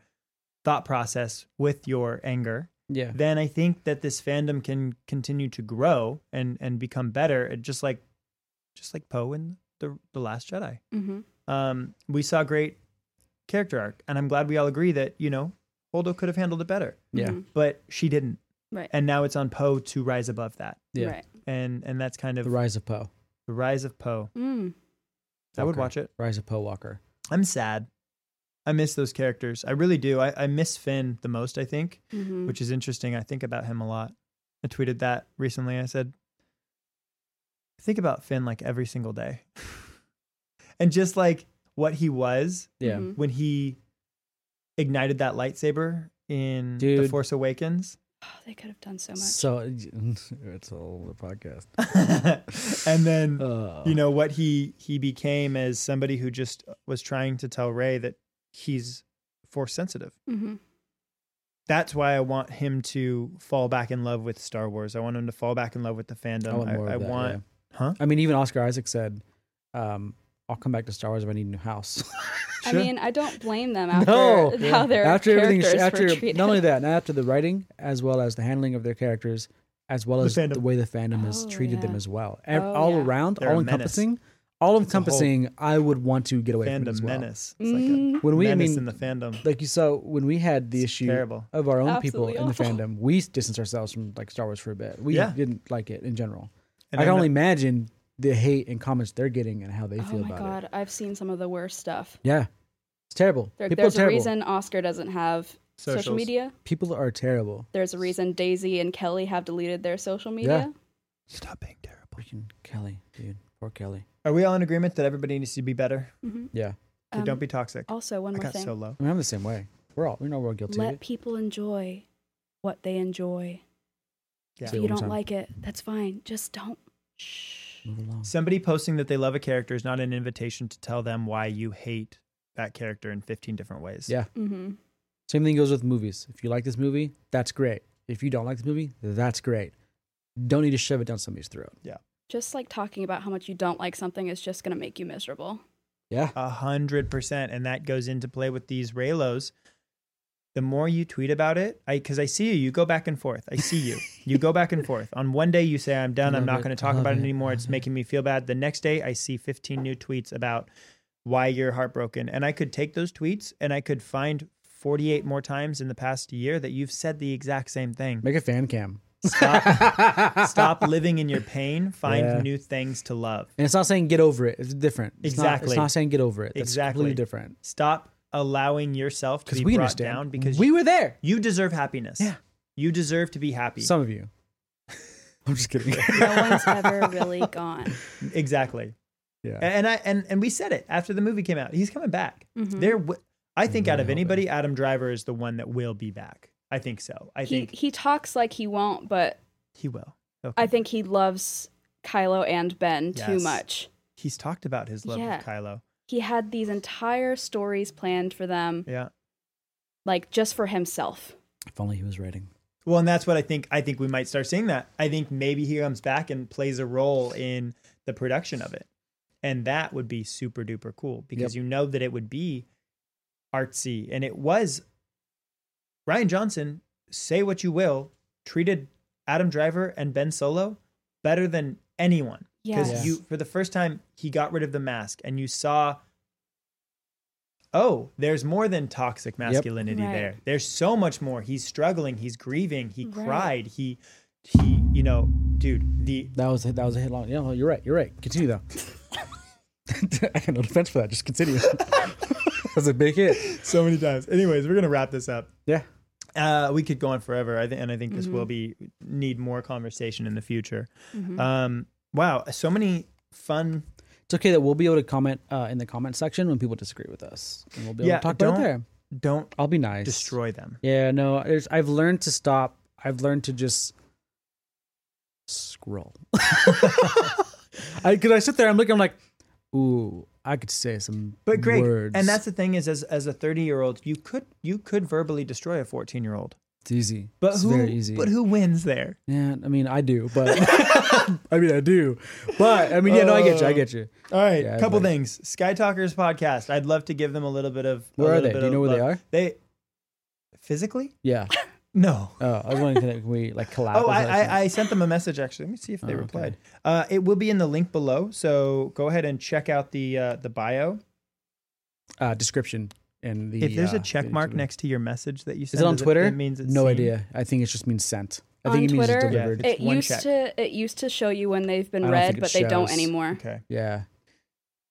[SPEAKER 1] thought process with your anger
[SPEAKER 5] Yeah.
[SPEAKER 1] then i think that this fandom can continue to grow and and become better and just like just like poe in the the last jedi
[SPEAKER 4] Mm-hmm.
[SPEAKER 1] um we saw great character arc and i'm glad we all agree that you know holdo could have handled it better
[SPEAKER 5] Yeah.
[SPEAKER 4] Mm-hmm.
[SPEAKER 1] but she didn't
[SPEAKER 4] Right.
[SPEAKER 1] and now it's on poe to rise above that
[SPEAKER 5] Yeah.
[SPEAKER 4] Right.
[SPEAKER 1] and and that's kind of
[SPEAKER 5] The Rise of Poe.
[SPEAKER 1] the rise of poe
[SPEAKER 4] Mm.
[SPEAKER 1] i would
[SPEAKER 5] Walker.
[SPEAKER 1] watch it
[SPEAKER 5] Rise of Poe Walker.
[SPEAKER 1] I'm sad. I miss those characters. I really do. I, I miss Finn the most, I think,
[SPEAKER 4] Mm-hmm.
[SPEAKER 1] which is interesting. I think about him a lot. I tweeted that recently. I said, I think about Finn like every single day. [LAUGHS] and just like what he was
[SPEAKER 5] Yeah.
[SPEAKER 4] Mhm.
[SPEAKER 1] when he ignited that lightsaber in The
[SPEAKER 5] Dude.
[SPEAKER 1] Force Awakens. [LAUGHS]
[SPEAKER 4] Oh, they could have done so much.
[SPEAKER 5] So [LAUGHS] it's all the podcast.
[SPEAKER 1] and then
[SPEAKER 5] Uh,
[SPEAKER 1] you know what he he became as somebody who just was trying to tell Ray that he's force sensitive.
[SPEAKER 4] Mm-hmm.
[SPEAKER 1] that's why I want him to fall back in love with Star Wars. I want him to fall back in love with the fandom.
[SPEAKER 5] I want more
[SPEAKER 1] I,
[SPEAKER 5] of
[SPEAKER 1] I
[SPEAKER 5] that,
[SPEAKER 1] want huh?
[SPEAKER 5] I mean, even Oscar Isaac said, um, "I'll come back to Star Wars if I need a new house."
[SPEAKER 4] I mean, I don't blame them after
[SPEAKER 5] no,
[SPEAKER 4] how [LAUGHS] their
[SPEAKER 5] after everything,
[SPEAKER 4] characters
[SPEAKER 5] after
[SPEAKER 4] were treated.
[SPEAKER 5] not
[SPEAKER 4] [LAUGHS]
[SPEAKER 5] only that, not after the writing as well as the handling of their characters, as well
[SPEAKER 1] The
[SPEAKER 5] as
[SPEAKER 1] fandom.
[SPEAKER 5] the way the fandom has
[SPEAKER 4] Oh,
[SPEAKER 5] treated them
[SPEAKER 4] yeah.
[SPEAKER 5] as well, Ev-
[SPEAKER 4] Oh,
[SPEAKER 5] all
[SPEAKER 4] yeah.
[SPEAKER 5] around,
[SPEAKER 1] They're a
[SPEAKER 5] all
[SPEAKER 1] menace.
[SPEAKER 5] encompassing, all
[SPEAKER 1] It's a whole
[SPEAKER 5] encompassing. I would want to get away from it
[SPEAKER 1] fandom
[SPEAKER 5] as well.
[SPEAKER 1] menace. It's like
[SPEAKER 4] Mm.
[SPEAKER 5] When
[SPEAKER 1] a
[SPEAKER 5] we, I
[SPEAKER 1] menace
[SPEAKER 5] mean,
[SPEAKER 1] in the fandom.
[SPEAKER 5] like you saw when we had the
[SPEAKER 1] It's
[SPEAKER 5] issue
[SPEAKER 1] terrible.
[SPEAKER 5] of our own
[SPEAKER 4] Absolutely
[SPEAKER 5] people in the
[SPEAKER 4] awful.
[SPEAKER 5] fandom, we distanced ourselves from like Star Wars for a bit. We
[SPEAKER 1] Yeah.
[SPEAKER 5] didn't like it in general.
[SPEAKER 1] And
[SPEAKER 5] I
[SPEAKER 1] I
[SPEAKER 5] can
[SPEAKER 1] know-
[SPEAKER 5] only imagine the hate and comments they're getting and how they
[SPEAKER 4] oh
[SPEAKER 5] feel
[SPEAKER 4] my
[SPEAKER 5] about
[SPEAKER 4] god,
[SPEAKER 5] it.
[SPEAKER 4] I've seen some of the worst stuff.
[SPEAKER 5] Yeah, it's terrible.
[SPEAKER 4] There,
[SPEAKER 5] people are
[SPEAKER 4] there's a
[SPEAKER 5] terrible.
[SPEAKER 4] reason Oscar doesn't have social
[SPEAKER 1] Socials.
[SPEAKER 4] media.
[SPEAKER 5] People are terrible.
[SPEAKER 4] There's a reason Daisy and Kelly have deleted their social media.
[SPEAKER 1] Stop being terrible.
[SPEAKER 5] Freaking Kelly, dude. Poor Kelly.
[SPEAKER 1] Are we all in agreement that everybody needs to be better?
[SPEAKER 4] Mm-hmm. Um,
[SPEAKER 5] Yeah,
[SPEAKER 1] Okay, don't be toxic.
[SPEAKER 4] Also, oh, one
[SPEAKER 1] I
[SPEAKER 4] more
[SPEAKER 1] got
[SPEAKER 4] thing.
[SPEAKER 1] so low.
[SPEAKER 5] I mean, I'm the same way. We're all we know we're all guilty. of
[SPEAKER 4] Let
[SPEAKER 5] it.
[SPEAKER 4] people enjoy what they enjoy.
[SPEAKER 1] Yeah.
[SPEAKER 4] If
[SPEAKER 5] Say it
[SPEAKER 4] you
[SPEAKER 5] one
[SPEAKER 4] don't
[SPEAKER 5] time.
[SPEAKER 4] like it, that's fine. Just don't. Shh.
[SPEAKER 5] Move along.
[SPEAKER 1] Somebody posting that they love a character is not an invitation to tell them why you hate that character in 15 different ways.
[SPEAKER 5] Yeah.
[SPEAKER 4] Mm-hmm.
[SPEAKER 5] Same thing goes with movies. If you like this movie, that's great. If you don't like this movie, that's great. Don't need to shove it down somebody's throat.
[SPEAKER 4] Just like talking about how much you don't like something is just going to make you miserable.
[SPEAKER 5] Yeah.
[SPEAKER 1] A hundred percent, and that goes into play with these Raylos. The more you tweet about it, I because I see you, you go back and forth. I see you, you go back and forth. On one day you say I'm done, I'm
[SPEAKER 5] Love
[SPEAKER 1] not
[SPEAKER 5] it,
[SPEAKER 1] going to talk
[SPEAKER 5] love
[SPEAKER 1] about it,
[SPEAKER 5] it,
[SPEAKER 1] anymore.
[SPEAKER 5] love
[SPEAKER 1] It's
[SPEAKER 5] it.
[SPEAKER 1] making me feel bad. The next day I see 15 new tweets about why you're heartbroken, and I could take those tweets and I could find 48 more times in the past year that you've said the exact same thing.
[SPEAKER 5] Make a fan cam.
[SPEAKER 1] Stop, [LAUGHS] stop living in your pain. Find
[SPEAKER 5] Yeah.
[SPEAKER 1] new things to love.
[SPEAKER 5] And it's not saying get over it. It's different. It's not-
[SPEAKER 1] Exactly.
[SPEAKER 5] it's not saying get over it. That's
[SPEAKER 1] Exactly.
[SPEAKER 5] completely different.
[SPEAKER 1] Stop allowing yourself to
[SPEAKER 5] Because
[SPEAKER 1] be
[SPEAKER 5] we
[SPEAKER 1] brought
[SPEAKER 5] understand.
[SPEAKER 1] down because
[SPEAKER 5] we were there.
[SPEAKER 1] You deserve happiness.
[SPEAKER 5] Yeah.
[SPEAKER 1] You deserve to be happy.
[SPEAKER 5] Some of
[SPEAKER 6] [LAUGHS]
[SPEAKER 5] you. [LAUGHS] I'm just kidding.
[SPEAKER 1] [LAUGHS]
[SPEAKER 4] No one's ever really gone.
[SPEAKER 1] exactly.
[SPEAKER 6] Yeah.
[SPEAKER 1] And I and and we said it after the movie came out. He's coming back.
[SPEAKER 4] Mm-hmm.
[SPEAKER 1] There, w- I think out of anybody, Adam Driver is the one that will be back. I think so. I
[SPEAKER 4] He
[SPEAKER 1] think
[SPEAKER 4] he talks like he won't, but
[SPEAKER 1] he will.
[SPEAKER 4] I think he loves Kylo and Ben too
[SPEAKER 1] Yes.
[SPEAKER 4] much.
[SPEAKER 1] He's talked about his love
[SPEAKER 4] Yeah.
[SPEAKER 1] of Kylo.
[SPEAKER 4] He had these entire stories planned for them,
[SPEAKER 1] Yeah.
[SPEAKER 4] like just for himself.
[SPEAKER 5] If only he was writing.
[SPEAKER 1] Well, and that's what I think. I think we might start seeing that. I think maybe he comes back and plays a role in the production of it, and that would be super duper cool because you know that it would be artsy, and it was. Ryan Johnson, say what you will, treated Adam Driver and Ben Solo better than anyone because
[SPEAKER 4] Yes.
[SPEAKER 1] you, for the first time, he got rid of the mask, and you saw. Oh, there's more than toxic masculinity
[SPEAKER 4] Right.
[SPEAKER 1] there. There's so much more. He's struggling. He's grieving. He
[SPEAKER 4] Right.
[SPEAKER 1] cried. He, he, you know, dude, the
[SPEAKER 5] That was that was a hit long. Yeah, well,
[SPEAKER 6] You're right. You're right. Continue though. [LAUGHS] I got no defense for that. Just
[SPEAKER 5] [LAUGHS]
[SPEAKER 6] continue. That's a big hit.
[SPEAKER 1] so many times. Anyways, we're gonna wrap this up.
[SPEAKER 6] Yeah.
[SPEAKER 1] Uh, we could go on forever. I think, and I think this will be need more conversation in the future. Um, wow, so many fun.
[SPEAKER 5] it's okay that we'll be able to comment uh, in the comment section when people disagree with us, and we'll be able
[SPEAKER 1] Yeah,
[SPEAKER 5] to talk
[SPEAKER 1] don't
[SPEAKER 5] about it there.
[SPEAKER 1] Don't
[SPEAKER 5] I'll be nice.
[SPEAKER 1] destroy them.
[SPEAKER 5] Yeah, no. There's, I've learned to stop. I've learned to just scroll. [LAUGHS] I because I sit there, I'm looking, I'm like, ooh, I could say some,
[SPEAKER 1] But Greg,
[SPEAKER 5] words.
[SPEAKER 1] and that's the thing is, as as a thirty year old, you could you could verbally destroy a fourteen year old.
[SPEAKER 5] it's easy.
[SPEAKER 1] But
[SPEAKER 5] it's
[SPEAKER 1] who?
[SPEAKER 5] very easy.
[SPEAKER 1] But who wins there?
[SPEAKER 5] Yeah, I mean, I do, but [LAUGHS] I mean, I do, but I mean, yeah, no, I get you, I get you.
[SPEAKER 1] All right,
[SPEAKER 5] Yeah,
[SPEAKER 1] couple
[SPEAKER 5] but-
[SPEAKER 1] things. Sky Talkers podcast. I'd love to give them a little bit of. Oh, a
[SPEAKER 5] Where are
[SPEAKER 1] little
[SPEAKER 5] they?
[SPEAKER 1] bit
[SPEAKER 5] Do you
[SPEAKER 1] of
[SPEAKER 5] know where they
[SPEAKER 1] love.
[SPEAKER 5] are?
[SPEAKER 1] They physically?
[SPEAKER 5] Yeah.
[SPEAKER 1] No.
[SPEAKER 5] Oh, I was wondering, can we like
[SPEAKER 1] [LAUGHS]
[SPEAKER 5] collab?
[SPEAKER 1] Oh,
[SPEAKER 5] or
[SPEAKER 1] I,
[SPEAKER 5] something?
[SPEAKER 1] I, I sent them a message actually. Let me see if they
[SPEAKER 5] Oh, okay.
[SPEAKER 1] replied. Uh, it will be in the link below, so go ahead and check out the uh, the bio.
[SPEAKER 5] uh, description and the.
[SPEAKER 1] If there's
[SPEAKER 5] uh,
[SPEAKER 1] a check mark
[SPEAKER 5] YouTube.
[SPEAKER 1] next to your message that you
[SPEAKER 5] is
[SPEAKER 1] sent,
[SPEAKER 5] it on
[SPEAKER 1] does
[SPEAKER 5] Twitter?
[SPEAKER 1] It, means it's
[SPEAKER 5] no
[SPEAKER 1] seen?
[SPEAKER 5] idea. I think it just means sent. I
[SPEAKER 4] On
[SPEAKER 5] think it means
[SPEAKER 4] Twitter?
[SPEAKER 5] it's
[SPEAKER 1] Yeah.
[SPEAKER 5] delivered.
[SPEAKER 1] It's
[SPEAKER 4] it
[SPEAKER 1] one
[SPEAKER 4] used
[SPEAKER 1] check.
[SPEAKER 4] to it used to show you when they've
[SPEAKER 5] I
[SPEAKER 4] been
[SPEAKER 5] don't think
[SPEAKER 4] read,
[SPEAKER 5] it
[SPEAKER 4] but they don't
[SPEAKER 5] shows.
[SPEAKER 4] anymore.
[SPEAKER 1] Okay,
[SPEAKER 5] yeah,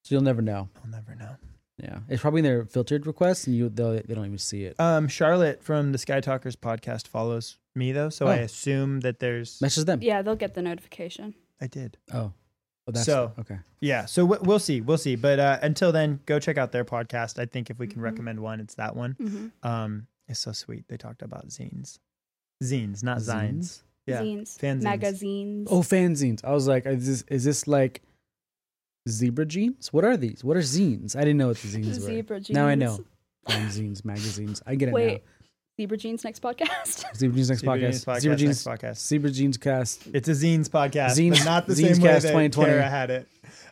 [SPEAKER 5] so you'll never know.
[SPEAKER 1] I'll never know.
[SPEAKER 5] Yeah, it's probably in their filtered requests, and you they'll- they don't even see it.
[SPEAKER 1] Um, Charlotte from the Sky Talkers podcast follows me though, so I
[SPEAKER 5] Oh.
[SPEAKER 1] assume that there's.
[SPEAKER 5] Message them.
[SPEAKER 4] Yeah, they'll get the notification.
[SPEAKER 1] I did.
[SPEAKER 5] Oh, oh, that's
[SPEAKER 1] So-
[SPEAKER 5] okay.
[SPEAKER 1] Yeah, so w- we'll see, we'll see. But uh, until then, go check out their podcast. I think if we can recommend one, it's that one.
[SPEAKER 4] Mm-hmm.
[SPEAKER 1] Um, it's so sweet. They talked about zines, zines, not zines.
[SPEAKER 5] Zines?
[SPEAKER 1] Yeah,
[SPEAKER 4] Zines,
[SPEAKER 1] fanzines.
[SPEAKER 4] magazines.
[SPEAKER 5] Oh, fanzines. I was like, is this is this like zebra jeans? What are these? What are zines? I didn't know what the zines were.
[SPEAKER 4] Zebra
[SPEAKER 5] Now I
[SPEAKER 4] jeans.
[SPEAKER 5] know. Fanzines, magazines. I get it
[SPEAKER 4] Wait, Zebra Jeans next podcast. [LAUGHS]
[SPEAKER 5] now. Zebra jeans next
[SPEAKER 1] Zebra Jeans
[SPEAKER 5] podcast.
[SPEAKER 1] podcast,
[SPEAKER 5] Zebra
[SPEAKER 1] next
[SPEAKER 5] jeans
[SPEAKER 1] podcast.
[SPEAKER 5] Zebra jeans cast.
[SPEAKER 1] It's a zines podcast, but
[SPEAKER 5] Zines-
[SPEAKER 1] not the
[SPEAKER 5] Zines
[SPEAKER 1] same way
[SPEAKER 5] Cast
[SPEAKER 1] that
[SPEAKER 5] 2020.
[SPEAKER 1] Kara had it.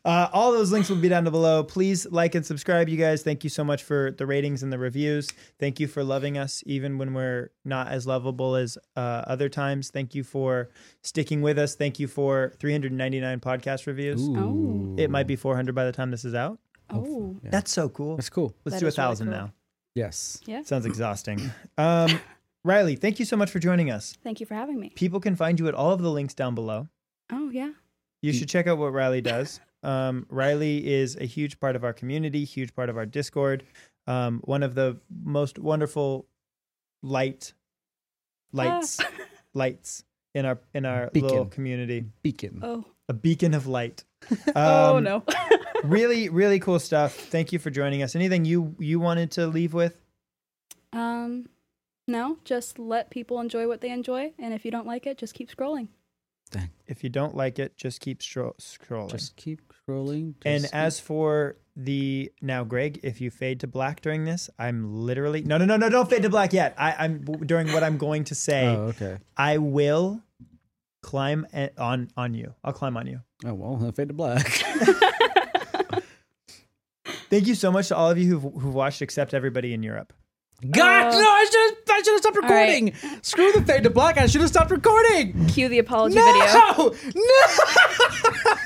[SPEAKER 1] Uh, all those links will be down below. Please like and subscribe, you guys. Thank you so much for the ratings and the reviews. Thank you for loving us, even when we're not as lovable as uh, other times. Thank you for sticking with us. Thank you for 399 podcast reviews.
[SPEAKER 5] Ooh.
[SPEAKER 1] It might be 400 by the time this is out.
[SPEAKER 4] Oh,
[SPEAKER 5] Yeah.
[SPEAKER 1] That's so cool.
[SPEAKER 5] That's cool.
[SPEAKER 1] Let's
[SPEAKER 4] That
[SPEAKER 1] do a
[SPEAKER 4] is really
[SPEAKER 1] thousand
[SPEAKER 4] cool.
[SPEAKER 1] now.
[SPEAKER 5] Yes.
[SPEAKER 4] yeah.
[SPEAKER 1] Sounds exhausting. um, Riley, thank you so much for joining us.
[SPEAKER 4] Thank you for having me.
[SPEAKER 1] People can find you at all of the links down below.
[SPEAKER 4] Oh, yeah.
[SPEAKER 1] You should check out what Riley does. Um, Riley is a huge part of our community, huge part of our Discord. Um, one of the most wonderful light lights
[SPEAKER 4] Ah.
[SPEAKER 1] [LAUGHS] lights in our in our little
[SPEAKER 5] Beacon.
[SPEAKER 1] community.
[SPEAKER 5] Beacon.
[SPEAKER 4] Oh,
[SPEAKER 1] A beacon of light.
[SPEAKER 4] [LAUGHS] oh
[SPEAKER 1] Um,
[SPEAKER 5] [LAUGHS]
[SPEAKER 4] no. [LAUGHS]
[SPEAKER 1] really, really cool stuff. Thank you for joining us. Anything you you wanted to leave with?
[SPEAKER 4] um, no, just let people enjoy what they enjoy, and if you don't like it, just keep scrolling.
[SPEAKER 1] If you don't like it, just keep stro- scrolling.
[SPEAKER 5] Just keep scrolling. Just
[SPEAKER 1] And
[SPEAKER 5] keep-
[SPEAKER 1] as for the now, Greg, if you fade to black during this, I'm literally no, no, no, no, don't fade to black yet. I, I'm during what I'm going to say.
[SPEAKER 5] oh, okay.
[SPEAKER 1] I will climb a- on on you. I'll climb on you.
[SPEAKER 5] Oh well, I fade to
[SPEAKER 4] [LAUGHS]
[SPEAKER 5] black. [LAUGHS]
[SPEAKER 1] Thank you so much to all of you who've, who've watched, except everybody in Europe.
[SPEAKER 5] God, no! I should have. I should have stopped
[SPEAKER 4] Oh. right.
[SPEAKER 5] recording. Screw the fade to black. I should have stopped recording.
[SPEAKER 4] Cue the apology video.
[SPEAKER 5] No, no.